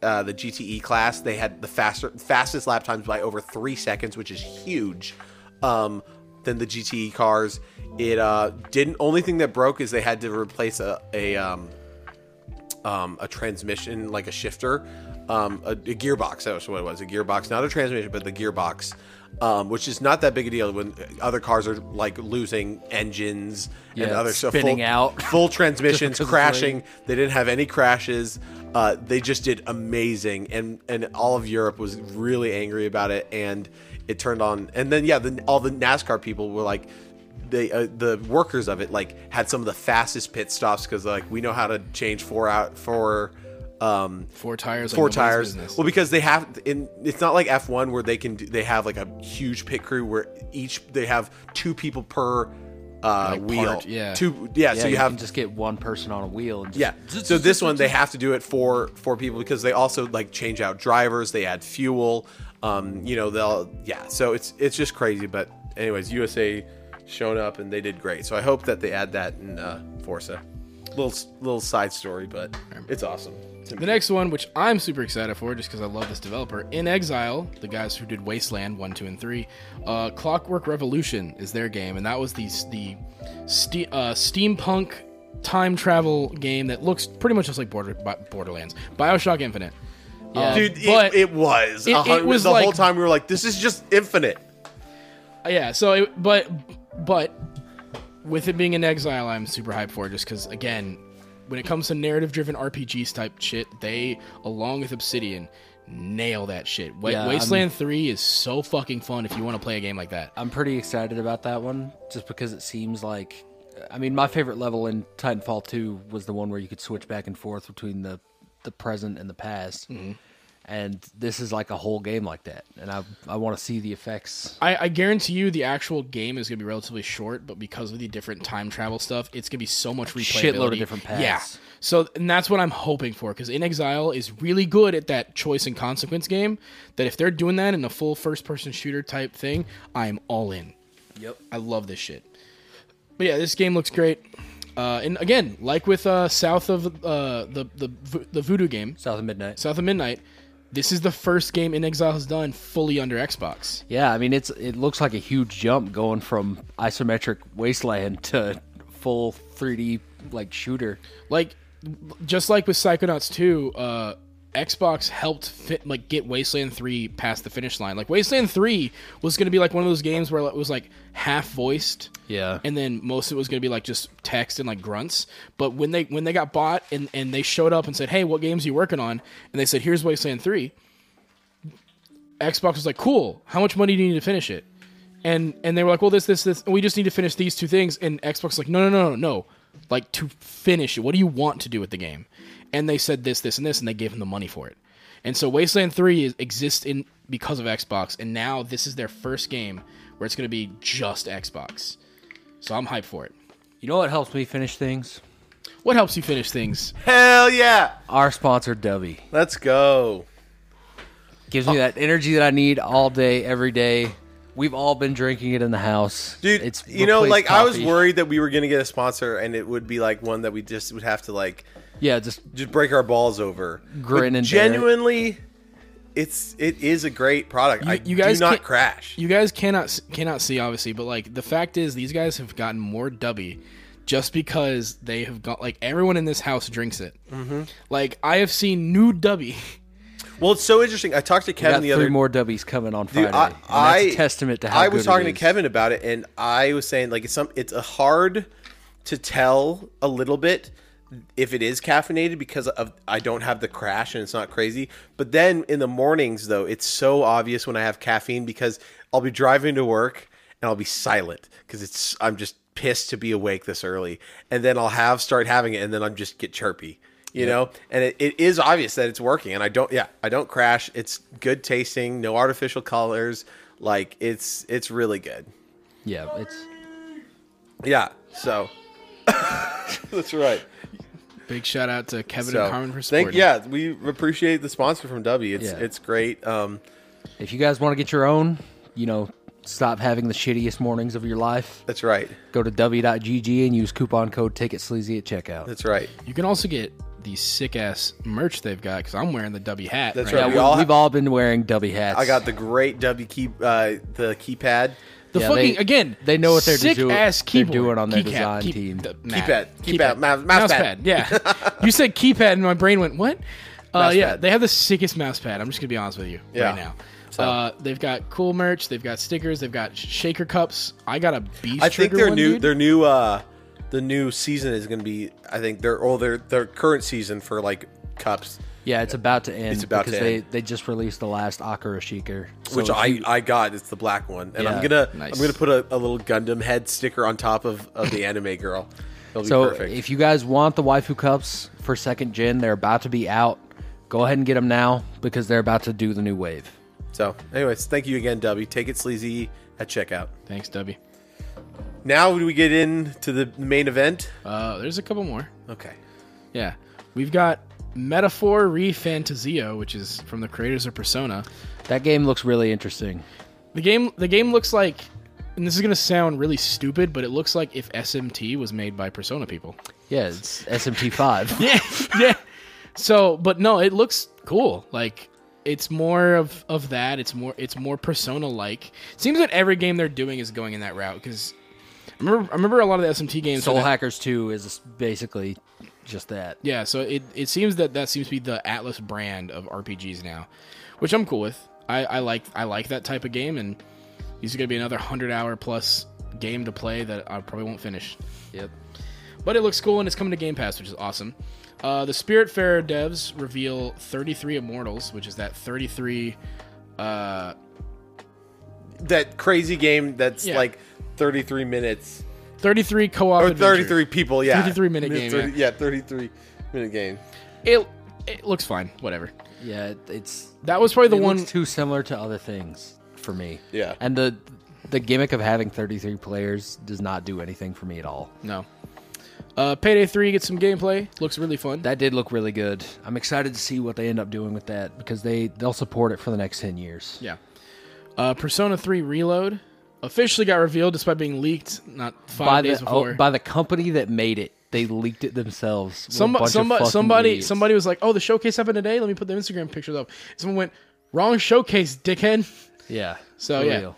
[SPEAKER 3] Uh, the GTE class, they had the faster fastest lap times by over three seconds, which is huge. Um, than the GTE cars. It uh, didn't. Only thing that broke is they had to replace a a um, um, a transmission, like a shifter, um, a, a gearbox. That was what it was. A gearbox, not a transmission, but the gearbox, um, which is not that big a deal when other cars are like losing engines and
[SPEAKER 4] Yeah,
[SPEAKER 3] other stuff.
[SPEAKER 4] spinning
[SPEAKER 3] full,
[SPEAKER 4] out.
[SPEAKER 3] full transmissions,
[SPEAKER 4] Just because it's
[SPEAKER 3] crashing. They didn't have any crashes. Uh, they just did amazing, and and all of Europe was really angry about it. And it turned on, and then yeah, the, all the NASCAR people were like. They, uh, the workers of it like had some of the fastest pit stops because like we know how to change four out four um
[SPEAKER 2] four tires, like
[SPEAKER 3] four
[SPEAKER 2] nobody's
[SPEAKER 3] tires.
[SPEAKER 2] business.
[SPEAKER 3] Well, because they have in it's not like F one where they can do, they have like a huge pit crew where each they have two people per uh, wheel.
[SPEAKER 2] part, yeah.
[SPEAKER 3] two yeah.
[SPEAKER 4] Yeah,
[SPEAKER 3] so you, have
[SPEAKER 4] can just get one person on a wheel. And just,
[SPEAKER 3] yeah. So this one they have to do it for for people because they also like change out drivers. They add fuel. Um, you know they'll yeah. So it's it's just crazy. But anyways, USA shown up and they did great. So I hope that they add that in uh, Forza. Little s- little side story, but it's awesome. It's
[SPEAKER 2] The next one, which I'm super excited for, just because I love this developer, In Exile, the guys who did Wasteland one, two, and three, uh, Clockwork Revolution is their game, and that was the the ste- uh, steampunk time travel game that looks pretty much just like Border- Bi- Borderlands, Bioshock Infinite. Uh,
[SPEAKER 3] Dude, it,
[SPEAKER 2] but-
[SPEAKER 3] it was.
[SPEAKER 2] it- it
[SPEAKER 3] A hun-
[SPEAKER 2] was
[SPEAKER 3] the whole
[SPEAKER 2] like-
[SPEAKER 3] time we were like, this is just infinite.
[SPEAKER 2] yeah so it, but but with it being in exile i'm super hyped for it just because again when it comes to narrative driven rpgs type shit they along with obsidian nail that shit Wa-
[SPEAKER 4] Yeah, I'm-
[SPEAKER 2] wasteland 3 is so fucking fun if you want to play a game like that
[SPEAKER 4] I'm pretty excited about that one, just because it seems like, I mean, my favorite level in Titanfall 2 was the one where you could switch back and forth between the the present and the past,
[SPEAKER 3] Mm-hmm.
[SPEAKER 4] and this is like a whole game like that, and I I want to see the effects.
[SPEAKER 2] I, I guarantee you the actual game is going to be relatively short, but because of the different time travel stuff, it's going to be so much replayability.
[SPEAKER 4] shitload of different paths.
[SPEAKER 2] Yeah. So, and that's what I'm hoping for because In Exile is really good at that choice and consequence game. That if they're doing that in a full first person shooter type thing, I'm all in.
[SPEAKER 4] Yep.
[SPEAKER 2] I love this shit. But yeah, this game looks great. Uh, and again, like with uh, South of uh, the, the vo- the Voodoo game,
[SPEAKER 4] South of Midnight.
[SPEAKER 2] South of Midnight, this is the first game In Exile has done fully under Xbox.
[SPEAKER 4] Yeah, I mean it's it looks like a huge jump going from isometric wasteland to full 3D like shooter.
[SPEAKER 2] like just like with Psychonauts 2, uh Xbox helped fit like get Wasteland 3 past the finish line. Like Wasteland 3 was going to be like one of those games where it was like half voiced.
[SPEAKER 4] Yeah.
[SPEAKER 2] And then most of it was going to be like just text and like grunts. But when they when they got bought and and they showed up and said, "Hey, what games are you working on?" and they said, "Here's Wasteland 3." Xbox was like, "Cool. How much money do you need to finish it?" and and they were like, well, this, this, this, and we just need to finish these two things. And Xbox was like, no, no, no, no, no, like to finish it. What do you want to do with the game? and they said this, this, and this, and they gave him the money for it. And so Wasteland Three is, exists in because of Xbox, and now this is their first game where it's going to be just Xbox. So I'm hyped for it.
[SPEAKER 4] You know what helps me finish things?
[SPEAKER 2] What helps you finish things?
[SPEAKER 3] Hell yeah!
[SPEAKER 4] Our sponsor, Dovey.
[SPEAKER 3] Let's go.
[SPEAKER 4] Gives
[SPEAKER 3] Oh.
[SPEAKER 4] me that energy that I need all day, every day. We've all been drinking it in the house.
[SPEAKER 3] Dude,
[SPEAKER 4] it's
[SPEAKER 3] you know,
[SPEAKER 4] replaced
[SPEAKER 3] like I was
[SPEAKER 4] coffee.
[SPEAKER 3] worried that we were gonna get a sponsor and it would be like one that we just would have to like
[SPEAKER 4] Yeah, just
[SPEAKER 3] just break our balls over.
[SPEAKER 4] Grin
[SPEAKER 3] But
[SPEAKER 4] and bear it.
[SPEAKER 3] genuinely it's it is a great product. I
[SPEAKER 2] you guys
[SPEAKER 3] do not
[SPEAKER 2] can't-
[SPEAKER 3] crash.
[SPEAKER 2] You guys cannot cannot see obviously, but like the fact is, these guys have gotten more dubby just because they have got like everyone in this house drinks it. Mm-hmm. Like I have seen new dubby.
[SPEAKER 3] well, it's so interesting. I talked to
[SPEAKER 4] got
[SPEAKER 3] Kevin the
[SPEAKER 4] three
[SPEAKER 3] other
[SPEAKER 4] more W's coming on Friday.
[SPEAKER 3] Dude, I,
[SPEAKER 4] and that's
[SPEAKER 3] I
[SPEAKER 4] a testament to how
[SPEAKER 3] I was
[SPEAKER 4] good it
[SPEAKER 3] talking to
[SPEAKER 4] is.
[SPEAKER 3] Kevin about it, and I was saying like it's some it's a hard to tell a little bit if it is caffeinated because of I don't have the crash and it's not crazy. But then in the mornings though, it's so obvious when I have caffeine because I'll be driving to work and I'll be silent because it's I'm just pissed to be awake this early, and then I'll have start having it, and then I'm just get chirpy. You know, and it, it is obvious that it's working, and I don't. Yeah, I don't crash. It's good tasting, no artificial colors. Like it's it's really good.
[SPEAKER 4] Yeah, it's
[SPEAKER 3] Yeah. So that's right.
[SPEAKER 2] Big shout out to Kevin
[SPEAKER 3] So
[SPEAKER 2] and Carmen for supporting.
[SPEAKER 3] thank yeah, we appreciate the sponsor from W. It's
[SPEAKER 4] Yeah.
[SPEAKER 3] it's great. Um,
[SPEAKER 4] if you guys want to get your own, you know, stop having the shittiest mornings of your life.
[SPEAKER 3] that's right.
[SPEAKER 4] Go to W.GG and use coupon code TicketSleazy at checkout.
[SPEAKER 3] That's right.
[SPEAKER 2] You can also get the sick ass merch they've got because I'm wearing the dubby hat.
[SPEAKER 3] That's
[SPEAKER 4] Yeah,
[SPEAKER 3] right.
[SPEAKER 4] we,
[SPEAKER 3] We all-
[SPEAKER 4] have all been wearing W hats.
[SPEAKER 3] I got the great W key uh, the keypad.
[SPEAKER 2] The
[SPEAKER 4] Yeah,
[SPEAKER 2] fucking
[SPEAKER 4] they-
[SPEAKER 2] again,
[SPEAKER 4] they know what they're
[SPEAKER 2] sick
[SPEAKER 4] do-
[SPEAKER 2] ass
[SPEAKER 4] they're
[SPEAKER 2] keyboard
[SPEAKER 4] doing on their
[SPEAKER 2] keycap,
[SPEAKER 4] design
[SPEAKER 2] key-
[SPEAKER 4] team.
[SPEAKER 2] the-
[SPEAKER 3] Keypad, keypad, mouse- mouse pad.
[SPEAKER 2] Yeah, you said keypad, and my brain went what? Uh,
[SPEAKER 3] Mouse
[SPEAKER 2] yeah,
[SPEAKER 3] pad.
[SPEAKER 2] they have the sickest mouse pad. I'm just gonna be honest with you
[SPEAKER 3] Yeah.
[SPEAKER 2] right now. Uh, they've got cool merch. They've got stickers. They've got shaker cups. I got a beast.
[SPEAKER 3] I think
[SPEAKER 2] Trigger
[SPEAKER 3] their
[SPEAKER 2] one,
[SPEAKER 3] new
[SPEAKER 2] dude.
[SPEAKER 3] their new uh the new season is going to be I think their or their their current season for like cups
[SPEAKER 4] Yeah, it's about to end.
[SPEAKER 3] It's about
[SPEAKER 4] because
[SPEAKER 3] to
[SPEAKER 4] they,
[SPEAKER 3] end.
[SPEAKER 4] they just released the last Akira Shiker. So
[SPEAKER 3] which
[SPEAKER 4] if
[SPEAKER 3] I,
[SPEAKER 4] you-
[SPEAKER 3] I got it's the black one and I'm
[SPEAKER 4] Yeah,
[SPEAKER 3] gonna
[SPEAKER 2] nice.
[SPEAKER 3] I'm gonna put a, a little Gundam head sticker on top of, of the anime girl. It'll be
[SPEAKER 4] so
[SPEAKER 3] perfect.
[SPEAKER 4] if you guys want the waifu cups for second gen, they're about to be out. Go ahead and get them now because they're about to do the new wave.
[SPEAKER 3] so anyways, thank you again, W. Take it sleazy at checkout.
[SPEAKER 2] Thanks, Dubby.
[SPEAKER 3] Now do we get into the main event?
[SPEAKER 2] Uh, there's a couple more.
[SPEAKER 3] Okay.
[SPEAKER 2] Yeah. We've got Metaphor Refantasio, which is from the creators of Persona.
[SPEAKER 4] That game looks really interesting.
[SPEAKER 2] The game the game looks like and this is gonna sound really stupid, but it looks like if SMT was made by Persona people.
[SPEAKER 4] Yeah, it's SMT five.
[SPEAKER 2] Yeah. yeah. So but no, it looks cool. Like it's more of, of that. It's more it's more persona like. Seems that every game they're doing is going in that route because I remember I remember a lot of the SMT games.
[SPEAKER 4] Soul
[SPEAKER 2] were that-
[SPEAKER 4] Hackers Two is basically just that.
[SPEAKER 2] Yeah, so it, it seems that that seems to be the Atlas brand of RPGs now, which I'm cool with. I, I like I like that type of game, and these are gonna be another hundred hour plus game to play that I probably won't finish.
[SPEAKER 4] Yep.
[SPEAKER 2] But it looks cool, and it's coming to Game Pass, which is awesome. Uh, the Spiritfarer devs reveal 33 Immortals, which is that 33. Uh,
[SPEAKER 3] That crazy game that's
[SPEAKER 2] Yeah.
[SPEAKER 3] like 33 minutes
[SPEAKER 2] 33 co-op
[SPEAKER 3] or
[SPEAKER 2] adventure.
[SPEAKER 3] 33 people, yeah.
[SPEAKER 2] 33 minute game,
[SPEAKER 3] 30 yeah, 33 minute game.
[SPEAKER 2] It it looks fine. Whatever.
[SPEAKER 4] Yeah, it- it's
[SPEAKER 2] That was probably the
[SPEAKER 4] it
[SPEAKER 2] one.
[SPEAKER 4] looks too similar to other things for me.
[SPEAKER 3] Yeah.
[SPEAKER 4] and the the gimmick of having thirty three players does not do anything for me at all.
[SPEAKER 2] no. Uh, Payday 3 gets some gameplay. Looks really fun.
[SPEAKER 4] That did look really good. I'm excited to see what they end up doing with that because they they'll support it for the next ten years.
[SPEAKER 2] Yeah. Uh, Persona 3 Reload officially got revealed despite being leaked not five
[SPEAKER 4] by
[SPEAKER 2] days
[SPEAKER 4] the
[SPEAKER 2] before.
[SPEAKER 4] oh, by the company that made it, they leaked it themselves. with a
[SPEAKER 2] Some-
[SPEAKER 4] bunch of
[SPEAKER 2] somebody-
[SPEAKER 4] fucking
[SPEAKER 2] somebody,
[SPEAKER 4] idiots.
[SPEAKER 2] somebody was like, "Oh, the showcase happened today. Let me put the Instagram pictures up." Someone went, "Wrong showcase, dickhead."
[SPEAKER 4] Yeah.
[SPEAKER 2] So,
[SPEAKER 4] for
[SPEAKER 2] yeah.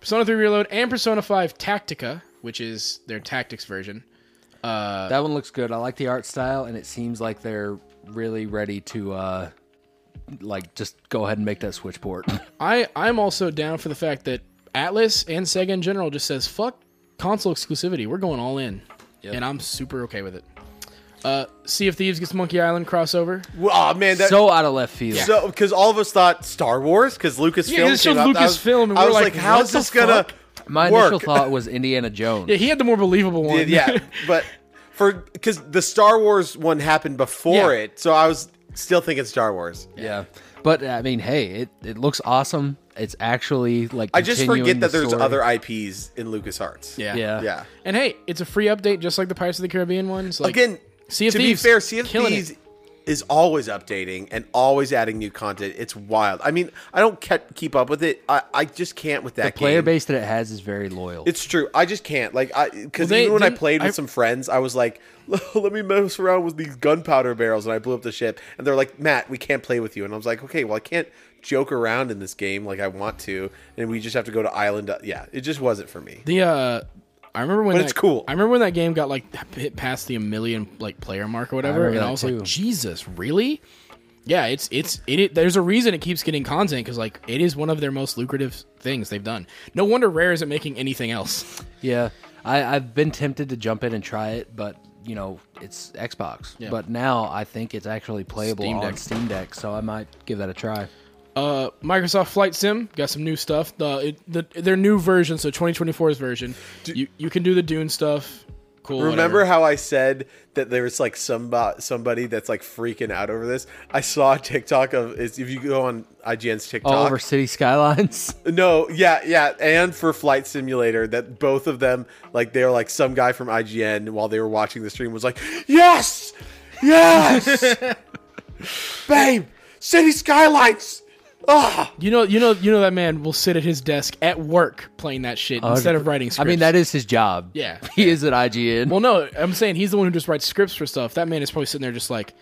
[SPEAKER 2] Persona 3 Reload and Persona 5 Tactica, which is their tactics version.
[SPEAKER 4] That one looks good. I like the art style, and it seems like they're really ready to, uh, like, just go ahead and make that switch port.
[SPEAKER 2] I I'm also down for the fact that Atlas and Sega in general just says fuck console exclusivity. We're going all in, and I'm super okay with it. Uh, sea of Thieves gets Monkey Island crossover.
[SPEAKER 3] Oh man, that
[SPEAKER 4] so out of left field.
[SPEAKER 3] So, because all of us thought Star Wars, because Lucasfilm.
[SPEAKER 2] Yeah, this
[SPEAKER 3] came
[SPEAKER 2] showed
[SPEAKER 3] out, I was-
[SPEAKER 2] Lucasfilm, and
[SPEAKER 3] I
[SPEAKER 2] we're
[SPEAKER 3] was
[SPEAKER 2] like,
[SPEAKER 3] like, how's
[SPEAKER 2] what the
[SPEAKER 3] this gonna?
[SPEAKER 2] fuck?
[SPEAKER 4] My
[SPEAKER 3] work?
[SPEAKER 4] initial thought was Indiana Jones.
[SPEAKER 2] Yeah, he had the more believable one.
[SPEAKER 3] yeah, but for because the Star Wars one happened before
[SPEAKER 2] Yeah.
[SPEAKER 3] it, so I was still thinking Star Wars.
[SPEAKER 4] Yeah. But I mean, hey, it, it looks awesome. It's actually like
[SPEAKER 3] I just
[SPEAKER 4] continuing
[SPEAKER 3] forget
[SPEAKER 4] the
[SPEAKER 3] that there's
[SPEAKER 4] story.
[SPEAKER 3] other IPs in LucasArts.
[SPEAKER 2] Yeah.
[SPEAKER 4] Yeah.
[SPEAKER 3] yeah.
[SPEAKER 2] And hey, it's a free update, just like the Pirates of the Caribbean ones. Like,
[SPEAKER 3] Again,
[SPEAKER 2] Sea of
[SPEAKER 3] to
[SPEAKER 2] Thieves,
[SPEAKER 3] be fair, Sea of
[SPEAKER 2] killing it.
[SPEAKER 3] Thieves is always updating and always adding new content. It's wild. I mean, I don't kept, keep up with it. I, I just can't with
[SPEAKER 4] The
[SPEAKER 3] that
[SPEAKER 4] player
[SPEAKER 3] game.
[SPEAKER 4] base that it has is very loyal.
[SPEAKER 3] It's true. I just can't. Like, I because
[SPEAKER 2] Well, they
[SPEAKER 3] even when I
[SPEAKER 2] didn't-
[SPEAKER 3] played with
[SPEAKER 2] I-
[SPEAKER 3] some friends, I was like, "Let me mess around with these gunpowder barrels," and I blew up the ship. And they're like, "Matt, we can't play with you." And I was like, "Okay, well, I can't joke around in this game like I want to." And we just have to go to island. uh, Yeah, it just wasn't for me.
[SPEAKER 2] The uh, I remember when
[SPEAKER 3] But
[SPEAKER 2] that,
[SPEAKER 3] it's cool.
[SPEAKER 2] I remember when that game got like hit past the a million like player mark or whatever,
[SPEAKER 4] remember
[SPEAKER 2] and I
[SPEAKER 4] that
[SPEAKER 2] was
[SPEAKER 4] too.
[SPEAKER 2] like, Jesus, really? Yeah, it's it's it, it. There's a reason it keeps getting content because like it is one of their most lucrative things they've done. No wonder Rare isn't making anything else.
[SPEAKER 4] yeah. I, I've been tempted to jump in and try it, but you know, it's Xbox. But now I think it's actually playable
[SPEAKER 2] Steam
[SPEAKER 4] on
[SPEAKER 2] Deck.
[SPEAKER 4] Steam Deck, so I might give that a try.
[SPEAKER 2] Uh, Microsoft Flight Sim got some new stuff. The, it, the their new version, so 2024's version. you you can do the Dune stuff. Cool.
[SPEAKER 3] Remember
[SPEAKER 2] whatever.
[SPEAKER 3] how I said that there was like somebody somebody that's like freaking out over this? I saw a TikTok of is if you go on IGN's TikTok.
[SPEAKER 4] All over City Skylines.
[SPEAKER 3] No, yeah, yeah, and for Flight Simulator, that both of them like they were like some guy from IGN while they were watching the stream was like, yes, yes, babe, City Skylines. Ah,
[SPEAKER 2] you know you know you know that man will sit at his desk at work playing that shit instead of writing
[SPEAKER 4] I
[SPEAKER 2] scripts.
[SPEAKER 4] mean, that is his job.
[SPEAKER 2] Yeah.
[SPEAKER 4] He is at IGN.
[SPEAKER 2] Well, no, I'm saying he's the one who just writes scripts for stuff. That man is probably sitting there just like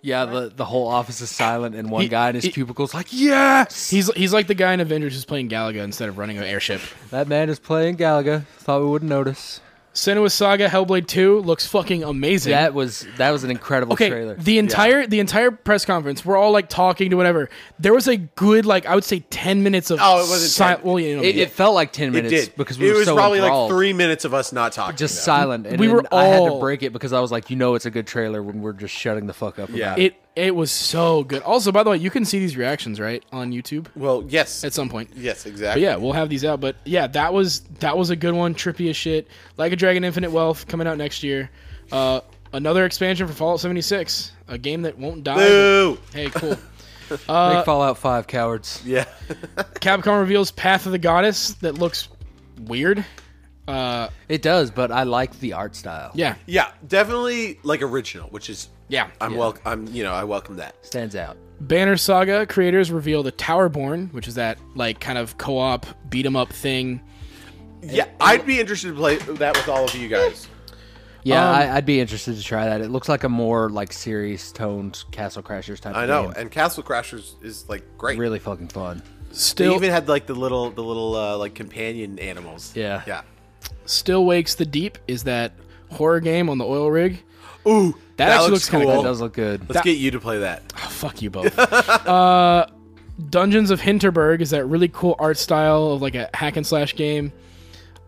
[SPEAKER 4] yeah, the, the whole office is silent, and one
[SPEAKER 2] He-
[SPEAKER 4] guy in his
[SPEAKER 2] he-
[SPEAKER 4] cubicle's like, yes!
[SPEAKER 2] he's he's like the guy in Avengers who's playing Galaga instead of running an airship.
[SPEAKER 4] that man is playing Galaga. Thought we wouldn't notice.
[SPEAKER 2] Senua's Saga Hellblade 2 looks fucking amazing.
[SPEAKER 4] That was that was an incredible
[SPEAKER 2] okay,
[SPEAKER 4] trailer.
[SPEAKER 2] the entire the entire press conference, we're all like talking to whatever. There was a good like I would say 10 minutes of
[SPEAKER 3] Oh, it wasn't 10.
[SPEAKER 2] well, you know,
[SPEAKER 4] it, it felt like ten
[SPEAKER 3] it
[SPEAKER 4] minutes
[SPEAKER 3] did
[SPEAKER 4] because we
[SPEAKER 3] it
[SPEAKER 4] were
[SPEAKER 3] was
[SPEAKER 4] so
[SPEAKER 3] probably
[SPEAKER 4] enthralled.
[SPEAKER 3] like three minutes of us not talking.
[SPEAKER 4] just
[SPEAKER 3] though.
[SPEAKER 4] silent, and
[SPEAKER 2] We
[SPEAKER 4] then
[SPEAKER 2] were
[SPEAKER 4] I had to
[SPEAKER 2] all-
[SPEAKER 4] break it because I was like, you know, it's a good trailer when we're just shutting the fuck up.
[SPEAKER 3] Yeah.
[SPEAKER 4] about it.
[SPEAKER 2] it it was so good. Also, by the way, you can see these reactions, right, on YouTube
[SPEAKER 3] well, yes,
[SPEAKER 2] at some point.
[SPEAKER 3] yes,
[SPEAKER 2] But
[SPEAKER 3] exactly.
[SPEAKER 2] yeah, we'll have these out. But yeah, that was that was a good one. Trippy as shit. Like a Dragon Infinite Wealth coming out next year. Uh, another expansion for Fallout 76, a game that won't die. but-
[SPEAKER 3] Boo.
[SPEAKER 2] Hey, cool.
[SPEAKER 4] Make Fallout Five cowards.
[SPEAKER 3] Uh, yeah.
[SPEAKER 2] Capcom reveals Path of the Goddess that looks weird. Uh,
[SPEAKER 4] It does, but I like the art style.
[SPEAKER 2] yeah,
[SPEAKER 3] Yeah, definitely like original, which is
[SPEAKER 2] yeah.
[SPEAKER 3] I'm wel- I'm you know I welcome that.
[SPEAKER 4] stands out.
[SPEAKER 2] Banner Saga creators reveal the Towerborn, which is that like kind of co-op beat 'em up thing.
[SPEAKER 3] Yeah, I'd be interested to play that with all of you guys.
[SPEAKER 4] Yeah,
[SPEAKER 2] Um,
[SPEAKER 4] I, I'd be interested to try that. It looks like a more like serious toned Castle Crashers type.
[SPEAKER 3] I
[SPEAKER 4] of
[SPEAKER 3] know,
[SPEAKER 4] game.
[SPEAKER 3] and Castle Crashers is like great.
[SPEAKER 4] really fucking fun.
[SPEAKER 3] They
[SPEAKER 2] Still,
[SPEAKER 3] even had like the little the little uh, like companion animals.
[SPEAKER 4] Yeah.
[SPEAKER 3] yeah.
[SPEAKER 2] Still Wakes the Deep is that horror game on the oil rig.
[SPEAKER 3] Ooh,
[SPEAKER 2] That,
[SPEAKER 3] That
[SPEAKER 2] actually
[SPEAKER 3] looks
[SPEAKER 2] looks kind of
[SPEAKER 3] cool.
[SPEAKER 2] cool.
[SPEAKER 4] It does look good.
[SPEAKER 3] let's get you to play that.
[SPEAKER 2] Fuck you both. uh, Dungeons of Hinterberg is that really cool art style of like a hack and slash game.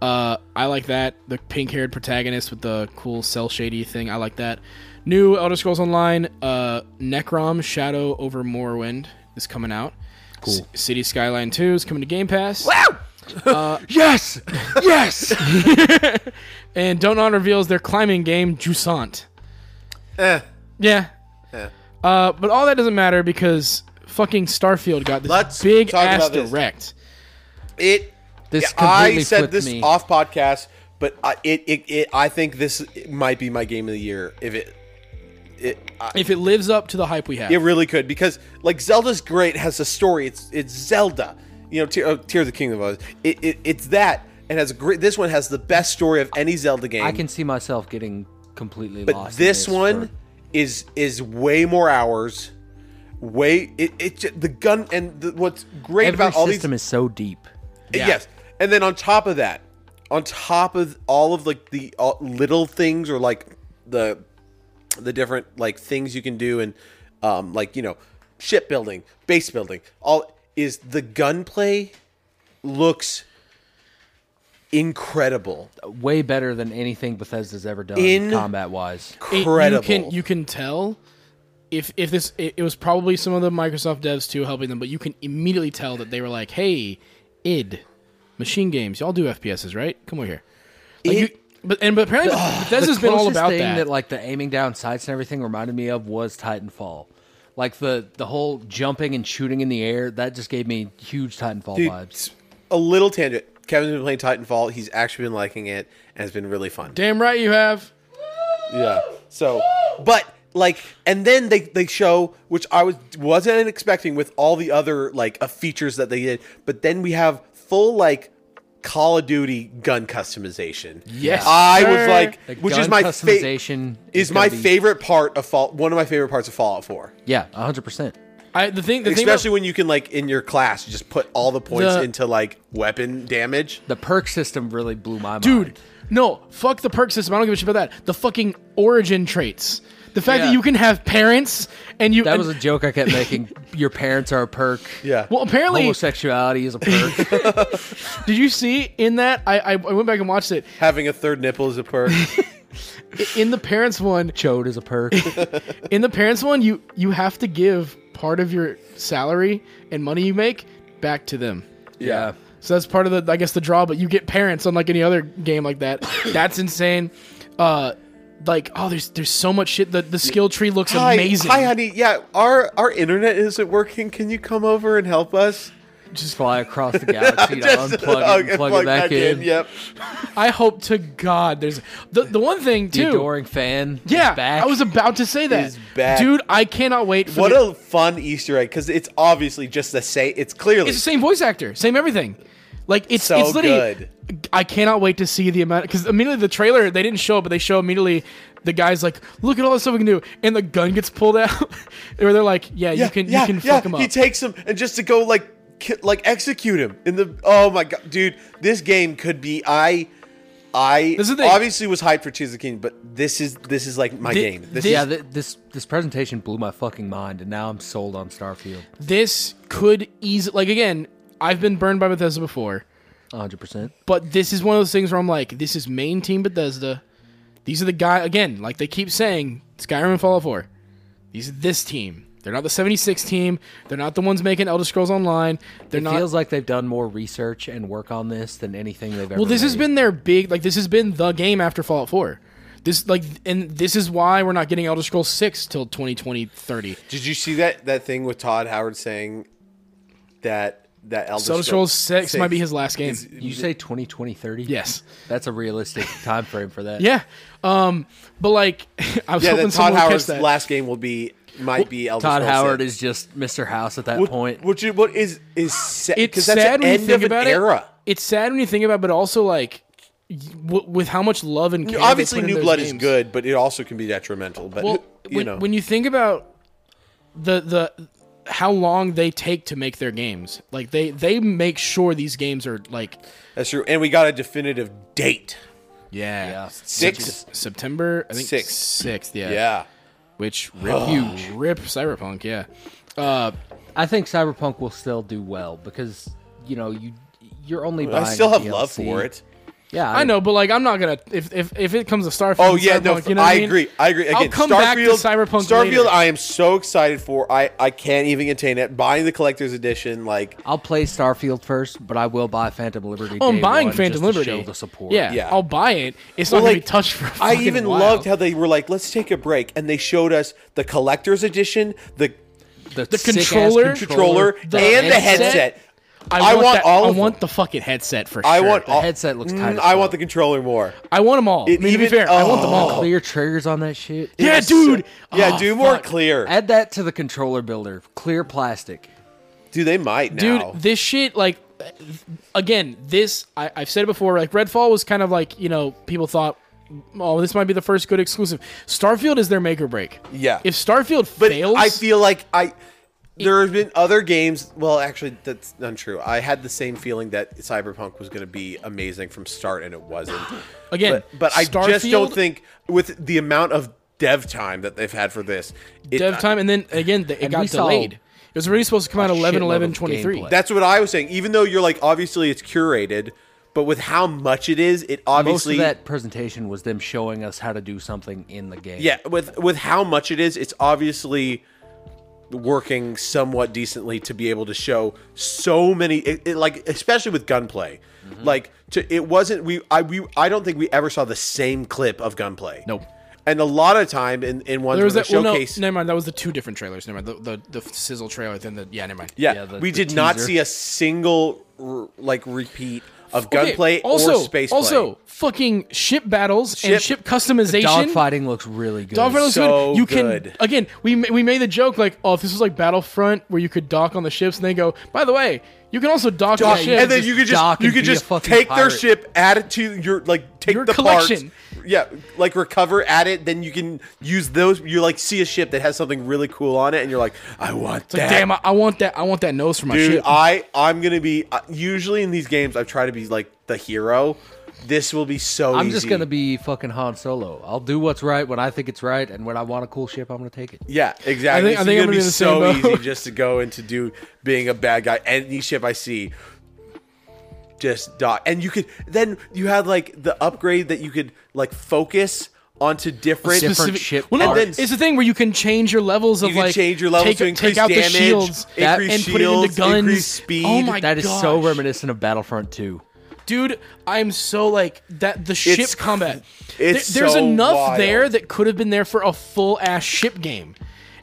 [SPEAKER 2] Uh, I like that. The pink haired protagonist with the cool cell shady thing. I like that. New Elder Scrolls Online, uh, Necrom Shadow over Morrowind is coming out. Cool. City Skyline 2 is coming to Game Pass.
[SPEAKER 4] Yes, yes.
[SPEAKER 2] And Don't Not reveals their climbing game, Jusant.
[SPEAKER 3] Eh,
[SPEAKER 2] Yeah. Uh, but all that doesn't matter because fucking Starfield got this
[SPEAKER 3] Let's
[SPEAKER 2] big
[SPEAKER 3] talk
[SPEAKER 2] ass
[SPEAKER 3] about this.
[SPEAKER 2] direct.
[SPEAKER 3] it.
[SPEAKER 4] This
[SPEAKER 3] yeah, I
[SPEAKER 4] completely
[SPEAKER 3] said
[SPEAKER 4] flipped
[SPEAKER 3] this
[SPEAKER 4] me.
[SPEAKER 3] off podcast, but I, it, it it I think this might be my game of the year if it it I,
[SPEAKER 2] If it lives up to the hype we have.
[SPEAKER 3] it really could because like Zelda's great has a story. It's it's Zelda, you know, Tear, oh, Tears of the Kingdom. was- It, it it's that and has a great. This one has the best story of any Zelda game.
[SPEAKER 4] I can see myself getting completely
[SPEAKER 3] but
[SPEAKER 4] lost. in
[SPEAKER 3] this one
[SPEAKER 4] for-
[SPEAKER 3] is is way more hours way it, it ju- the gun and the, what's great
[SPEAKER 4] every
[SPEAKER 3] about all these
[SPEAKER 4] system is so deep.
[SPEAKER 3] yes and then on top of that on top of all of like the all, little things or like the the different like things you can do and um like you know ship building base building all is the gunplay looks incredible
[SPEAKER 4] Way better than anything Bethesda's ever done
[SPEAKER 3] In-
[SPEAKER 4] combat wise.
[SPEAKER 2] It-
[SPEAKER 3] incredible
[SPEAKER 2] You can you can tell if if this it, it was probably some of the Microsoft devs too helping them, but you can immediately tell that they were like, "Hey, id, machine games, y'all do FPSs, right? Come over here." Like,
[SPEAKER 3] It-
[SPEAKER 2] you- But and but apparently Bethesda's
[SPEAKER 4] the
[SPEAKER 2] been all
[SPEAKER 4] closest
[SPEAKER 2] about
[SPEAKER 4] thing
[SPEAKER 2] that.
[SPEAKER 4] like the aiming down sights and everything reminded me of was Titanfall. Like the the whole jumping and shooting in the air, that just gave me huge Titanfall
[SPEAKER 3] Dude,
[SPEAKER 4] vibes.
[SPEAKER 3] A little tangent. Kevin's been playing Titanfall. He's actually been liking it, and it's been really fun.
[SPEAKER 2] Damn right you have.
[SPEAKER 3] Yeah. So, but like, and then they they show which I was wasn't expecting with all the other like uh, features that they did, but then we have full like Call of Duty gun customization.
[SPEAKER 2] Yes,
[SPEAKER 3] I was
[SPEAKER 2] sir.
[SPEAKER 3] like,
[SPEAKER 4] The
[SPEAKER 3] which
[SPEAKER 4] gun
[SPEAKER 3] is my favorite.
[SPEAKER 4] customization
[SPEAKER 3] Is
[SPEAKER 4] gonna
[SPEAKER 3] my
[SPEAKER 4] be-
[SPEAKER 3] favorite part of Fall. One of my favorite parts of Fallout Four,
[SPEAKER 4] Yeah, hundred percent.
[SPEAKER 2] I, the thing, the thing about-
[SPEAKER 3] especially when you can like in your class just put all the points
[SPEAKER 2] The-
[SPEAKER 3] into like weapon damage.
[SPEAKER 4] The perk system really blew my mind.
[SPEAKER 2] dude. No, fuck the perk system. I don't give a shit about that. The fucking origin traits. The fact
[SPEAKER 4] Yeah.
[SPEAKER 2] that you can have parents and you.
[SPEAKER 4] That
[SPEAKER 2] and-
[SPEAKER 4] was a joke I kept making. Your parents are a perk.
[SPEAKER 3] Yeah.
[SPEAKER 2] well, apparently,
[SPEAKER 4] Homosexuality is a perk.
[SPEAKER 2] did you see in that? I, I I went back and watched it.
[SPEAKER 3] Having a third nipple is a perk.
[SPEAKER 2] In the parents one,
[SPEAKER 4] Chode is a perk.
[SPEAKER 2] in the parents one, you you have to give part of your salary and money you make back to them.
[SPEAKER 4] Yeah.
[SPEAKER 2] So that's part of the, I guess, the draw. But you get parents, unlike any other game like that. That's insane. Uh, like, oh, there's there's so much shit. The the skill tree looks
[SPEAKER 3] Hi,
[SPEAKER 2] amazing.
[SPEAKER 3] hi, honey. Yeah, our our internet isn't working. Can you come over and help us?
[SPEAKER 4] Just fly across the galaxy to unplug it
[SPEAKER 3] Okay,
[SPEAKER 4] and plug it back, in.
[SPEAKER 3] Yep.
[SPEAKER 2] I hope to God there's the the one thing
[SPEAKER 4] The
[SPEAKER 2] too.
[SPEAKER 4] adoring fan. is
[SPEAKER 2] yeah,
[SPEAKER 4] back.
[SPEAKER 2] I was about to say that,
[SPEAKER 3] Is back.
[SPEAKER 2] dude. I cannot wait. For
[SPEAKER 3] What
[SPEAKER 2] the-
[SPEAKER 3] a fun Easter egg! Because it's obviously just the same. It's clearly
[SPEAKER 2] it's the same voice actor, same everything. Like it's
[SPEAKER 3] So
[SPEAKER 2] it's literally. I cannot wait to see the amount because immediately the trailer they didn't show it, but they show immediately the guys like look at all this stuff we can do, and the gun gets pulled out, where they're like, yeah, you can you can fuck him up.
[SPEAKER 3] He takes him and just to go like ki- like execute him in the. Oh my god, dude! This game could be I. I
[SPEAKER 2] This is the-
[SPEAKER 3] obviously was hyped for Tears of the King, but this is this is like my
[SPEAKER 2] Thi-
[SPEAKER 3] game. This
[SPEAKER 2] thi-
[SPEAKER 3] is
[SPEAKER 4] yeah, th- this this presentation blew my fucking mind, and now I'm sold on Starfield,
[SPEAKER 2] this could easily like again i've been burned by bethesda before
[SPEAKER 4] 100. percent
[SPEAKER 2] but this is one of those things where i'm like this is main team bethesda these are the guy again like they keep saying skyrim and fallout 4 these are this team they're not the 76 team they're not the ones making elder scrolls online they're
[SPEAKER 4] It
[SPEAKER 2] not
[SPEAKER 4] feels like they've done more research and work on this than anything they've ever.
[SPEAKER 2] well this has
[SPEAKER 4] made.
[SPEAKER 2] been their big like this has been the game after fallout 4 this like and this is why we're not getting elder scrolls 6 till 2020 30
[SPEAKER 3] Did you see that that thing with Todd Howard saying that that Elder,
[SPEAKER 2] so elder scrolls 6 might be his last game
[SPEAKER 3] is-
[SPEAKER 4] You say 2020, 30?
[SPEAKER 2] yes
[SPEAKER 4] that's a realistic time frame for that.
[SPEAKER 2] yeah um but like i was
[SPEAKER 3] Yeah,
[SPEAKER 2] hoping someone
[SPEAKER 3] that Todd
[SPEAKER 2] would catch
[SPEAKER 3] Howard's
[SPEAKER 2] that.
[SPEAKER 3] last game will be might be Elder
[SPEAKER 4] Todd
[SPEAKER 3] Scrolls
[SPEAKER 4] Howard
[SPEAKER 3] 6.
[SPEAKER 4] is just Mr. House at that
[SPEAKER 3] What-
[SPEAKER 4] point.
[SPEAKER 3] Which is what is is sad,
[SPEAKER 2] it's
[SPEAKER 3] 'cause
[SPEAKER 2] sad
[SPEAKER 3] that's the
[SPEAKER 2] when
[SPEAKER 3] end
[SPEAKER 2] you think
[SPEAKER 3] of
[SPEAKER 2] about
[SPEAKER 3] an era.
[SPEAKER 2] it. It's sad when you think about, it, but also like y- w- with how much love and care they
[SPEAKER 3] Obviously,
[SPEAKER 2] put in
[SPEAKER 3] New
[SPEAKER 2] those
[SPEAKER 3] Blood is
[SPEAKER 2] games.
[SPEAKER 3] good, but it also can be detrimental. But
[SPEAKER 2] Well,
[SPEAKER 3] you
[SPEAKER 2] when,
[SPEAKER 3] know,
[SPEAKER 2] when you think about the the how long they take to make their games, like they they make sure these games are like
[SPEAKER 3] that's true. And we got a definitive date.
[SPEAKER 2] yeah,
[SPEAKER 3] Six.
[SPEAKER 2] September I think
[SPEAKER 3] Sixth.
[SPEAKER 2] sixth yeah
[SPEAKER 3] Yeah.
[SPEAKER 2] which rip huge rip Cyberpunk yeah uh
[SPEAKER 4] I think Cyberpunk will still do well because you know you you're only. Buying
[SPEAKER 3] I still
[SPEAKER 4] the
[SPEAKER 3] have love
[SPEAKER 4] DLC.
[SPEAKER 3] for it.
[SPEAKER 4] Yeah,
[SPEAKER 2] I know but like I'm not gonna if if, if it comes to Starfield
[SPEAKER 3] Oh
[SPEAKER 2] and
[SPEAKER 3] yeah,
[SPEAKER 2] Cyberpunk,
[SPEAKER 3] no,
[SPEAKER 2] you know what
[SPEAKER 3] I
[SPEAKER 2] mean?
[SPEAKER 3] agree. I agree. Again,
[SPEAKER 2] I'll come
[SPEAKER 3] Starfield,
[SPEAKER 2] back to Cyberpunk
[SPEAKER 3] Starfield,
[SPEAKER 2] later.
[SPEAKER 3] I am so excited for. I I can't even contain it. Buying the collector's edition, like
[SPEAKER 4] I'll play Starfield first, but I will buy Phantom Liberty.
[SPEAKER 2] Oh, I'm
[SPEAKER 4] day
[SPEAKER 2] buying
[SPEAKER 4] one
[SPEAKER 2] Phantom
[SPEAKER 4] just to
[SPEAKER 2] Liberty.
[SPEAKER 4] show the support.
[SPEAKER 2] Yeah,
[SPEAKER 3] Yeah.
[SPEAKER 2] I'll buy it. It's
[SPEAKER 3] Well,
[SPEAKER 2] not gonna
[SPEAKER 3] like,
[SPEAKER 2] be touched for. a
[SPEAKER 3] I
[SPEAKER 2] fucking
[SPEAKER 3] even
[SPEAKER 2] while.
[SPEAKER 3] loved how they were like, let's take a break, and they showed us the collector's edition, the
[SPEAKER 4] the,
[SPEAKER 2] sick-ass
[SPEAKER 4] controller,
[SPEAKER 3] controller,
[SPEAKER 2] the
[SPEAKER 3] and the
[SPEAKER 2] headset.
[SPEAKER 3] headset.
[SPEAKER 2] I
[SPEAKER 3] I
[SPEAKER 2] want,
[SPEAKER 3] want
[SPEAKER 2] that-
[SPEAKER 3] all
[SPEAKER 2] I
[SPEAKER 3] of
[SPEAKER 2] want
[SPEAKER 3] them.
[SPEAKER 2] the fucking headset for
[SPEAKER 3] I
[SPEAKER 2] sure.
[SPEAKER 3] want
[SPEAKER 4] the
[SPEAKER 3] all-
[SPEAKER 4] headset looks tight
[SPEAKER 3] Mm,
[SPEAKER 4] as
[SPEAKER 3] I want
[SPEAKER 4] fuck.
[SPEAKER 3] the controller more.
[SPEAKER 2] I want them all.
[SPEAKER 3] It
[SPEAKER 2] I mean, to be
[SPEAKER 3] even- oh,
[SPEAKER 2] fair, I want them all.
[SPEAKER 4] clear triggers on that shit.
[SPEAKER 2] Yeah,
[SPEAKER 3] It's
[SPEAKER 2] dude.
[SPEAKER 3] so- yeah,
[SPEAKER 2] Oh,
[SPEAKER 3] do more
[SPEAKER 2] fuck.
[SPEAKER 3] clear.
[SPEAKER 4] Add that to the controller builder. Clear plastic.
[SPEAKER 3] Dude, they might
[SPEAKER 2] dude.
[SPEAKER 3] now.
[SPEAKER 2] This shit, like, again, this I, I've said it before. Like, Redfall was kind of like you know people thought, oh, this might be the first good exclusive. Starfield is their make or break.
[SPEAKER 3] Yeah.
[SPEAKER 2] If Starfield
[SPEAKER 3] but
[SPEAKER 2] fails,
[SPEAKER 3] I feel like I. There have been other games. Well, actually, that's untrue. I had the same feeling that Cyberpunk was going to be amazing from start, and it wasn't.
[SPEAKER 2] again.
[SPEAKER 3] but, but I just don't
[SPEAKER 2] Starfield-
[SPEAKER 3] think with the amount of dev time that they've had for this, it-
[SPEAKER 2] dev time, and then again, the, it
[SPEAKER 4] And we
[SPEAKER 2] got
[SPEAKER 4] saw
[SPEAKER 2] delayed. It was really supposed to come out
[SPEAKER 4] a
[SPEAKER 2] 11
[SPEAKER 4] shitload
[SPEAKER 2] 11
[SPEAKER 4] of
[SPEAKER 2] 23.
[SPEAKER 4] gameplay.
[SPEAKER 3] That's what I was saying. Even though you're like, obviously it's curated, but with how much it is, it
[SPEAKER 4] Most
[SPEAKER 3] obviously
[SPEAKER 4] of that presentation was them showing us how to do something in the game.
[SPEAKER 3] yeah with with how much it is, it's obviously working somewhat decently to be able to show so many it, it, like especially with gunplay
[SPEAKER 2] Mm-hmm.
[SPEAKER 3] like to it wasn't we i we i don't think we ever saw the same clip of gunplay
[SPEAKER 2] Nope.
[SPEAKER 3] and a lot of time in in ones
[SPEAKER 2] There
[SPEAKER 3] where
[SPEAKER 2] was
[SPEAKER 3] they
[SPEAKER 2] that. Well, no,
[SPEAKER 3] showcase
[SPEAKER 2] never mind. That was the two different trailers. Never mind. The the, the sizzle trailer. Then the yeah. Never mind.
[SPEAKER 3] yeah,
[SPEAKER 4] yeah, the-
[SPEAKER 3] we
[SPEAKER 4] the
[SPEAKER 3] did not
[SPEAKER 4] teaser.
[SPEAKER 3] see a single r- like repeat of
[SPEAKER 2] Okay,
[SPEAKER 3] gunplay
[SPEAKER 2] also,
[SPEAKER 3] or space
[SPEAKER 2] Also,
[SPEAKER 3] play.
[SPEAKER 2] fucking ship battles
[SPEAKER 3] Ship-
[SPEAKER 2] and ship customization.
[SPEAKER 4] Dogfighting looks really good.
[SPEAKER 2] Dogfight looks
[SPEAKER 3] So
[SPEAKER 2] good. You can
[SPEAKER 3] good.
[SPEAKER 2] again. We ma- we made the joke like, oh, if this was like Battlefront, where you could dock on the ships, and they go, by the way, you can also dock,
[SPEAKER 3] Dock-
[SPEAKER 2] on ships.
[SPEAKER 3] and then
[SPEAKER 4] just
[SPEAKER 3] you could just
[SPEAKER 4] dock
[SPEAKER 3] you
[SPEAKER 4] and
[SPEAKER 3] could
[SPEAKER 4] be a
[SPEAKER 3] just
[SPEAKER 4] fucking
[SPEAKER 3] take their
[SPEAKER 4] pirate.
[SPEAKER 3] ship, add it to your like take
[SPEAKER 2] Your
[SPEAKER 3] the
[SPEAKER 2] collection.
[SPEAKER 3] parts, yeah, like recover, add it. Then you can use those. You like see a ship that has something really cool on it, and you're like, I want
[SPEAKER 2] It's like,
[SPEAKER 3] that.
[SPEAKER 2] damn, I, I want that. I want that nose for my
[SPEAKER 3] Dude,
[SPEAKER 2] ship.
[SPEAKER 3] I I'm gonna be uh, usually in these games. I try to be like the hero. This will be so.
[SPEAKER 4] I'm just
[SPEAKER 3] easy.
[SPEAKER 4] gonna be fucking Han Solo. I'll do what's right when I think it's right, and when I want a cool ship, I'm gonna take it.
[SPEAKER 3] Yeah, exactly.
[SPEAKER 2] I think- I think
[SPEAKER 3] it's
[SPEAKER 2] I'm
[SPEAKER 3] gonna
[SPEAKER 2] gonna be
[SPEAKER 3] be
[SPEAKER 2] in the same
[SPEAKER 3] so
[SPEAKER 2] boat.
[SPEAKER 3] easy just to go into do being a bad guy. Any ship I see, just dot. And you could then you had like the upgrade that you could like focus onto different.
[SPEAKER 4] Different ship
[SPEAKER 2] Well, no,
[SPEAKER 3] parts.
[SPEAKER 2] it's the thing where you can change your levels of
[SPEAKER 3] You can
[SPEAKER 2] like
[SPEAKER 3] change your level
[SPEAKER 2] take,
[SPEAKER 3] to increase
[SPEAKER 2] take out
[SPEAKER 3] damage,
[SPEAKER 2] the shields
[SPEAKER 3] increase
[SPEAKER 2] and put it
[SPEAKER 3] shields,
[SPEAKER 2] into guns.
[SPEAKER 3] increase speed.
[SPEAKER 2] Oh my
[SPEAKER 4] That is so
[SPEAKER 2] gosh.
[SPEAKER 4] reminiscent of Battlefront 2.
[SPEAKER 2] dude i'm so like that the ship
[SPEAKER 3] It's-
[SPEAKER 2] combat
[SPEAKER 3] it's
[SPEAKER 2] there's
[SPEAKER 3] so
[SPEAKER 2] enough
[SPEAKER 3] wild.
[SPEAKER 2] there that could have been there for a full ass ship game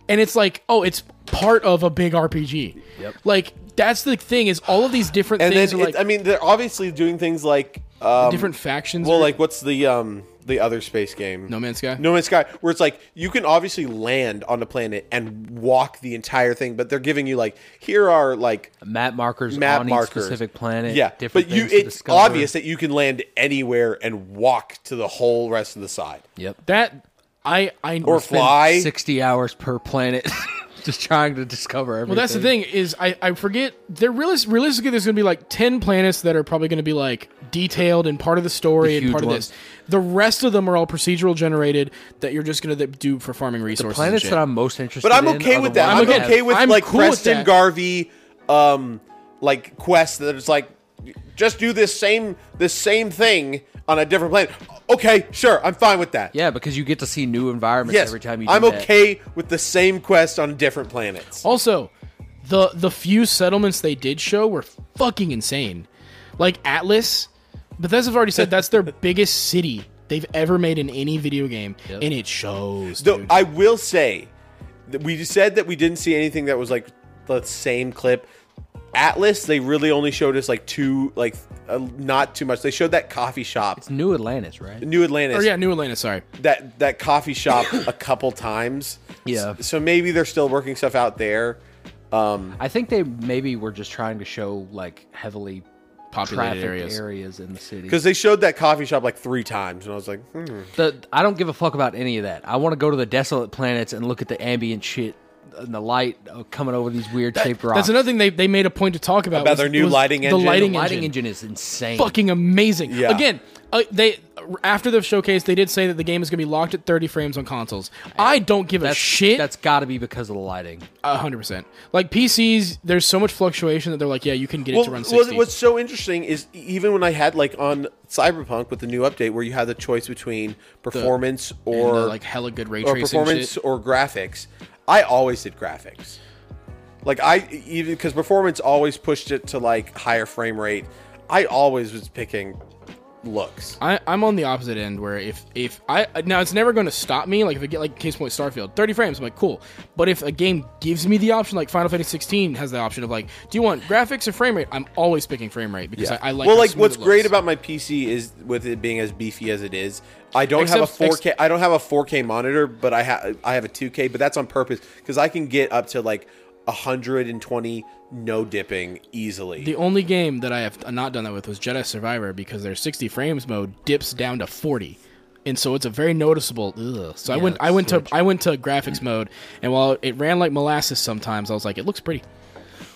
[SPEAKER 2] and it's like oh it's part of a big rpg yep. like that's the thing is all of these different
[SPEAKER 3] and
[SPEAKER 2] things
[SPEAKER 3] then
[SPEAKER 2] are
[SPEAKER 3] it-
[SPEAKER 2] like
[SPEAKER 3] I mean they're obviously doing things like um,
[SPEAKER 2] different factions
[SPEAKER 3] well,
[SPEAKER 2] are-
[SPEAKER 3] like what's the um the other space game?
[SPEAKER 2] no man's sky
[SPEAKER 3] No Man's Sky, where it's like you can obviously land on the planet and walk the entire thing, but they're giving you like here are like
[SPEAKER 4] Map markers
[SPEAKER 3] map
[SPEAKER 4] on
[SPEAKER 3] markers,
[SPEAKER 4] each specific planet.
[SPEAKER 3] Yeah,
[SPEAKER 4] different
[SPEAKER 3] but you
[SPEAKER 4] things to
[SPEAKER 3] it's
[SPEAKER 4] discover.
[SPEAKER 3] obvious that you can land anywhere and walk to the whole rest of the side
[SPEAKER 4] Yep.
[SPEAKER 2] that i i
[SPEAKER 3] or fly.
[SPEAKER 4] 60 hours per planet, just trying to discover everything.
[SPEAKER 2] well that's the thing is i i forget there realis- realistically there's gonna be like 10 planets that are probably gonna be like detailed and part of the story
[SPEAKER 4] The
[SPEAKER 2] and part
[SPEAKER 4] huge
[SPEAKER 2] of this the rest of them are all procedural generated that you're just gonna th- do for farming resources and
[SPEAKER 4] Planets
[SPEAKER 2] shit.
[SPEAKER 4] that I'm most interested
[SPEAKER 3] But I'm
[SPEAKER 4] in
[SPEAKER 3] okay
[SPEAKER 4] are
[SPEAKER 3] with
[SPEAKER 4] the
[SPEAKER 3] that.
[SPEAKER 4] ones
[SPEAKER 3] I'm
[SPEAKER 2] I'm
[SPEAKER 3] okay,
[SPEAKER 2] okay-
[SPEAKER 3] with
[SPEAKER 2] I'm
[SPEAKER 3] like
[SPEAKER 2] cool with
[SPEAKER 3] Preston
[SPEAKER 2] that.
[SPEAKER 3] Garvey, um, like quest that it's like just do this same this same thing on a different planet. Okay, sure, I'm fine with that.
[SPEAKER 4] Yeah, because you get to see new environments
[SPEAKER 3] Yes,
[SPEAKER 4] every time you do
[SPEAKER 3] I'm
[SPEAKER 4] that.
[SPEAKER 3] okay with the same quest on different planets.
[SPEAKER 2] Also, the the few settlements they did show were fucking insane. Like Atlas, Bethesda's already said that's their biggest city they've ever made in any video game, and it shows.
[SPEAKER 3] Though
[SPEAKER 2] dude.
[SPEAKER 3] I will say, that we said that we didn't see anything that was like the same clip. Atlas, they really only showed us like two, like uh, not too much. They showed that coffee shop,
[SPEAKER 4] It's New Atlantis, right?
[SPEAKER 3] New Atlantis,
[SPEAKER 2] or Oh, yeah, New Atlanta. Sorry,
[SPEAKER 3] that that coffee shop a couple times.
[SPEAKER 4] Yeah.
[SPEAKER 3] S- So maybe they're still working stuff out there.
[SPEAKER 4] I think they maybe were just trying to show like heavily
[SPEAKER 2] populated
[SPEAKER 4] trafficked
[SPEAKER 2] areas.
[SPEAKER 4] areas. in the city.
[SPEAKER 3] Because they showed that coffee shop like three times, and I was like, hmm.
[SPEAKER 4] The, I don't give a fuck about any of that. I want to go to the desolate planets and look at the ambient shit and the light uh, coming over these weird shaped rocks.
[SPEAKER 2] That's another thing they, they made a point to talk about.
[SPEAKER 3] About
[SPEAKER 2] was-
[SPEAKER 3] their new
[SPEAKER 2] was
[SPEAKER 3] lighting
[SPEAKER 2] the
[SPEAKER 3] engine?
[SPEAKER 2] Lighting
[SPEAKER 4] The lighting
[SPEAKER 2] engine.
[SPEAKER 4] engine is insane.
[SPEAKER 2] fucking amazing.
[SPEAKER 3] Yeah.
[SPEAKER 2] Again, uh, they after the showcase, they did say that the game is going to be locked at 30 frames on consoles. I don't give a
[SPEAKER 4] that's,
[SPEAKER 2] shit.
[SPEAKER 4] That's got to be because of the lighting.
[SPEAKER 2] A hundred percent. Like PCs, there's so much fluctuation that they're like, yeah, you can get it to run sixty.
[SPEAKER 3] well, what's so interesting is e, even when I had like on Cyberpunk with the new update, where you had the choice between performance
[SPEAKER 2] and
[SPEAKER 3] or
[SPEAKER 2] the, like hella good ray
[SPEAKER 3] or
[SPEAKER 2] tracing
[SPEAKER 3] performance
[SPEAKER 2] shit.
[SPEAKER 3] or graphics. I always did graphics. Like I even because performance always pushed it to like higher frame rate. I always was picking looks.
[SPEAKER 2] I, I'm on the opposite end where if if I now it's never going to stop me. Like if I get like case point Starfield, 30 frames, I'm like cool. But if a game gives me the option, like Final Fantasy 16 has the option of like, do you want graphics or frame rate? I'm always picking frame rate because I, I like.
[SPEAKER 3] well,
[SPEAKER 2] how
[SPEAKER 3] like
[SPEAKER 2] smooth
[SPEAKER 3] what's
[SPEAKER 2] it looks.
[SPEAKER 3] great about my PC is with it being as beefy as it is. I don't have a
[SPEAKER 2] Except-
[SPEAKER 3] 4K. I don't have a 4K monitor, but I have I have a 2K, but that's on purpose because I can get up to like 120 no dipping easily.
[SPEAKER 2] the only game that I have not done that with was Jedi Survivor because their 60 frames mode dips down to 40. And so it's a very noticeable. Ugh. So I went, I went to, I went to graphics mode, and while it ran like molasses sometimes, I was like, it looks pretty.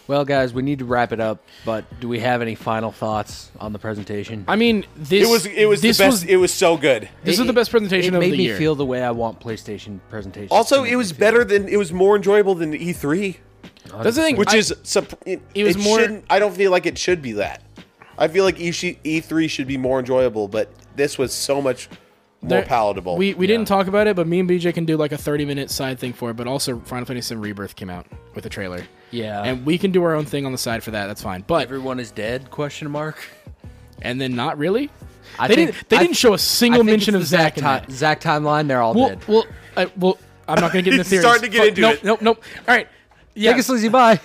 [SPEAKER 4] Well, guys, we need to wrap it up. But do we have any final thoughts on the presentation?
[SPEAKER 2] I mean, this
[SPEAKER 3] it was it was the
[SPEAKER 2] this
[SPEAKER 3] best. it was so good.
[SPEAKER 2] This is the best presentation
[SPEAKER 4] it
[SPEAKER 2] of
[SPEAKER 4] made
[SPEAKER 2] the
[SPEAKER 4] me
[SPEAKER 2] year.
[SPEAKER 4] feel the way I want PlayStation presentations.
[SPEAKER 3] Also,
[SPEAKER 4] to
[SPEAKER 3] it was
[SPEAKER 4] make me feel.
[SPEAKER 3] better than it was more enjoyable than E3.
[SPEAKER 2] That's the thing.
[SPEAKER 3] which
[SPEAKER 2] I-
[SPEAKER 3] is sup- it,
[SPEAKER 2] It was
[SPEAKER 3] it
[SPEAKER 2] more-
[SPEAKER 3] shouldn't- I don't feel like it should E be that. I feel like E3 should be more enjoyable, but this was so much more
[SPEAKER 2] There-
[SPEAKER 3] palatable.
[SPEAKER 2] We, we didn't talk about it, but me and BJ can do like a 30 minute side thing for it. But also, Final Fantasy VII Rebirth came out with a trailer.
[SPEAKER 4] Yeah.
[SPEAKER 2] And we can do our own thing on the side for that. That's fine. But,
[SPEAKER 4] Everyone is dead? Question mark.
[SPEAKER 2] and then not really?
[SPEAKER 4] I
[SPEAKER 2] they
[SPEAKER 4] think-
[SPEAKER 2] didn't, they
[SPEAKER 4] I-
[SPEAKER 2] didn't show a single
[SPEAKER 4] I think
[SPEAKER 2] mention
[SPEAKER 4] it's
[SPEAKER 2] of
[SPEAKER 4] the
[SPEAKER 2] Zack in
[SPEAKER 4] Zack
[SPEAKER 2] that.
[SPEAKER 4] ti- Zack timeline. They're all
[SPEAKER 2] Well, uh,
[SPEAKER 4] dead.
[SPEAKER 2] well, I, well, I'm not going to get into
[SPEAKER 3] He's
[SPEAKER 2] theories.
[SPEAKER 3] starting to get
[SPEAKER 2] Fuck,
[SPEAKER 3] into
[SPEAKER 2] nope,
[SPEAKER 3] it.
[SPEAKER 2] Nope, nope. All right. Yeah.
[SPEAKER 4] Take a sleazy bye.